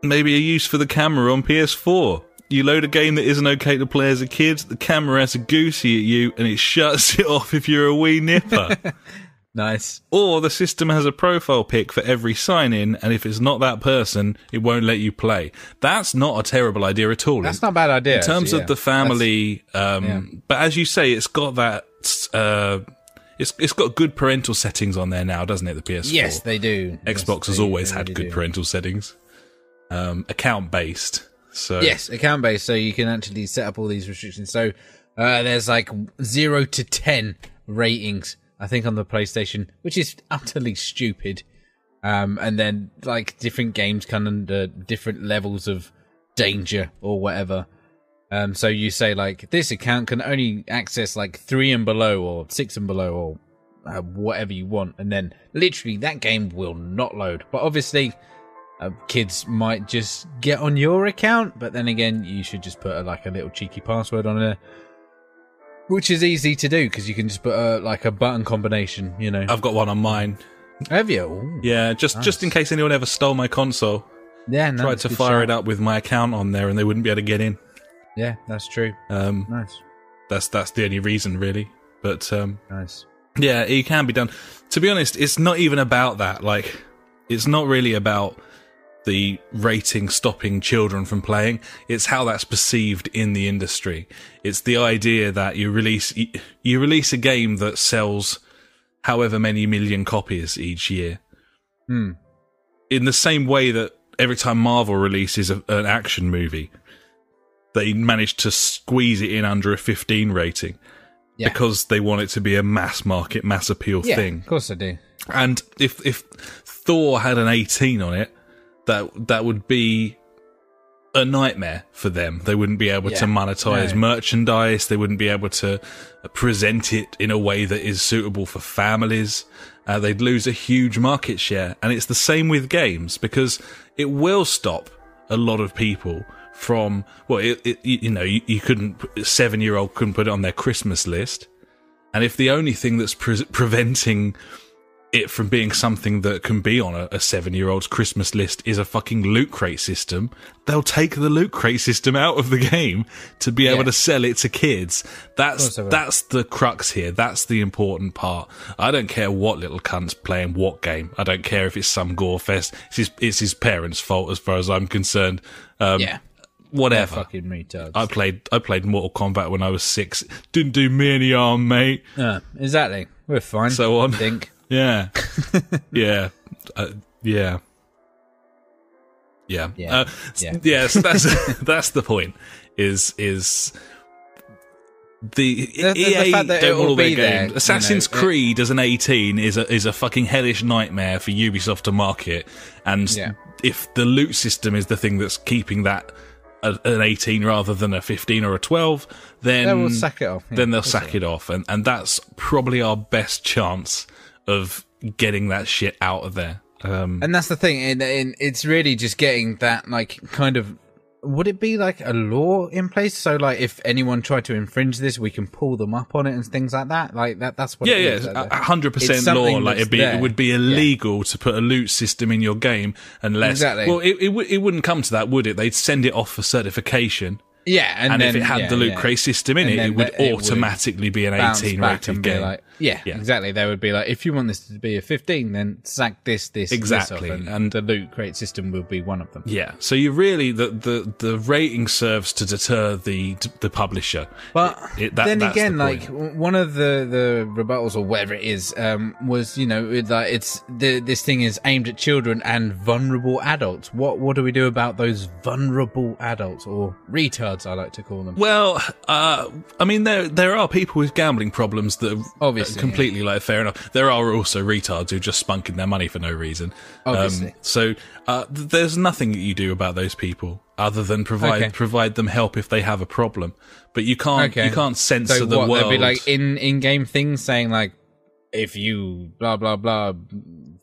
S2: Maybe a use for the camera on PS4. You load a game that isn't okay to play as a kid, the camera has a goosey at you, and it shuts it off if you're a wee nipper.
S1: Nice.
S2: Or the system has a profile pic for every sign in, and if it's not that person, it won't let you play. That's not a terrible idea at all.
S1: That's not a bad idea.
S2: in terms
S1: actually,
S2: of the
S1: yeah.
S2: family, um, but as you say, it's got that. Uh, it's it's got good parental settings on there now, doesn't it? The PS4.
S1: Yes, they do. Yes,
S2: Xbox has
S1: they-
S2: always
S1: they
S2: had
S1: really
S2: good
S1: do.
S2: parental settings, um, account based. So
S1: Yes, account based, so you can actually set up all these restrictions. So uh, there's like zero to ten ratings, I think, on the PlayStation, which is utterly stupid. Um, and then like different games come under different levels of danger or whatever. Um, so you say like this account can only access like three and below or six and below or uh, whatever you want, and then literally that game will not load. But obviously, uh, kids might just get on your account, but then again, you should just put a, like a little cheeky password on there, which is easy to do because you can just put a, like a button combination. You know,
S2: I've got one on mine.
S1: have you? Ooh.
S2: Yeah, just just in case anyone ever stole my console,
S1: Yeah, no,
S2: tried
S1: that's
S2: to
S1: a good
S2: fire
S1: shout.
S2: it up with my account on there, and they wouldn't be able to get in.
S1: Yeah, that's true.
S2: Um,
S1: Nice,
S2: that's that's the only reason really. But um,
S1: nice.
S2: Yeah, it can be done. To be honest, it's not even about that. Like, it's not really about the rating stopping children from playing. It's how that's perceived in the industry. It's the idea that you release you- you release a game that sells however many million copies each year.
S1: Hmm.
S2: In the same way that every time Marvel releases a, an action movie, they manage to squeeze it in under a 15 rating
S1: Yeah.
S2: because they want it to be a mass market, mass appeal
S1: Yeah,
S2: thing.
S1: of course I do.
S2: And if if Thor had an 18 on it, that that would be a nightmare for them. They wouldn't be able to
S1: Yeah.
S2: monetize
S1: No.
S2: merchandise. They wouldn't be able to present it in a way that is suitable for families. Uh, they'd lose a huge market share. And it's the same with games because it will stop a lot of people from, well, it, it, you you know, you, you couldn't, seven year old couldn't put it on their Christmas list. And if the only thing that's pre- preventing it from being something that can be on a, a seven year old's Christmas list is a fucking loot crate system, they'll take the loot crate system out of the game to be able
S1: Yeah.
S2: to sell it to kids. That's
S1: course they will.
S2: that's the crux here. That's the important part. I don't care what little cunt's playing what game. I don't care if it's some gore fest. It's his, it's his parents' fault as far as I'm concerned. Um,
S1: yeah.
S2: Whatever.
S1: Fucking retards.
S2: I played I played Mortal Kombat when I was six. Didn't do me any harm, mate.
S1: Yeah, Uh, exactly. We're fine.
S2: So on.
S1: I think.
S2: Yeah. yeah. Uh, yeah. Yeah.
S1: Yeah.
S2: Uh, s-
S1: Yeah.
S2: yes, that's that's the point. Is is the,
S1: The- the- the
S2: EA
S1: fact that
S2: don't
S1: it'll
S2: want all their
S1: be there,
S2: games.
S1: you know,
S2: Assassin's
S1: it-
S2: Creed as an 18 is a is a fucking hellish nightmare for Ubisoft to market. And
S1: Yeah.
S2: if the loot system is the thing that's keeping that a, an 18 rather than a 15 or a 12, then
S1: They will sack it off, yeah.
S2: Mm. then they'll sack it off, and and that's probably our best chance of getting that shit out of there.
S1: Uh,
S2: Um,
S1: And that's the thing. And, and it's really just getting that, like, kind of. Would it be like a law in place? So, like, if anyone tried to infringe this, we can pull them up on it and things like that. Like that. That's what.
S2: yeah,
S1: it
S2: yeah,
S1: is,
S2: it's
S1: like
S2: a-
S1: that.
S2: a hundred
S1: It's
S2: percent law.
S1: something
S2: Like
S1: that's
S2: it'd be,
S1: there.
S2: it would be illegal to put a loot system in your game unless.
S1: Exactly.
S2: Well, it it, would it wouldn't come to that, would it? They'd send it off for certification,
S1: Yeah, and,
S2: and
S1: then,
S2: if it had
S1: yeah,
S2: the loot
S1: yeah.
S2: crate system in
S1: And
S2: it,
S1: then
S2: it would
S1: that- it would
S2: automatically be an
S1: bounce
S2: eighteen
S1: back
S2: rated
S1: and be
S2: game.
S1: like, yeah, exactly. They would be like, if you want this to be a 15, then sack this, this, this off,
S2: Exactly.
S1: and,
S2: And-
S1: and the loot crate system will be one of them.
S2: yeah, so you really the, the the rating serves to deter the the publisher.
S1: But
S2: It- that-
S1: then
S2: that's the
S1: again,
S2: point.
S1: like w- one of the the rebuttals or whatever it is, um, was you know it- like it's the, this thing is aimed at children and vulnerable adults. What what do we do about those vulnerable adults or retards? I like to call them.
S2: Well, uh, I mean, there there are people with gambling problems that are
S1: Obviously,
S2: completely like fair enough. There are also retards who just spunk in their money for no reason. Um,
S1: Obviously.
S2: so uh, th- there's nothing that you do about those people other than provide
S1: Okay.
S2: provide them help if they have a problem. But you can't
S1: Okay.
S2: you can't censor
S1: so
S2: the
S1: what
S2: world.
S1: there'd be like in in game things saying like if you blah blah blah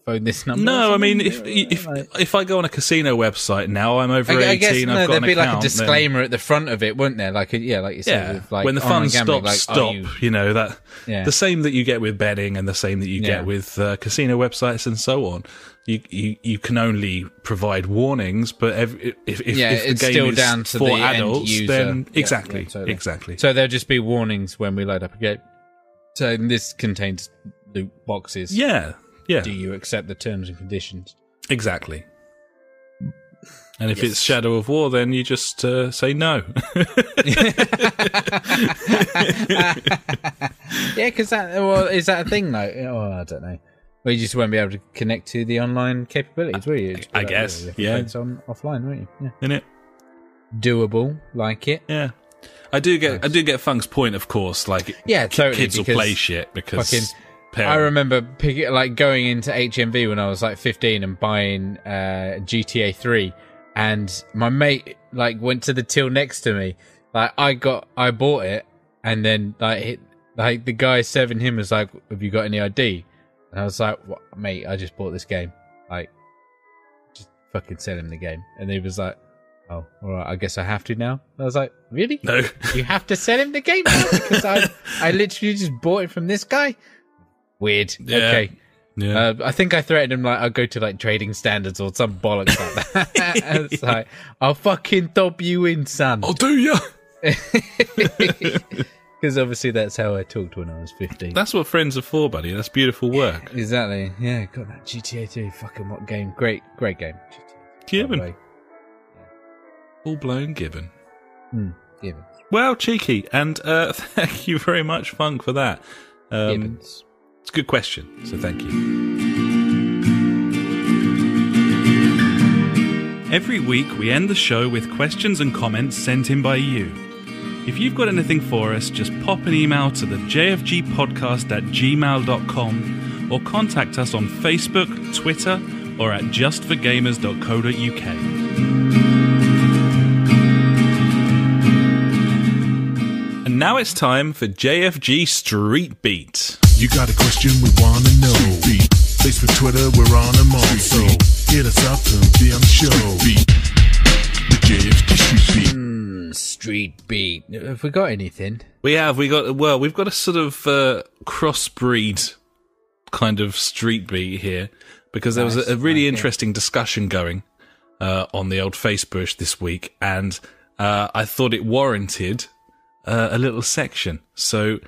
S1: phone this number.
S2: no,
S1: or
S2: I mean,
S1: something,
S2: if if
S1: like-
S2: if I go on a casino website now, I'm over
S1: I, I
S2: eighteen.
S1: guess no,
S2: I've got
S1: there'd
S2: an
S1: be
S2: account.
S1: like a
S2: then-
S1: disclaimer at the front of it, wouldn't there? Like, a, yeah, like you said,
S2: Yeah,
S1: with, like
S2: when the
S1: online
S2: fun
S1: gambling, like,
S2: stops,
S1: are
S2: stop.
S1: you-
S2: You... know that
S1: Yeah.
S2: the same that you get with betting and the same that you
S1: Yeah.
S2: get with uh, casino websites and so on. You you you can only provide warnings, but every, if if,
S1: Yeah,
S2: if the
S1: it's
S2: game
S1: still
S2: is
S1: down to
S2: for
S1: the end
S2: adults,
S1: user.
S2: then
S1: Yeah,
S2: exactly,
S1: yeah, totally.
S2: exactly.
S1: So there'll just be warnings when we load up a game. So this contains loot boxes.
S2: yeah, yeah,
S1: Do you accept the terms and conditions?
S2: exactly. And if it's Shadow of War, then you just uh, say no.
S1: Yeah, because that well, is that a thing though? Oh, I don't know. Well, you just won't be able to connect to the online capabilities, will you?
S2: I guess, yeah.
S1: It's on offline, won't you? Yeah.
S2: In it.
S1: Doable, like it.
S2: Yeah. I do get I do get Funk's point, of course. Like,
S1: Yeah,
S2: ki-
S1: totally,
S2: Kids will
S1: because
S2: play shit because
S1: fucking- I
S2: parents-
S1: remember pick, like going into HMV when I was like 15 and buying uh, GTA 3, and my mate like went to the till next to me. Like I got, I bought it, and then like hit, like the guy serving him was like, "Have you got any ID?" And I was like, what, "Mate, I just bought this game. Like, just fucking sell him the game." And he was like, "Oh, all right, I guess I have to now." And I was like, "Really?"
S2: No.
S1: you have to sell him the game now because I, I literally just bought it from this guy. Weird.
S2: Yeah.
S1: Okay.
S2: Yeah.
S1: Uh, I think I threatened him like I'll go to like trading standards or some bollocks like that. it's like
S2: Oh.
S1: I'll fucking dob you in, son.
S2: I'll do ya.
S1: Because obviously that's how I talked when I was 15.
S2: That's what friends are for, buddy. That's beautiful work.
S1: exactly. Yeah, got that GTA 2. Fucking what game? Great, great game. GTA, by the
S2: Gibbon.
S1: way.
S2: Full blown Gibbon.
S1: Hmm, Gibbon.
S2: Well, cheeky. And uh, thank you very much, Funk, for that. Um,
S1: Gibbons.
S2: it's a good question. So thank you. Every week, we end the show with questions and comments sent in by you. If you've got anything for us, just pop an email to the jfgpodcast at gmail.com or contact us on Facebook, Twitter, or at justforgamers.co.uk. And now it's time for JFG Street Beat.
S5: You got a question we wanna know. Beat. Facebook, Twitter, we're on them all. So hit us up and be on the show. Beat. The JFD Street Beat.
S1: Street Beat. Have we got anything?
S2: We have we got well we've got a sort of uh, crossbreed kind of street beat here because there was
S1: Nice,
S2: a, a really
S1: like it.
S2: interesting discussion going uh, on the old Facebook this week, and uh, I thought it warranted uh, a little section. So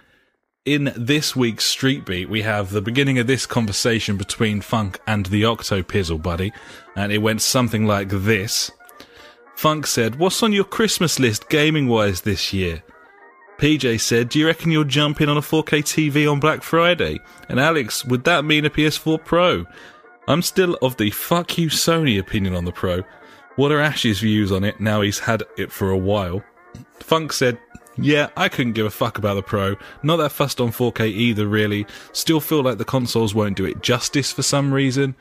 S2: in this week's street beat, we have the beginning of this conversation between Funk and the Octopizzle buddy, and it went something like this. Funk said, What's on your Christmas list gaming wise this year? PJ said, Do you reckon you'll jump in on a 4K TV on Black Friday? And Alex, would that mean a PS4 Pro? I'm still of the fuck you Sony opinion on the Pro. What are Ash's views on it now he's had it for a while? Funk said, Yeah, I couldn't give a fuck about the Pro. Not that fussed on 4K either, really. Still feel like the consoles won't do it justice for some reason.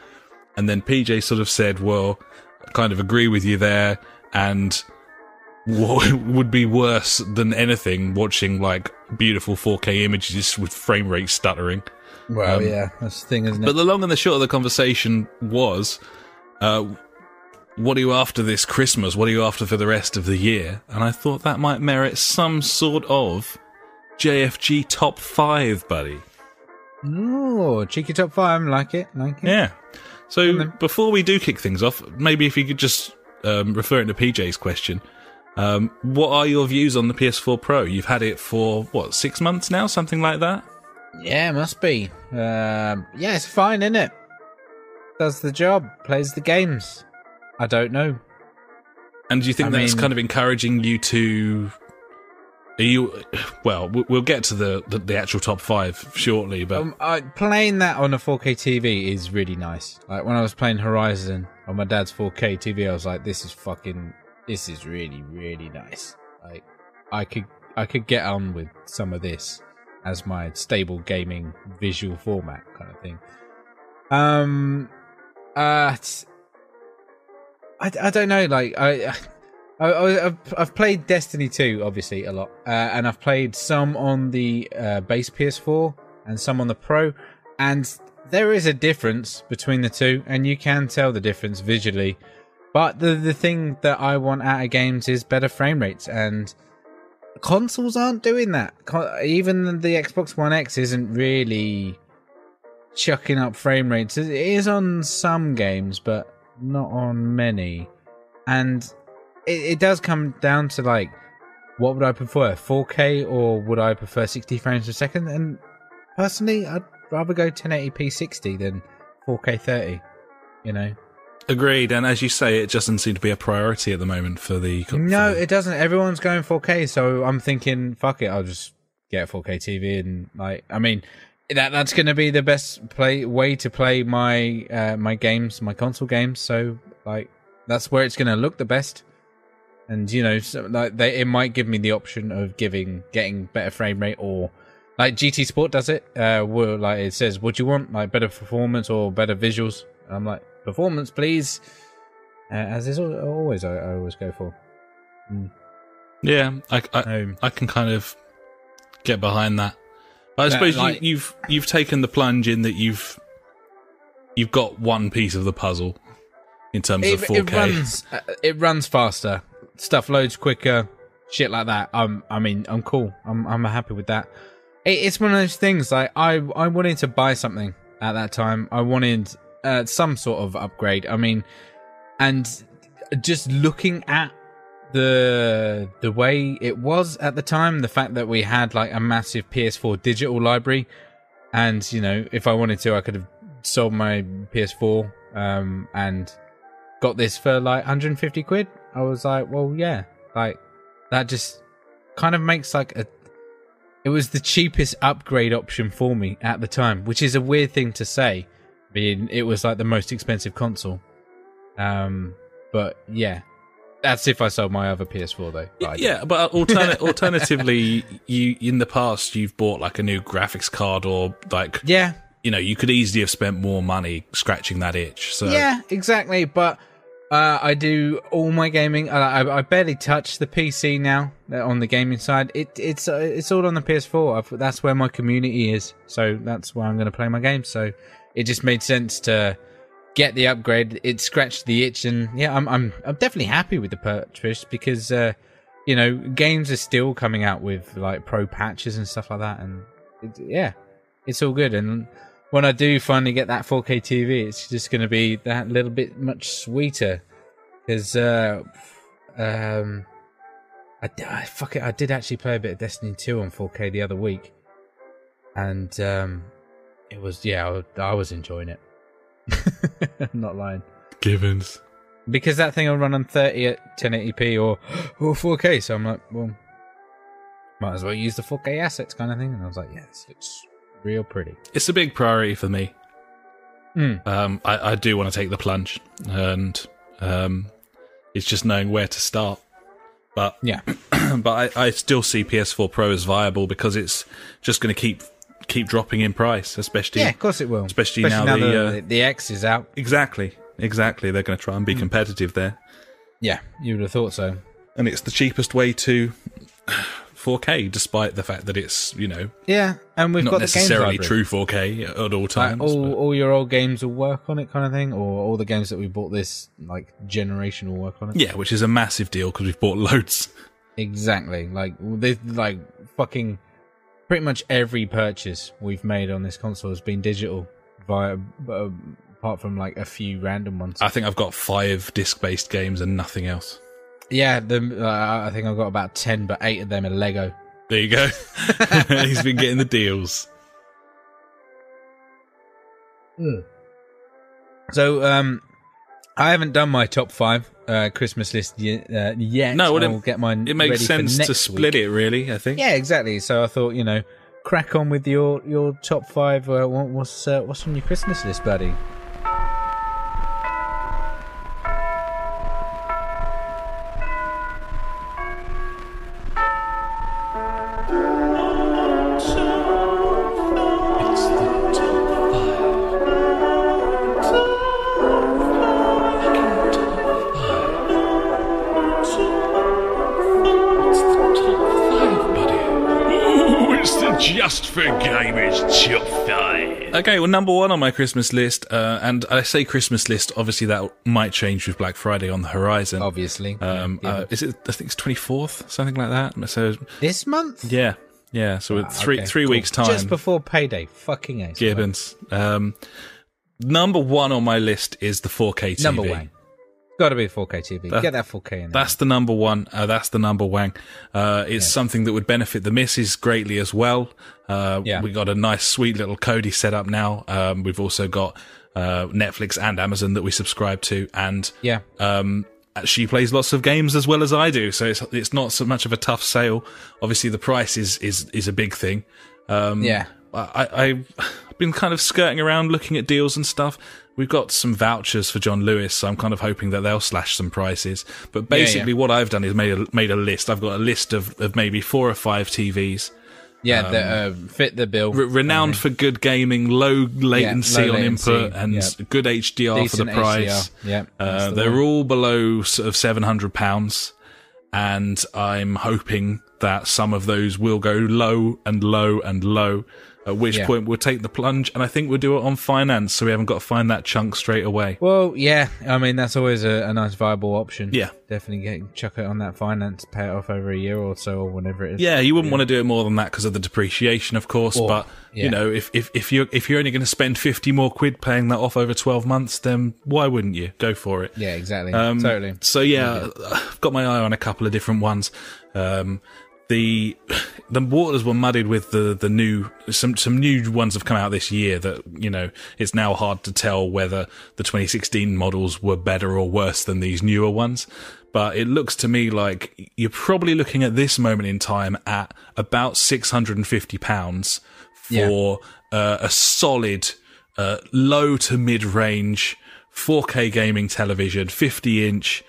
S2: And then PJ sort of said, Well, I kind of agree with you there. And what would be worse than anything watching like beautiful 4K images with frame rate stuttering.
S1: Well, yeah, Um, that's the thing, isn't it?
S2: But the long and the short of the conversation was, uh, what are you after this Christmas? What are you after for the rest of the year? And I thought that might merit some sort of JFG top five, buddy.
S1: Ooh, cheeky top five. Like it, like it.
S2: Yeah. So before we do kick things off, maybe if you could just um, referring to PJ's question, um, what are your views on the PS4 Pro? You've had it for what six months now, something like that.
S1: Yeah, must be. Um, yeah, it's fine, isn't it? Does the job, plays the games. I don't know.
S2: And do you think
S1: I
S2: that's
S1: mean-
S2: kind of encouraging you to? Are you well? we- We'll get to the the, the actual top five shortly, but
S1: Um, I, playing that on a 4K TV is really nice. Like when I was playing Horizon on my dad's 4K TV, I was like, "This is fucking, this is really, really nice." Like, I could, I could get on with some of this as my stable gaming visual format kind of thing. Um, uh, it's- I, I don't know. Like, I. I, I, I've, I've played Destiny 2, obviously, a lot. Uh, and I've played some on the uh, base PS4 and some on the Pro. And there is a difference between the two, and you can tell the difference visually. But the, the thing that I want out of games is better frame rates, and consoles aren't doing that. Con- Even the Xbox One X isn't really chucking up frame rates. It is on some games, but not on many. And it, it does come down to like what would I prefer, 4K or would I prefer 60 frames per second? And personally, I'd rather go 1080p 60 than 4K 30. You know,
S2: agreed. And as you say, it just doesn't seem to be a priority at the moment for the. for
S1: no,
S2: the-
S1: it doesn't. Everyone's going 4K, so I'm thinking, fuck it, I'll just get a 4K TV and like, I mean, that that's going to be the best play way to play my uh, my games, my console games. So like, that's where it's going to look the best. And you know, so, like they, it might give me the option of giving getting better frame rate or. Like GT Sport does it, uh, where like it says, "What do you want? Like better performance or better visuals?" And I'm like, "Performance, please," uh, as is al- always. I, I always go for.
S2: yeah, I I,
S1: Um,
S2: I can kind of get behind that. I suppose
S1: like-
S2: you, you've you've taken the plunge in that you've you've got one piece of the puzzle in terms of
S1: it,
S2: four
S1: it
S2: K.
S1: runs uh, it runs faster stuff loads quicker shit like that um i mean i'm cool i'm i'm happy with that it, it's one of those things like i i wanted to buy something at that time i wanted uh, some sort of upgrade i mean and just looking at the the way it was at the time, the fact that we had like a massive PS4 digital library, and you know, if I wanted to, I could have sold my PS4 um, and got this for like 150 quid. I was like, well, yeah, like that just kind of makes like a. It was the cheapest upgrade option for me at the time, which is a weird thing to say, being it was like the most expensive console. Um, but yeah, that's if I sold my other PS4 though. but I
S2: yeah, but alterna- alternatively, you in the past you've bought like a new graphics card or like
S1: didn't. yeah,
S2: you know you could easily have spent more money scratching that itch. So
S1: Yeah, exactly. But uh, I do all my gaming. I, I, I barely touch the PC now uh, on the gaming side. It, it's uh, it's all on the PS4. I've, that's where my community is. So that's where I'm going to play my games. So it just made sense to get the upgrade. It scratched the itch, and yeah, I'm I'm I'm definitely happy with the purchase because uh, you know games are still coming out with like pro patches and stuff like that, and it, yeah, it's all good. And when I do finally get that 4K TV, it's just going to be that little bit much sweeter because uh, um, I, d- I- fuck it, I did actually play a bit of Destiny 2 on 4K the other week, and um, it was yeah, I, w- I was enjoying it. I'm not lying
S2: Givens.
S1: because that thing will run on 30 at 1080p or or 4K. So I'm like, well, might as well use the 4K assets kind of thing. And I was like, yeah, this looks real pretty.
S2: It's a big priority for me.
S1: Hmm.
S2: Um, I, I do want to take the plunge, and um, it's just knowing where to start. But
S1: Yeah.
S2: but I, I still see PS4 Pro as viable because it's just going to keep keep dropping in price, especially
S1: Yeah, of course it will.
S2: especially now the, uh,
S1: the, the X is out.
S2: exactly exactly they're going to try and
S1: Mm.
S2: be competitive there,
S1: Yeah, you would have thought so.
S2: and it's the cheapest way to 4K, despite the fact that it's you know
S1: Yeah, and we've
S2: not
S1: got
S2: necessarily
S1: the games
S2: true 4K at all
S1: Like
S2: times.
S1: all,
S2: but-
S1: all your old games will work on it, kind of thing, or all the games that we bought this like generation will work on it.
S2: yeah, which is a massive deal because we've bought loads.
S1: Exactly. Like this, like fucking, pretty much every purchase we've made on this console has been digital, via uh, apart from like a few random ones.
S2: I think I've got five disc-based games and nothing else.
S1: yeah, the, uh, I think I've got about ten, but eight of them are Lego.
S2: There you go. He's been getting the deals.
S1: So um, I haven't done my top five uh, Christmas list y- uh, yet.
S2: No, well, it-
S1: I'll get mine.
S2: It makes sense to split it, really. I think.
S1: Yeah, exactly. So I thought, you know, crack on with your your top five. Uh, what- what's uh, what's on your Christmas list, buddy?
S3: Ooh, it's the Just for Gamers Top 5.
S2: Okay, well, number one on my Christmas list, uh, and I say Christmas list. Obviously, that might change with Black Friday on the horizon.
S1: Obviously,
S2: Um,
S1: Oh, Yeah.
S2: uh, is it? I think it's twenty fourth, something like that. So
S1: this month.
S2: yeah, yeah. So with three
S1: Ah, Okay,
S2: three
S1: cool.
S2: weeks time.
S1: Just before payday. Fucking ace.
S2: Gibbons. Um, number one on my list is the 4K TV.
S1: Number one. Got to be 4K TV.
S2: That-
S1: Get that 4K in there.
S2: That's the number one. Uh, that's the number wang. Uh, it's something that would benefit the missus greatly as well. Uh,
S1: Yeah.
S2: We got a nice, sweet little Cody set up now. Um, we've also got uh, Netflix and Amazon that we subscribe to, and
S1: yeah.
S2: um, she plays lots of games as well as I do. So it's it's not so much of a tough sale. Obviously, the price is is is a big thing. Um,
S1: Yeah.
S2: I, I I've been kind of skirting around looking at deals and stuff. We've got some vouchers for John Lewis, so I'm kind of hoping that they'll slash some prices. But basically, what I've done is made a, made a list. I've got a list of, of maybe four or five TVs
S1: Yeah, the, uh, fit the bill.
S2: um, re- renowned for good gaming, low latency
S1: low
S2: on
S1: latency,
S2: input, and
S1: yeah.
S2: s- good HDR for
S1: Decent HDR,
S2: the price.
S1: yeah, that's
S2: uh,
S1: the
S2: they're
S1: one.
S2: all below sort of seven hundred pounds, and I'm hoping that some of those will go low and low and low. At which
S1: Yeah.
S2: point we'll take the plunge, and I think we'll do it on finance, so we haven't got to find that chunk straight away.
S1: Well, yeah. I mean, that's always a, a nice viable option.
S2: Yeah.
S1: Definitely get, chuck it on that finance, pay it off over a year or so or whenever it is.
S2: Yeah, you wouldn't want to do it more than that because of the depreciation, of course.
S1: Or-
S2: but
S1: yeah.
S2: you know, if, if if you're if you're only going to spend fifty more quid paying that off over twelve months, then why wouldn't you go for it?
S1: Yeah, exactly.
S2: Um,
S1: totally.
S2: So yeah, I've got my eye on a couple of different ones. Um, the the waters were muddied with the the new some some new ones have come out this year that you know it's now hard to tell whether the 2016 models were better or worse than these newer ones. But it looks to me like you're probably looking at this moment in time at about 650 pounds
S1: Yeah.
S2: for uh, a solid uh, low to mid range 4K gaming television, 50 inch,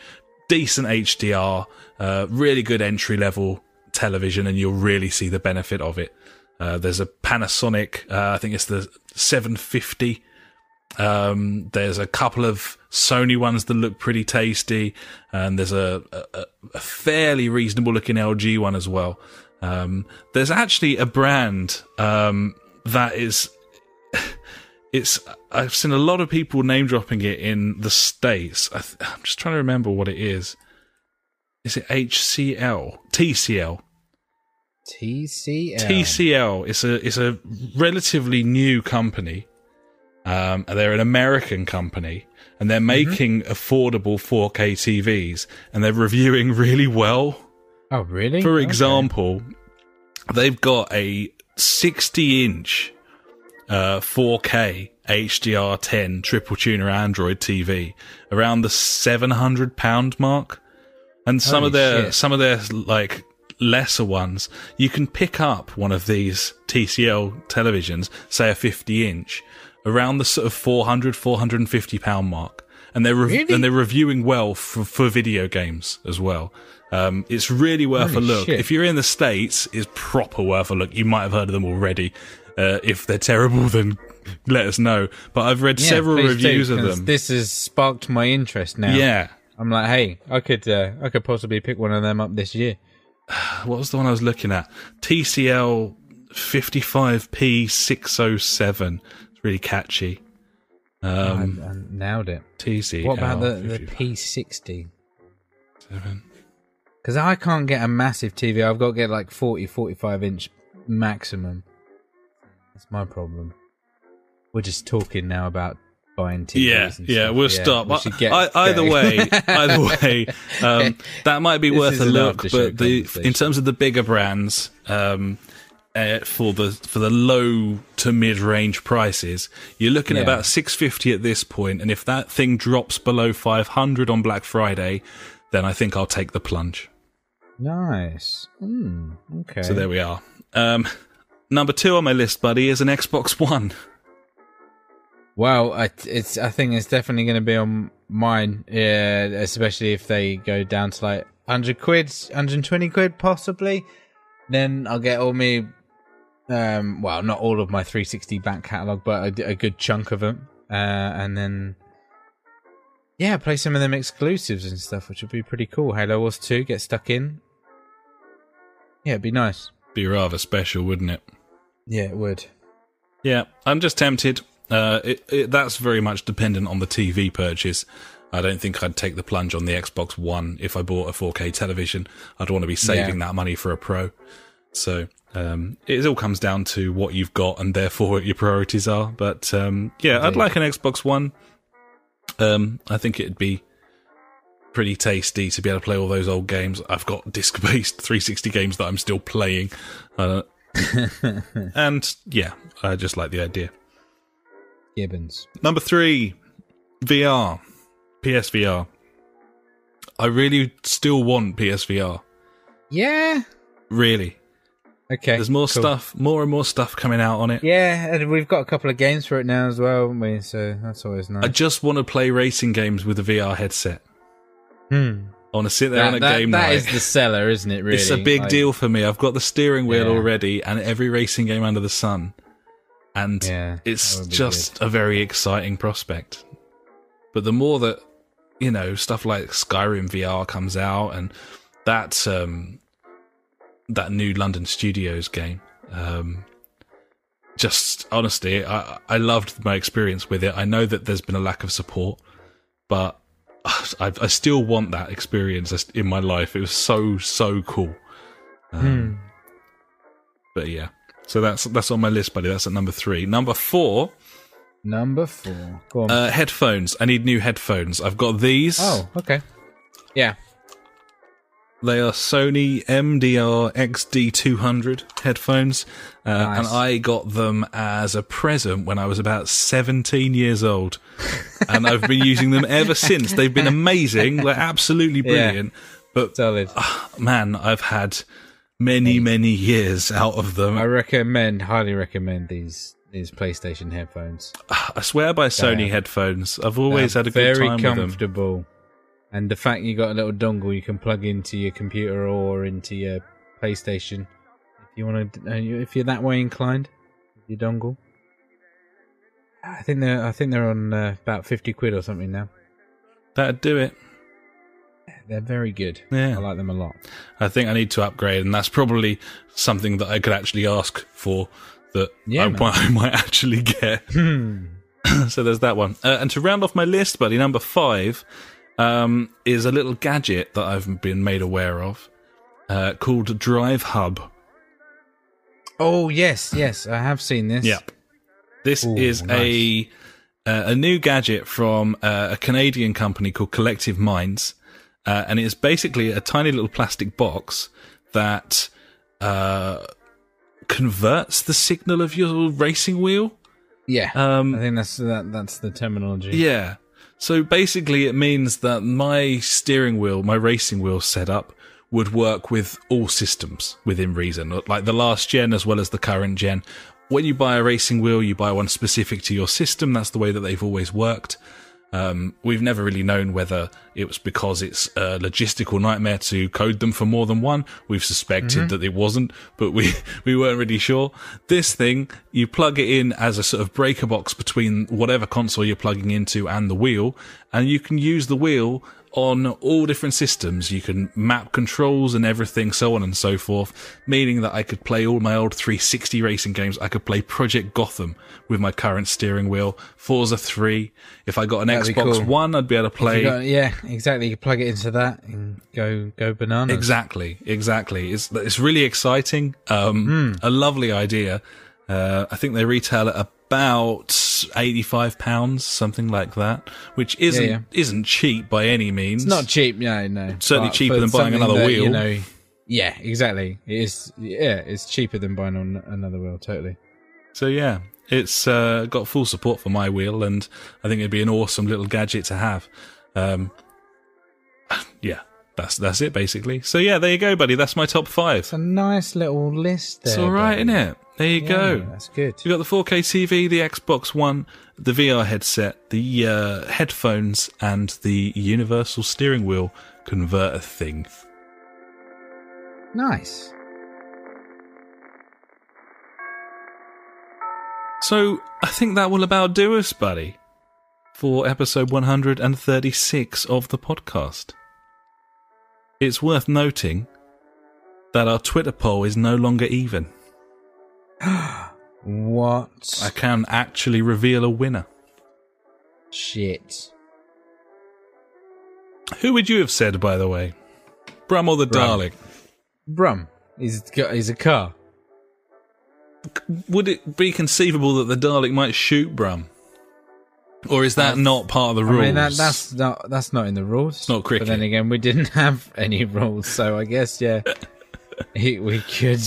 S2: decent HDR, uh, really good entry level television, and you'll really see the benefit of it. Uh, there's a Panasonic, uh, I think it's the 750. Um, there's a couple of Sony ones that look pretty tasty, and there's a, a, a fairly reasonable looking LG one as well. Um, there's actually a brand um, that is it's I've seen a lot of people name dropping it in the states. I th- I'm just trying to remember what it is. Is it HCL? TCL.
S1: TCL.
S2: TCL. It's a it's a relatively new company. Um, and they're an American company, and they're making affordable 4K TVs, and they're reviewing really well.
S1: Oh, really?
S2: For
S1: Okay.
S2: example, they've got a 60 inch uh, 4K HDR10 triple tuner Android TV around the 700 pound mark, and some
S1: Holy
S2: of their
S1: shit.
S2: some of their like lesser ones you can pick up one of these TCL televisions, say a 50 inch, around the sort of 400 450 pound mark. And they're rev-
S1: Really?
S2: and they're reviewing well for, for video games as well. Um, it's really worth
S1: Holy
S2: a look.
S1: shit.
S2: If you're in the states, it's proper worth a look. You might have heard of them already. Uh, if they're terrible, then let us know. But I've read
S1: Yeah,
S2: several
S1: please do,
S2: reviews of
S1: 'cause
S2: them.
S1: This has sparked my interest now.
S2: yeah,
S1: I'm like, hey, I could, uh, I could possibly pick one of them up this year.
S2: what was the one I was looking at? TCL 55P607. It's really catchy. Um,
S1: I, I nailed it.
S2: TCL.
S1: What about the, the
S2: 55.
S1: P60? Because I can't get a massive TV. I've got to get like 40, 45 inch maximum. That's my problem. We're just talking now about buying TVs.
S2: Yeah,
S1: and
S2: yeah,
S1: stuff.
S2: we'll
S1: Yeah,
S2: stop.
S1: we
S2: I-
S1: should get-
S2: I- either
S1: yeah.
S2: way, either way, um, that might be
S1: This
S2: worth
S1: is
S2: a
S1: an
S2: look.
S1: after-show
S2: But the
S1: conversation.
S2: in terms of the bigger brands, um, uh, for the for the low to mid range prices, you're looking at
S1: Yeah.
S2: about six fifty at this point, and if that thing drops below five hundred on Black Friday, then I think I'll take the plunge.
S1: Nice. Hmm. okay.
S2: So there we are. Um, number two on my list, buddy, is an Xbox One.
S1: Well, I, it's I think it's definitely going to be on mine, yeah, especially if they go down to like 100 quid, 120 quid possibly. Then I'll get all me, um, well, not all of my 360 back catalogue, but a, a good chunk of them. Uh, and then, yeah, play some of them exclusives and stuff, which would be pretty cool. Halo Wars 2, get stuck in. Yeah, it'd be nice.
S2: Be rather special, wouldn't it?
S1: Yeah, it would.
S2: Yeah, I'm just tempted. Uh, it, it, that's very much dependent on the TV purchase. I don't think I'd take the plunge on the Xbox One if I bought a 4K television. I'd want to be saving that money for a Pro. So um, it all comes down to what you've got and therefore what your priorities are. But um, yeah, I'd like an Xbox One. Um, I think it'd be pretty tasty to be able to play all those old games. I've got disc-based 360 games that I'm still playing, uh, and yeah, I just like the idea.
S1: Gibbons.
S2: Number three, VR, PSVR. I really still want PSVR.
S1: Yeah.
S2: Really,
S1: Okay.
S2: there's more
S1: cool.
S2: stuff, more and more stuff coming out on it.
S1: Yeah, and we've got a couple of games for it now as well, haven't we? So that's always
S2: I
S1: nice.
S2: just want to play racing games with a VR headset.
S1: Hmm.
S2: I want to sit there on
S1: That,
S2: a
S1: that-
S2: game
S1: that
S2: night.
S1: is the seller, isn't it? Really,
S2: It's a big
S1: Like,
S2: deal for me. I've got the steering wheel
S1: Yeah.
S2: already and every racing game under the sun. And
S1: Yeah, that
S2: it's
S1: would be
S2: just a very exciting prospect. But the more that, you know, stuff like Skyrim VR comes out and that um that new London Studios game, um just honestly, I I loved my experience with it. I know that there's been a lack of support, but I, I still want that experience in my life. It was so so cool. Um, But yeah, so that's that's on my list, buddy. That's at number three. Number four,
S1: Number four. Go on.
S2: uh, headphones. I need new headphones. I've got these.
S1: oh, okay. Yeah.
S2: They are Sony MDR XD200 headphones, uh, and
S1: Nice.
S2: I got them as a present when I was about 17 years old. and I've been using them ever since. They've been amazing, they're absolutely brilliant. But
S1: Solid.
S2: man, I've had many, many years out of them.
S1: I recommend, highly recommend these these PlayStation headphones.
S2: I swear by Sony headphones. I've always
S1: They're
S2: had a good
S1: very
S2: time with them.
S1: comfortable. And the fact you got a little dongle you can plug into your computer or into your PlayStation, if you want to, if you're that way inclined, with your dongle. I think they're I think they're on uh, about fifty quid or something now.
S2: That'd do it.
S1: They're very good.
S2: Yeah.
S1: I like them a lot.
S2: I think I need to upgrade, and that's probably something that I could actually ask for that
S1: Yeah,
S2: I,
S1: man. Hmm.
S2: might, I might actually get. so there's that one. Uh, and to round off my list, buddy, number five um, is a little gadget that I've been made aware of uh, called Drive Hub.
S1: Oh yes, yes, I have seen this.
S2: Yep. This
S1: Ooh,
S2: is a uh, a new gadget from uh, a Canadian company called Collective Minds, uh, and it is basically a tiny little plastic box that uh, converts the signal of your racing wheel.
S1: Yeah.
S2: Um,
S1: I think that's that, that's the terminology.
S2: Yeah. So basically, it means that my steering wheel, my racing wheel setup, would work with all systems within reason, like the last gen as well as the current gen. When you buy a racing wheel, you buy one specific to your system. That's the way that they've always worked. Um, we've never really known whether it was because it's a logistical nightmare to code them for more than one. We've suspected
S1: Mm-hmm.
S2: that it wasn't, but we, we weren't really sure. This thing, you plug it in as a sort of breaker box between whatever console you're plugging into and the wheel, and you can use the wheel on all different systems. You can map controls and everything, so on and so forth, meaning that I could play all my old 360 racing games. I could play Project Gotham with my current steering wheel, Forza 3. If I got an
S1: be
S2: Xbox
S1: cool.
S2: One, I'd be able to
S1: You
S2: play.
S1: got- yeah, exactly. You plug it into that and go go bananas.
S2: Exactly, exactly. It's it's really exciting. Um,
S1: Hmm.
S2: a lovely idea. Uh, I think they retail at about eighty five pounds, something like that, which isn't
S1: yeah.
S2: isn't cheap by any means.
S1: It's not cheap, no, no.
S2: Certainly
S1: But
S2: cheaper
S1: for
S2: than buying
S1: something
S2: another
S1: that,
S2: wheel.
S1: You know, yeah, exactly. It is. Yeah, it's cheaper than buying on another wheel. Totally.
S2: So yeah, it's uh, got full support for my wheel, and I think it'd be an awesome little gadget to have. Um, yeah, that's that's it basically. So yeah, there you go, buddy. That's my top five.
S1: It's a nice little list. There,
S2: It's all right,
S1: Dave.
S2: isn't it? There you
S1: Yeah,
S2: go.
S1: That's good.
S2: So you've got the 4K TV, the Xbox One, the VR headset, the uh, headphones, and the universal steering wheel converter thing.
S1: Nice.
S2: So I think that will about do us, buddy, for episode 136 of the podcast. It's worth noting that our Twitter poll is no longer even.
S1: What
S2: I can actually reveal a winner.
S1: shit?
S2: Who would you have said, by the way? Brum or the
S1: Brum.
S2: Dalek?
S1: Brum is is a car.
S2: Would it be conceivable that the Dalek might shoot Brum? Or is that not part of the rules?
S1: I mean, that, that's not that's not in the rules. It's
S2: not
S1: But then
S2: cricket.
S1: again, we didn't have any rules, so I guess yeah, he, we could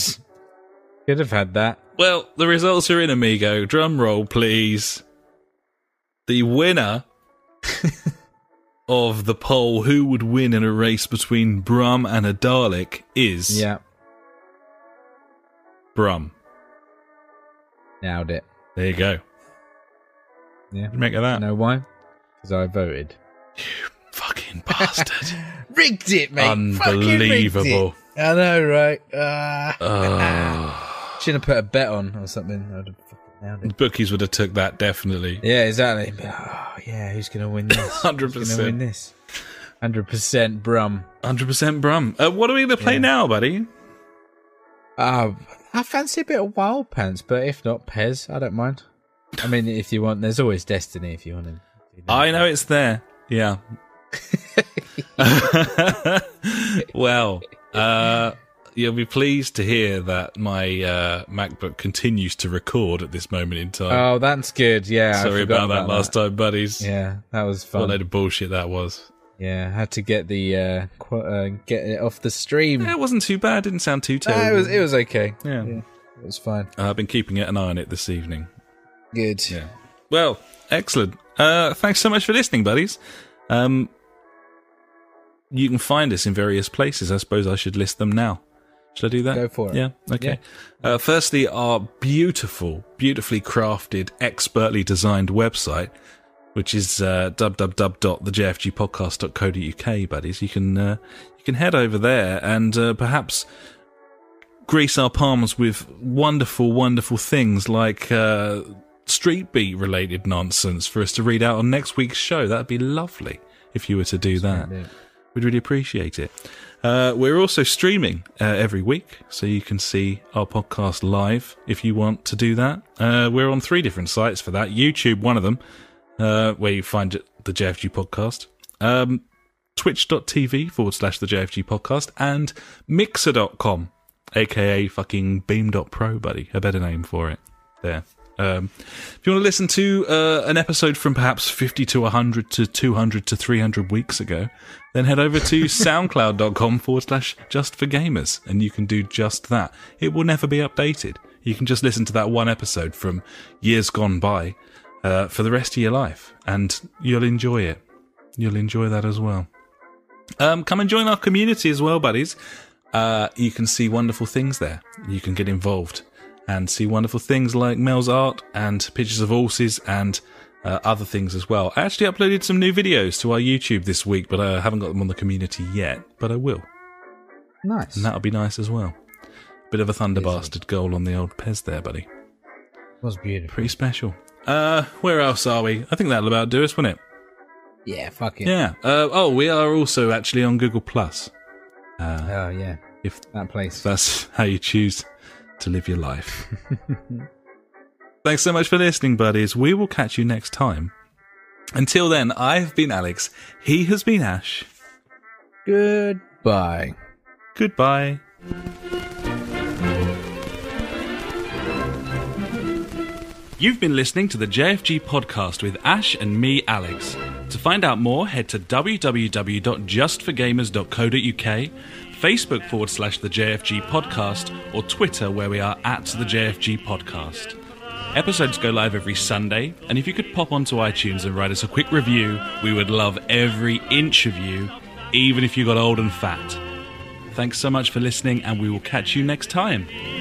S1: could have had that.
S2: Well, the results are in, amigo. Drum roll, please. The winner of the poll, who would win in a race between Brum and a Dalek, is
S1: Yeah,
S2: Brum.
S1: nailed it.
S2: There you go.
S1: Yeah.
S2: Make
S1: You
S2: of that.
S1: know why? Because I voted.
S2: Fucking bastard.
S1: Rigged it, mate.
S2: Unbelievable.
S1: I know, right? Uh,
S2: Oh.
S1: should have put a bet on or something. I'd have fucking nailed it.
S2: Bookies would have took that definitely.
S1: Yeah, exactly. But, oh, yeah, who's gonna win this? Who's gonna
S2: 100%.
S1: win this? Hundred percent, Brum.
S2: Hundred percent Brum. Uh, what are we gonna play now, buddy?
S1: Uh, I fancy a bit of wild pants, but if not, Pez, I don't mind. I mean, if you want, there's always Destiny if you want to.
S2: I know it's there. Yeah. well, uh, you'll be pleased to hear that my uh, MacBook continues to record at this moment in time.
S1: Oh, that's good. Yeah. I
S2: Sorry
S1: forgot
S2: about, that last time, buddies.
S1: Yeah, that was
S2: What a
S1: fun.
S2: load of bullshit that was.
S1: Yeah, had to get the uh, qu- uh get it off the stream.
S2: Yeah, it wasn't too bad. Didn't sound too terrible.
S1: Hmm. No, it was it was okay.
S2: yeah.
S1: It was fine.
S2: I've been keeping an eye on it this evening.
S1: Good.
S2: Yeah. Well, excellent. Uh, thanks so much for listening, buddies. Um, you can find us in various places. I suppose I should list them now. Should I do that?
S1: Go for it.
S2: Yeah. Okay. Uh, firstly, our beautiful, beautifully crafted, expertly designed website, which is uh, www.thejfgpodcast.co.uk, buddies. You can uh, you can head over there and uh, perhaps grease our palms with wonderful, wonderful things like uh, street beat related nonsense for us to read out on next week's show. That'd be lovely if you were to do that. We'd really appreciate it. Uh, we're also streaming uh, every week, so you can see our podcast live if you want to do that. Uh, we're on three different sites for that YouTube, one of them, uh, where you find it- the JFG podcast. Um, twitch.tv forward slash the JFG podcast and mixer.com, aka fucking beam.pro, buddy. A better name for it. There. Um, if you want to listen to uh, an episode from perhaps 50 to 100 to 200 to 300 weeks ago, then head over to soundcloud.com forward slash just for gamers and you can do just that. It will never be updated. You can just listen to that one episode from years gone by uh, for the rest of your life and you'll enjoy it you'll enjoy that as well. Um, come and join our community as well, buddies. Uh, you can see wonderful things there. You can get involved and see wonderful things like Mel's art and pictures of horses and uh, other things as well. I actually uploaded some new videos to our YouTube this week, but I haven't got them on the community yet, but I will.
S1: Nice.
S2: And that'll be nice as well. Bit of a thunder bastard goal on the old Pez there, buddy.
S1: was beautiful.
S2: Pretty special. Uh, where else are we? I think that'll about do us, won't it?
S1: Yeah. Fuck it.
S2: Yeah. Uh, oh, we are also actually on Google Plus.
S1: Oh yeah.
S2: If
S1: That place.
S2: that's how you choose to live your life. Thanks so much for listening, buddies. We will catch you next time. Until then, I've been Alex. He has been Ash.
S1: Goodbye.
S2: Goodbye. You've been listening to the JFG podcast with Ash and me, Alex. To find out more, head to www.justforgamers.co.uk, Facebook forward slash the JFG podcast, or Twitter where we are at the JFG podcast. Episodes go live every Sunday, and if you could pop onto iTunes and write us a quick review, we would love every inch of you, even if you got old and fat. Thanks so much for listening, and we will catch you next time.